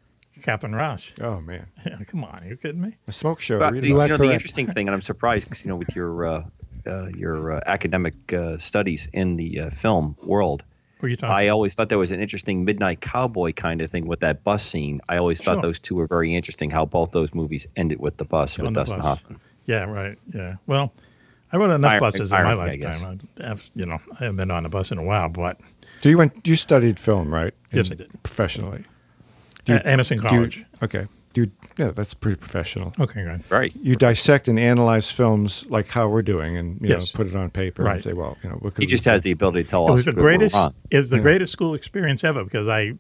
Catherine Ross.
Oh man,
come on, are you kidding me?
A smoke show.
But
read
the,
about
you
it.
know, the interesting thing, and I'm surprised, 'cause, you know, with your uh, uh, your uh, academic uh, studies in the uh, film world,
What are you talking?
I always thought that was an interesting midnight cowboy kind of thing with that bus scene. I always
Sure.
thought those two were very interesting. How both those movies ended with the bus
On
with
the
Dustin
bus.
Hoffman.
Yeah, right. Yeah. Well, I rode enough
Irony-
buses in my
irony, I guess.
lifetime. I, have you know, I haven't been on a bus in a while, but
So you went. You studied film, right?
Yes,
In-
I did.
Professionally.
At Anderson
do you-
College.
okay. Do you, yeah, that's pretty professional.
Okay, good.
Right.
You dissect and analyze films like how we're doing, and you
Yes.
know, put it on paper
Right.
and say, well, you know, what could
He
we
just
do?
has the ability to tell
it
us.
was the
if we're
greatest.
wrong.
Is the
Yeah.
greatest school experience ever because I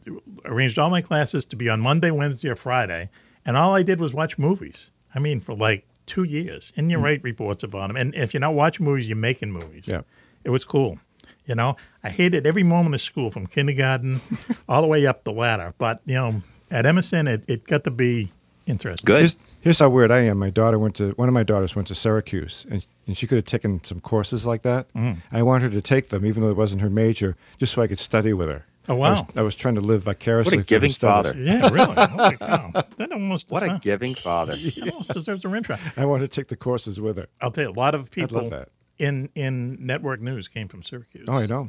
arranged all my classes to be on Monday, Wednesday, or Friday, and all I did was watch movies. I mean, for like two years, and you write reports about them. And if you're not watching movies, you're making movies.
Yeah.
It was cool. You know, I hated every moment of school from kindergarten all the way up the ladder. But you know, at Emerson, it, it got to be interesting.
Here's, here's how weird I am. My daughter went to one of my daughters went to Syracuse, and, and she could have taken some courses like that.
Mm.
I wanted her to take them, even though it wasn't her major, just so I could study with her.
Oh, wow.
I was, I was trying to live vicariously.
What a
through the
giving
studies.
father. Yeah, really. Holy cow. That almost
What a
deserves-
giving father.
That almost deserves a rim shot.
I want to take the courses with her.
I'll tell you, a lot of
I'd
people
love that.
in in network news came from Syracuse.
Oh, I know.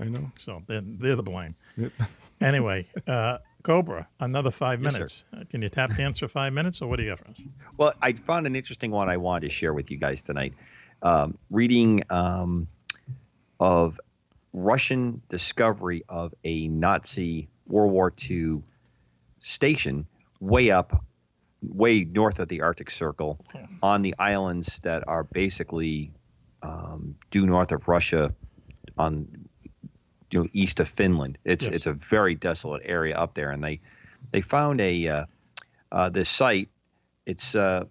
I know.
So they're, they're the blame.
Yep.
anyway, uh, Cobra, another five
Yes, sir.
minutes. Uh, Can you tap dance for five minutes, or what do you got for us?
Well, I found an interesting one I wanted to share with you guys tonight. Um, reading um, of Russian discovery of a Nazi World War II station way up, way north of the Arctic Circle, on the islands that are basically um, due north of Russia, on you know east of Finland. It's
Yes.
it's a very desolate area up there, and they they found a uh, uh, this site. It's uh,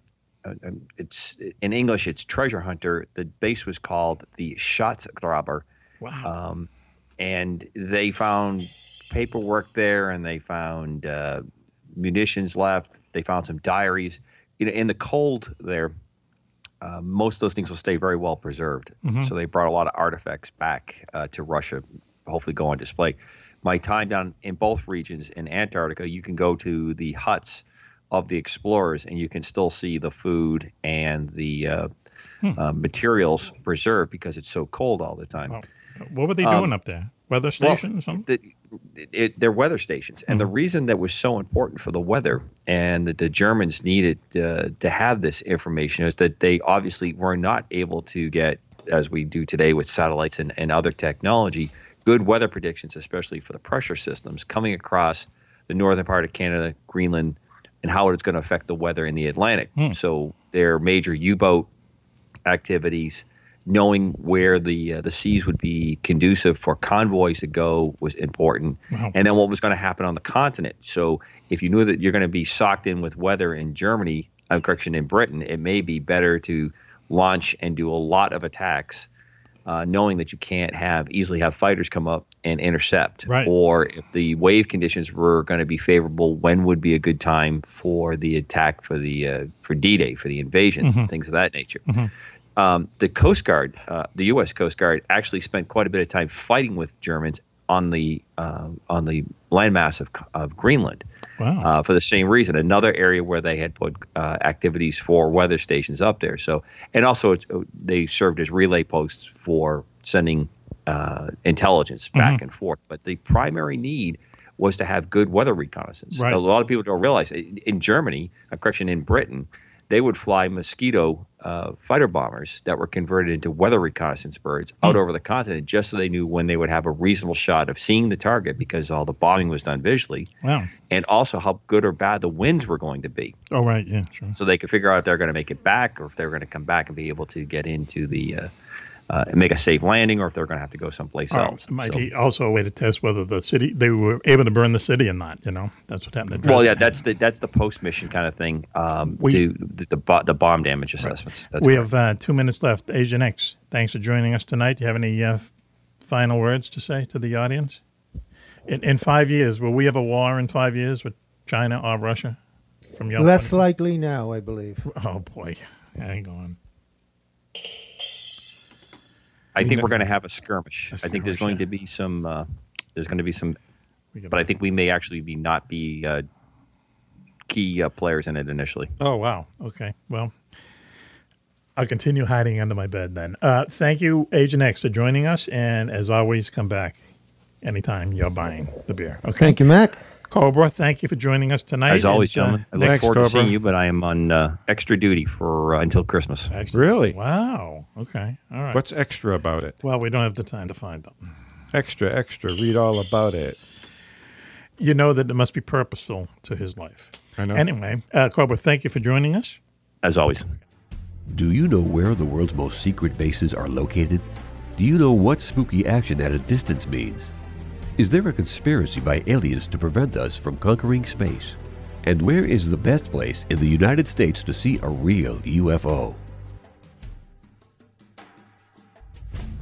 uh, um, it's in English. It's treasure hunter. The base was called the Schatzgraber.
Wow.
Um, and they found paperwork there, and they found uh, munitions left. They found some diaries. You know, in the cold there, uh, most of those things will stay very well preserved.
Mhm.
So they brought a lot of artifacts back uh, to Russia, hopefully go on display. My time down in both regions in Antarctica, you can go to the huts of the explorers, and you can still see the food and the uh, uh, materials preserved because it's so cold all the time.
Uh, What were they
Um,
doing up there? Weather
Well,
station or something? Mm-hmm.
the- it, they're weather stations, and the reason that was so important for the weather and that the Germans needed uh, to have this information is that they obviously were not able to get, as we do today with satellites and, and other technology, good weather predictions, especially for the pressure systems coming across the northern part of Canada, Greenland, and how it's going to affect the weather in the Atlantic.
Hmm.
So their major U-boat activities, knowing where the uh, the seas would be conducive for convoys to go was important,
Wow.
and then what was going to happen on the continent. So if you knew that you're going to be socked in with weather in Germany, uh, correction in Britain, it may be better to launch and do a lot of attacks, uh, knowing that you can't have easily have fighters come up and intercept,
Right.
or if the wave conditions were going to be favorable, when would be a good time for the attack for the uh, for D-Day for the invasions
Mhm.
and things of that nature um, the Coast Guard, uh, the U.S. Coast Guard, actually spent quite a bit of time fighting with Germans on the um on the landmass of, of Greenland
Wow.
uh, for the same reason. Another area where they had put uh, activities for weather stations up there. So, and also it's, oh, they served as relay posts for sending uh, intelligence back
Mhm.
and forth. But the primary need was to have good weather reconnaissance.
Right.
A lot of people don't realize in in Germany, uh, correction, in Britain, they would fly mosquito uh, fighter bombers that were converted into weather reconnaissance birds out over the continent just so they knew when they would have a reasonable shot of seeing the target because all the bombing was done visually
Wow.
and also how good or bad the winds were going to be
Oh, right. Yeah, sure.
so they could figure out if they're going to make it back or if they're going to come back and be able to get into the uh, uh, and make a safe landing or if they're going to have to go someplace
Oh,
else
it might
So-
be also a way to test whether the city they were able to burn the city or not. You know, that's what happened. To
well yeah that's the that's the post mission kind of thing um
We-
do the, the, bo- the bomb damage assessments that's
we
correct.
have uh, two minutes left. Asian X, thanks for joining us tonight. Do you have any uh, f- final words to say to the audience? In, in five years, will we have a war in five years with China or Russia? From your
Less likely now, I believe.
Oh boy, hang on.
I think we're going to have a skirmish. I think there's going to be some. Uh, there's going to be some, but I think we may actually be not be uh, key uh, players in it initially.
Oh wow. Okay. Well, I'll continue hiding under my bed then. Uh, thank you, Agent X, for joining us, and as always, come back anytime you're buying the beer. Okay.
Thank you, Mac.
Cobra, thank you for joining us tonight.
As always,
and, uh,
gentlemen, I look forward to seeing you, but I am on uh, extra duty for uh, until Christmas.
Really?
Wow. Okay. All right.
What's extra about it?
well, we don't have the time to find them.
Extra, extra. Read all about it.
You know that it must be purposeful to his life.
I know.
Anyway, uh, Cobra, thank you for joining us.
As always.
Do you know where the world's most secret bases are located? Do you know what spooky action at a distance means? Is there a conspiracy by aliens to prevent us from conquering space? And where is the best place in the United States to see a real UFO?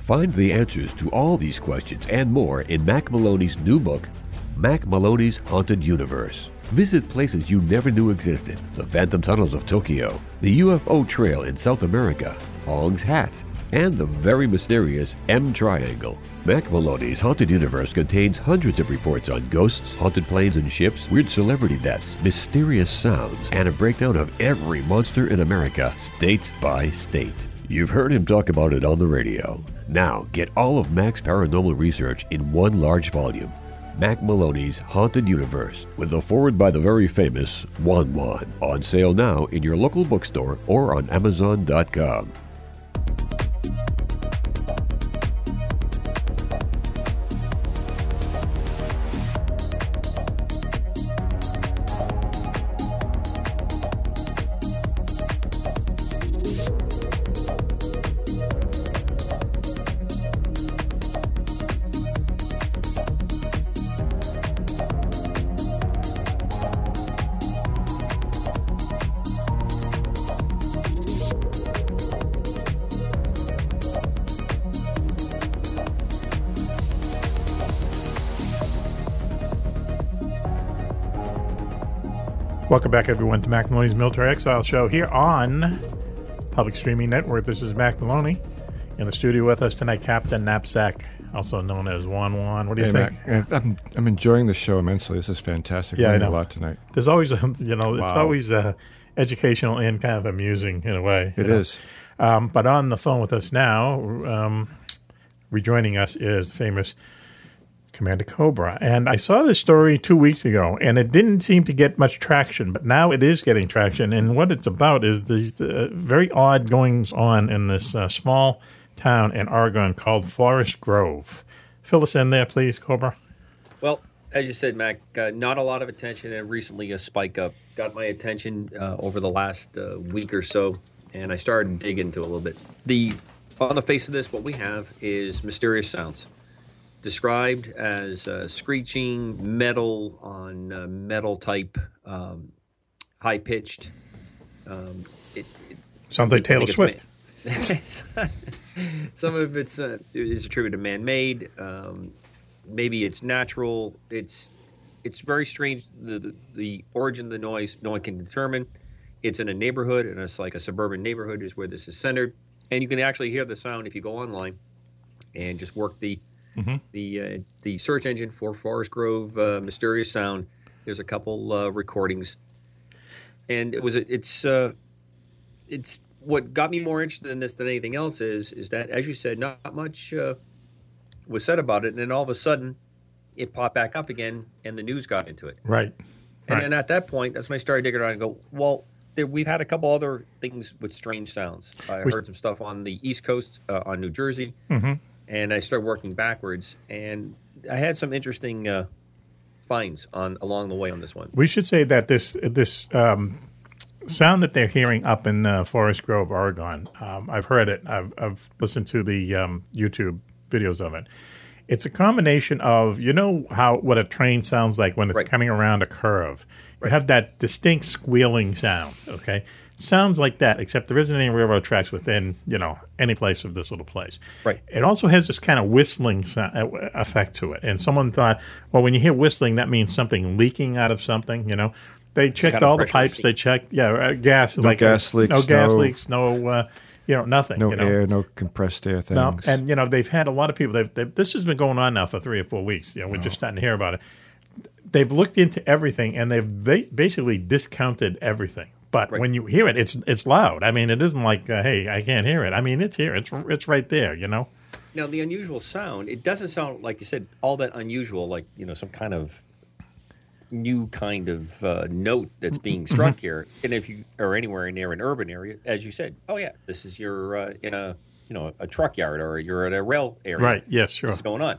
Find the answers to all these questions and more in Mac Maloney's new book, Mac Maloney's Haunted Universe. Visit places you never knew existed the Phantom Tunnels of Tokyo, the UFO Trail in South America, Ong's Hat, and the very mysterious M Triangle. Mac Maloney's Haunted Universe contains hundreds of reports on ghosts, haunted planes and ships, weird celebrity deaths, mysterious sounds, and a breakdown of every monster in America, state by state. You've heard him talk about it on the radio. Now, get all of Mac's paranormal research in one large volume Mac Maloney's Haunted Universe, with a forward by the very famous Juan Juan. On sale now in your local bookstore or on Amazon.com.
Welcome back, everyone, to Mac Maloney's Military Exile Show here on Public Streaming Network. This is Mac Maloney. In the studio with us tonight, Captain Knapsack, also known as Juan Juan. What do you
Hey,
think?
Mac, I'm, I'm enjoying the show immensely. This is fantastic.
Yeah, I
Learning
know.
a lot tonight.
There's always, a, you know, it's
Wow.
always uh, educational and kind of amusing in a way.
It
It is.
is.
Um, but on the phone with us now, um, rejoining us is the famous Commander Cobra. And I saw this story two weeks ago, and it didn't seem to get much traction, but now it is getting traction. And what it's about is these uh, very odd goings on in this uh, small town in Oregon called Forest Grove. Fill us in there, please, Cobra.
Well, as you said, Mac, uh, not a lot of attention, and recently a spike up got my attention uh, over the last uh, week or so, and I started to dig into it a little bit. The on the face of this, what we have is mysterious sounds, described as uh, screeching metal on uh, metal type, um, high pitched. Um, it, it-
Sounds like Taylor
I think
Swift.
it's ma- Some of it's uh, is attributed to man-made. Um, maybe it's natural. It's it's very strange. The, the the origin of the noise, no one can determine. It's in a neighborhood, and it's like a suburban neighborhood is where this is centered. And you can actually hear the sound if you go online and just work the
Mhm.
the uh, the search engine for Forest Grove uh, mysterious sound. There's a couple uh, recordings, and it was it's uh, it's what got me more interested in this than anything else is is that as you said, not much uh, was said about it, and then all of a sudden, it popped back up again, and the news got into it.
Right.
And
Right.
then at that point, that's when I started digging around and go, well, there, we've had a couple other things with strange sounds. I
We-
heard some stuff on the East Coast, uh, on New Jersey,
Mhm.
and I started working backwards, and I had some interesting uh, finds on along the way on this one.
We should say that this this um, sound that they're hearing up in uh, Forest Grove, Oregon. Um, I've heard it. I've, I've listened to the um, YouTube videos of it. It's a combination of you know how what a train sounds like when it's coming around a curve. You have that distinct squealing sound. Okay, sounds like that, except there isn't any railroad tracks within you know any place of this little place.
Right.
It also has this kind of whistling so- uh, effect to it. And someone thought, well, when you hear whistling, that means something leaking out of something. You know, they checked
kind of
all the
pressure
pipes. They checked, yeah, uh, gas.
No
like
gas leaks,
No gas
no-
leaks. No, uh, you know, nothing.
No
you know?
air, no compressed air things.
No, and you know they've had a lot of people. They've, they've this has been going on now for three or four weeks. You know, we're just starting to hear about it. They've looked into everything and they've ba- basically discounted everything. But when you hear it, it's it's loud. I mean, it isn't like uh, hey, I can't hear it. I mean, it's here. It's it's right there. You know.
Now, the unusual sound, it doesn't sound, like you said, all that unusual, like, you know, some kind of new kind of uh, note that's being struck
Mhm.
here. And if you are anywhere near an urban area, as you said, oh, yeah, this is your, uh, in a, you know, a truck yard or you're at a rail area.
Right, yes, sure.
What's going on?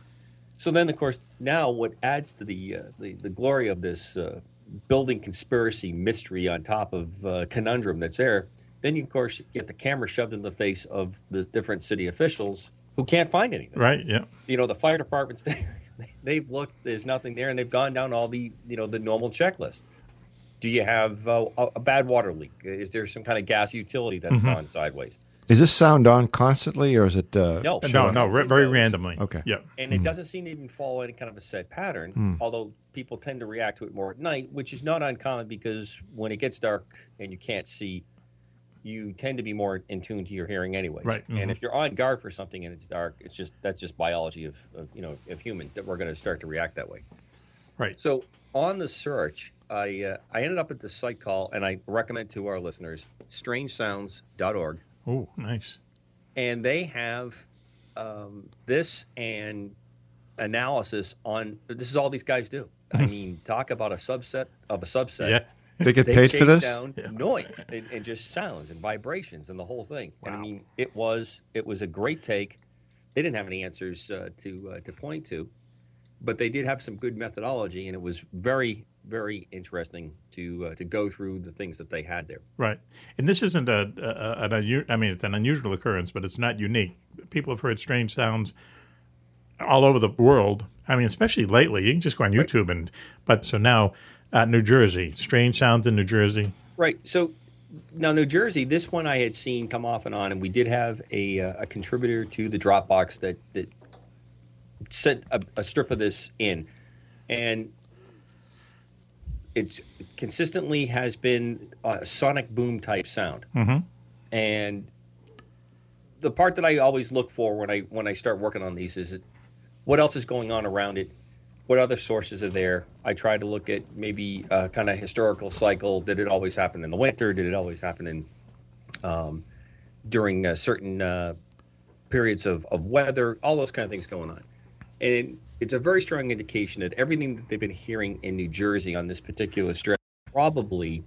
So then, of course, now what adds to the, uh, the, the glory of this uh, building conspiracy mystery on top of uh, conundrum that's there, then you, of course, get the camera shoved in the face of the different city officials who can't find anything
Right. Yeah.
you know the fire department's there they've looked there's nothing there and they've gone down all the you know the normal checklist do you have uh, a a bad water leak is there some kind of gas utility that's
Mm-hmm.
Mhm.
gone sideways
Is this sound on constantly, or is it? Uh,
No.
shut
No.
off?
No. Re- very randomly.
Okay.
Yeah.
and it doesn't seem to even follow any kind of a set pattern
Hmm.
although people tend to react to it more at night which is not uncommon because when it gets dark and you can't see you tend to be more in tune to your hearing anyways.
Right, mhm.
And if you're on guard for something and it's dark, it's just that's just biology of, of you know of humans that we're going to start to react that way.
Right.
So on the search, I uh, I ended up at this site call, and I recommend to our listeners strangesounds.org,
Oh, nice.
and they have um, this and analysis on this is all these guys do. I mean, talk about a subset of a subset.
Hmm. Yeah. They get paid for
chase
this?
Down Noise and, and just sounds and vibrations and the whole thing. And I mean, it was it was a great take. They didn't have any answers uh, to uh, to point to, but they did have some good methodology, and it was very very interesting to uh, to go through the things that they had there.
Right, and this isn't a, a, a an unu- I mean, it's an unusual occurrence, but it's not unique. People have heard strange sounds all over the world. I mean, especially lately, you can just go on YouTube and. But so now, uh, New Jersey, strange sounds in New Jersey.
Right. So now, New Jersey, this one I had seen come off and on, and we did have a, uh, a contributor to the Dropbox that, that sent a, a strip of this in. And it consistently has been a sonic boom type sound.
Mm-hmm.
And the part that I always look for when I when I start working on these is what else is going on around it what other sources are there? I try to look at maybe uh, kind of historical cycle. Did it always happen in the winter? Did it always happen in um, during uh, certain uh, periods of, of weather? All those kind of things going on, and it, it's a very strong indication that everything that they've been hearing in New Jersey on this particular strip probably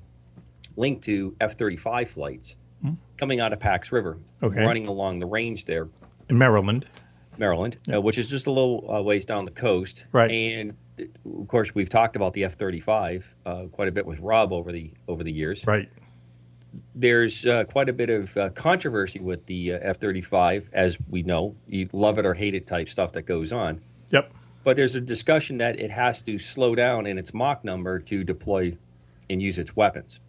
linked to F-35 flights
Hmm.
coming out of Pax River,
Okay.
running along the range there.
In Maryland.
Maryland, uh, which is just a little uh, ways down the coast.
Right.
And th- of course, we've talked about the F thirty five quite a bit with Rob over the over the years.
Right.
There's uh, quite a bit of uh, controversy with the uh, F thirty five, as we know, you love it or hate it type stuff that goes on.
Yep.
But there's a discussion that it has to slow down in its Mach number to deploy and use its weapons.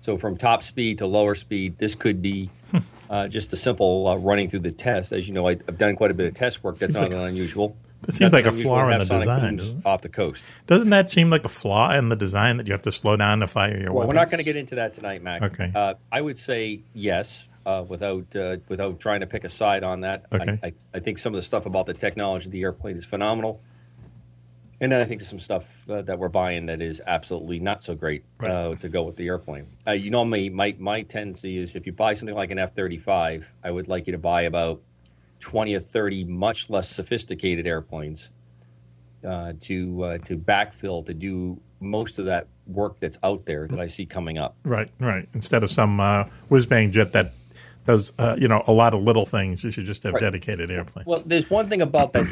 So from top speed to lower speed, this could be
Hmm.
uh, just a simple uh, running through the test. As you know, I, I've done quite a bit of test work. That's
Seems
not
like-
unusual.
that seems like a
unusual
flaw
to
in
have
the
sonic
design,
booms
doesn't
Off the coast.
Doesn't that seem like a flaw in the design that you have to slow down to fire your
Well,
weapons?
we're not going to get into that tonight, Mac.
Okay.
Uh, I would say yes, uh, without uh, without trying to pick a side on that.
Okay.
I, I, I think some of the stuff about the technology of the airplane is phenomenal, and then I think there's some stuff uh, that we're buying that is absolutely not so great uh, to go with the airplane. Uh, you know me, my my tendency is if you buy something like an F-35, I would like you to buy about 20 or 30 much less sophisticated airplanes uh, to uh, to backfill to do most of that work that's out there that I see coming up.
Right, right. Instead of some uh, whiz bang jet that does, uh, you know, a lot of little things, you should just have
Right.
dedicated airplanes.
Well, there's one thing about that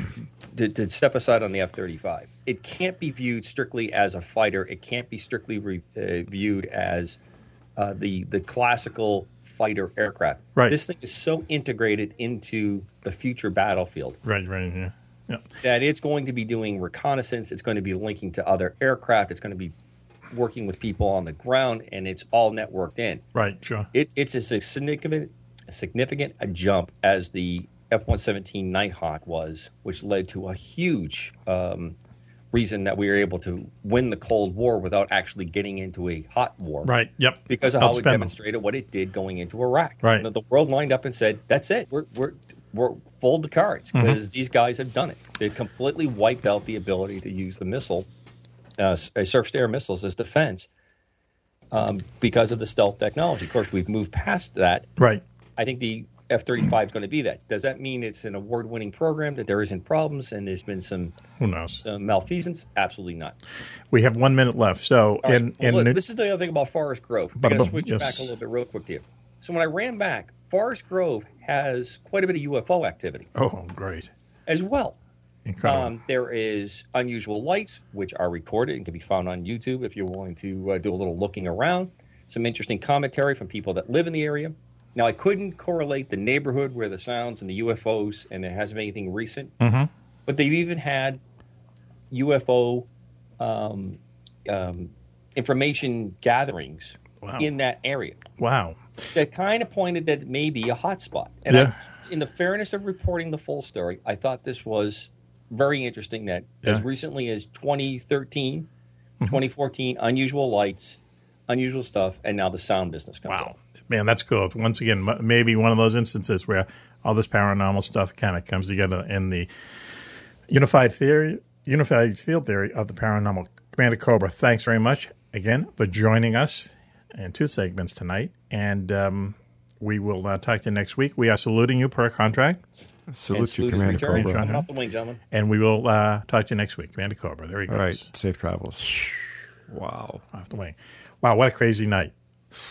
to, to step aside on the F 35. It can't be viewed strictly as a fighter, it can't be strictly re, uh, viewed as uh, the, the classical fighter aircraft.
Right.
This thing is so integrated into the future battlefield
Right, right, yeah.
that it's going to be doing reconnaissance, it's going to be linking to other aircraft, it's going to be working with people on the ground, and it's all networked in.
Right, sure.
It, it's a significant, a significant a jump as the F 117 Nighthawk was, which led to a huge um, reason that we were able to win the Cold War without actually getting into a hot war.
Right, yep.
Because of how
Outspend
it
them.
demonstrated what it did going into Iraq.
Right.
You know, the world lined up and said, that's it. We're, we're, we're fold the cards
Mm-hmm.
because these guys have done it. They've completely wiped out the ability to use the missile, uh, s- uh, surface to air missiles as defense um, because of the stealth technology. Of course, we've moved past that.
Right.
I think the F 35 is going to be that. Does that mean it's an award winning program, that there isn't problems and there's been some,
Who knows?
some malfeasance? Absolutely not.
We have one minute left. So,
All right.
and,
Well,
and
look, this is the other thing about Forest Grove. I
Bada
got to
boom.
switch
Yes.
back a little bit real quick to you. So when I ran back, Forest Grove has quite a bit of UFO activity
oh, great.
as well.
Incredible.
Um, there is unusual lights, which are recorded and can be found on YouTube if you're willing to uh, do a little looking around. Some interesting commentary from people that live in the area. Now, I couldn't correlate the neighborhood where the sounds and the UFOs, and there hasn't been anything recent,
Mm-hmm.
Mhm.
but they've even had UFO um, um, information gatherings
Wow.
in that area
Wow.
that kind of pointed that it may be a hotspot. And
Yeah.
I, in the fairness of reporting the full story, I thought this was very interesting that
Yeah.
as
Mm-hmm.
recently as 2013, 2014, unusual lights, unusual stuff, and now the sound business comes Wow.
man, that's cool. Once again, m- maybe one of those instances where all this paranormal stuff kind of comes together in the unified theory, unified field theory of the paranormal. Commander Cobra, thanks very much again for joining us in two segments tonight, and um, we will uh, talk to you next week. We are saluting you per contract.
Salute And you, salute is Commander returned. Cobra.
Hop the wing, gentlemen.
And we will uh, talk to you next week, Commander Cobra. There you go.
All right, safe travels.
Wow. Off the wing. Wow, what a crazy night.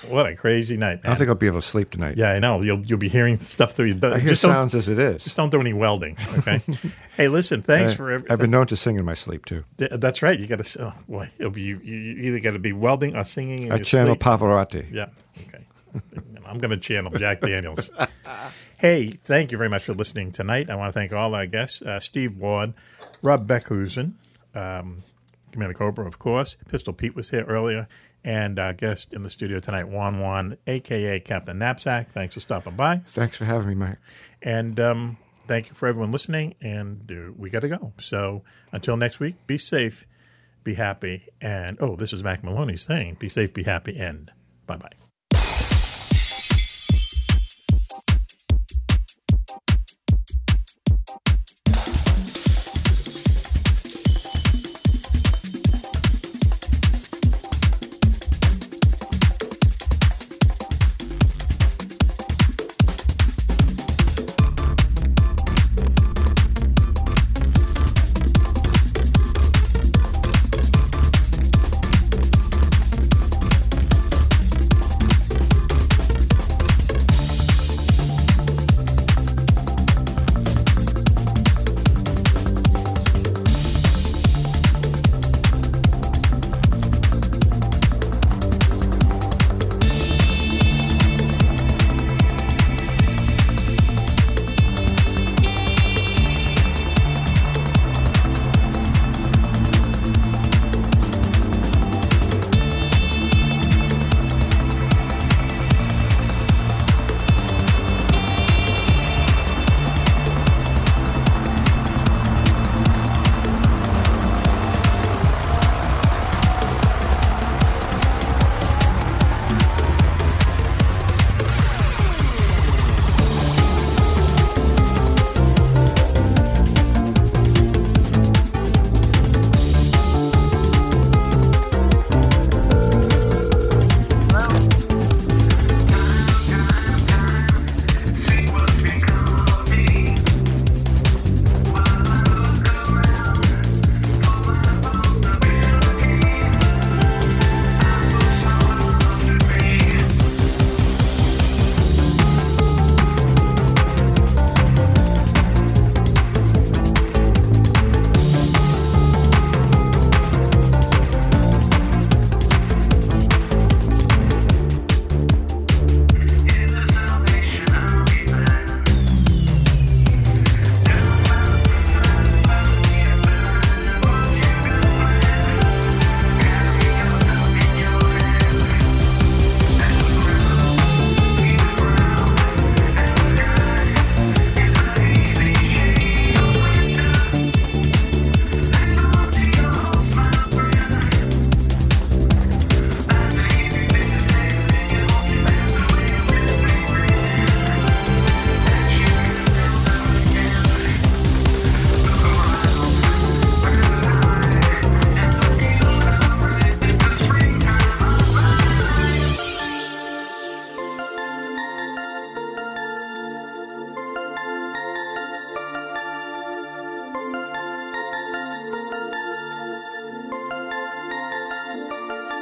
What a crazy night.
I don't think I'll be able to sleep tonight.
Yeah, I know. You'll you'll be hearing stuff through your
I hear
don't-
sounds as it is.
Just don't do any welding. Okay. hey, listen. Thanks
I-
for
I've
everything.
been known to sing in my sleep too.
Th- That's right. You got to. Oh boy, it'll be you. You you either got to be welding or singing. In
I
your
channel
sleep.
Pavarotti.
Yeah. Okay. I'm going to channel Jack Daniels. hey, thank you very much for listening tonight. I want to thank all our guests: uh, Steve Ward, Rob Beckhusen, um, Commander Cobra, of course. Pistol Pete was here earlier, and our guest in the studio tonight, Juan Juan, aka Captain Knapsack. Thanks for stopping by.
Thanks for having me, Mike.
And um, thank you for everyone listening. And uh, we got to go. So until next week, be safe, be happy. And oh, this is Mac Maloney saying, be safe, be happy, and bye bye.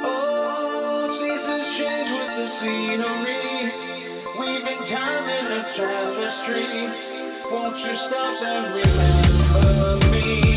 Oh, seasons change with the scenery, weaving time in a tapestry. Won't you stop and remember me?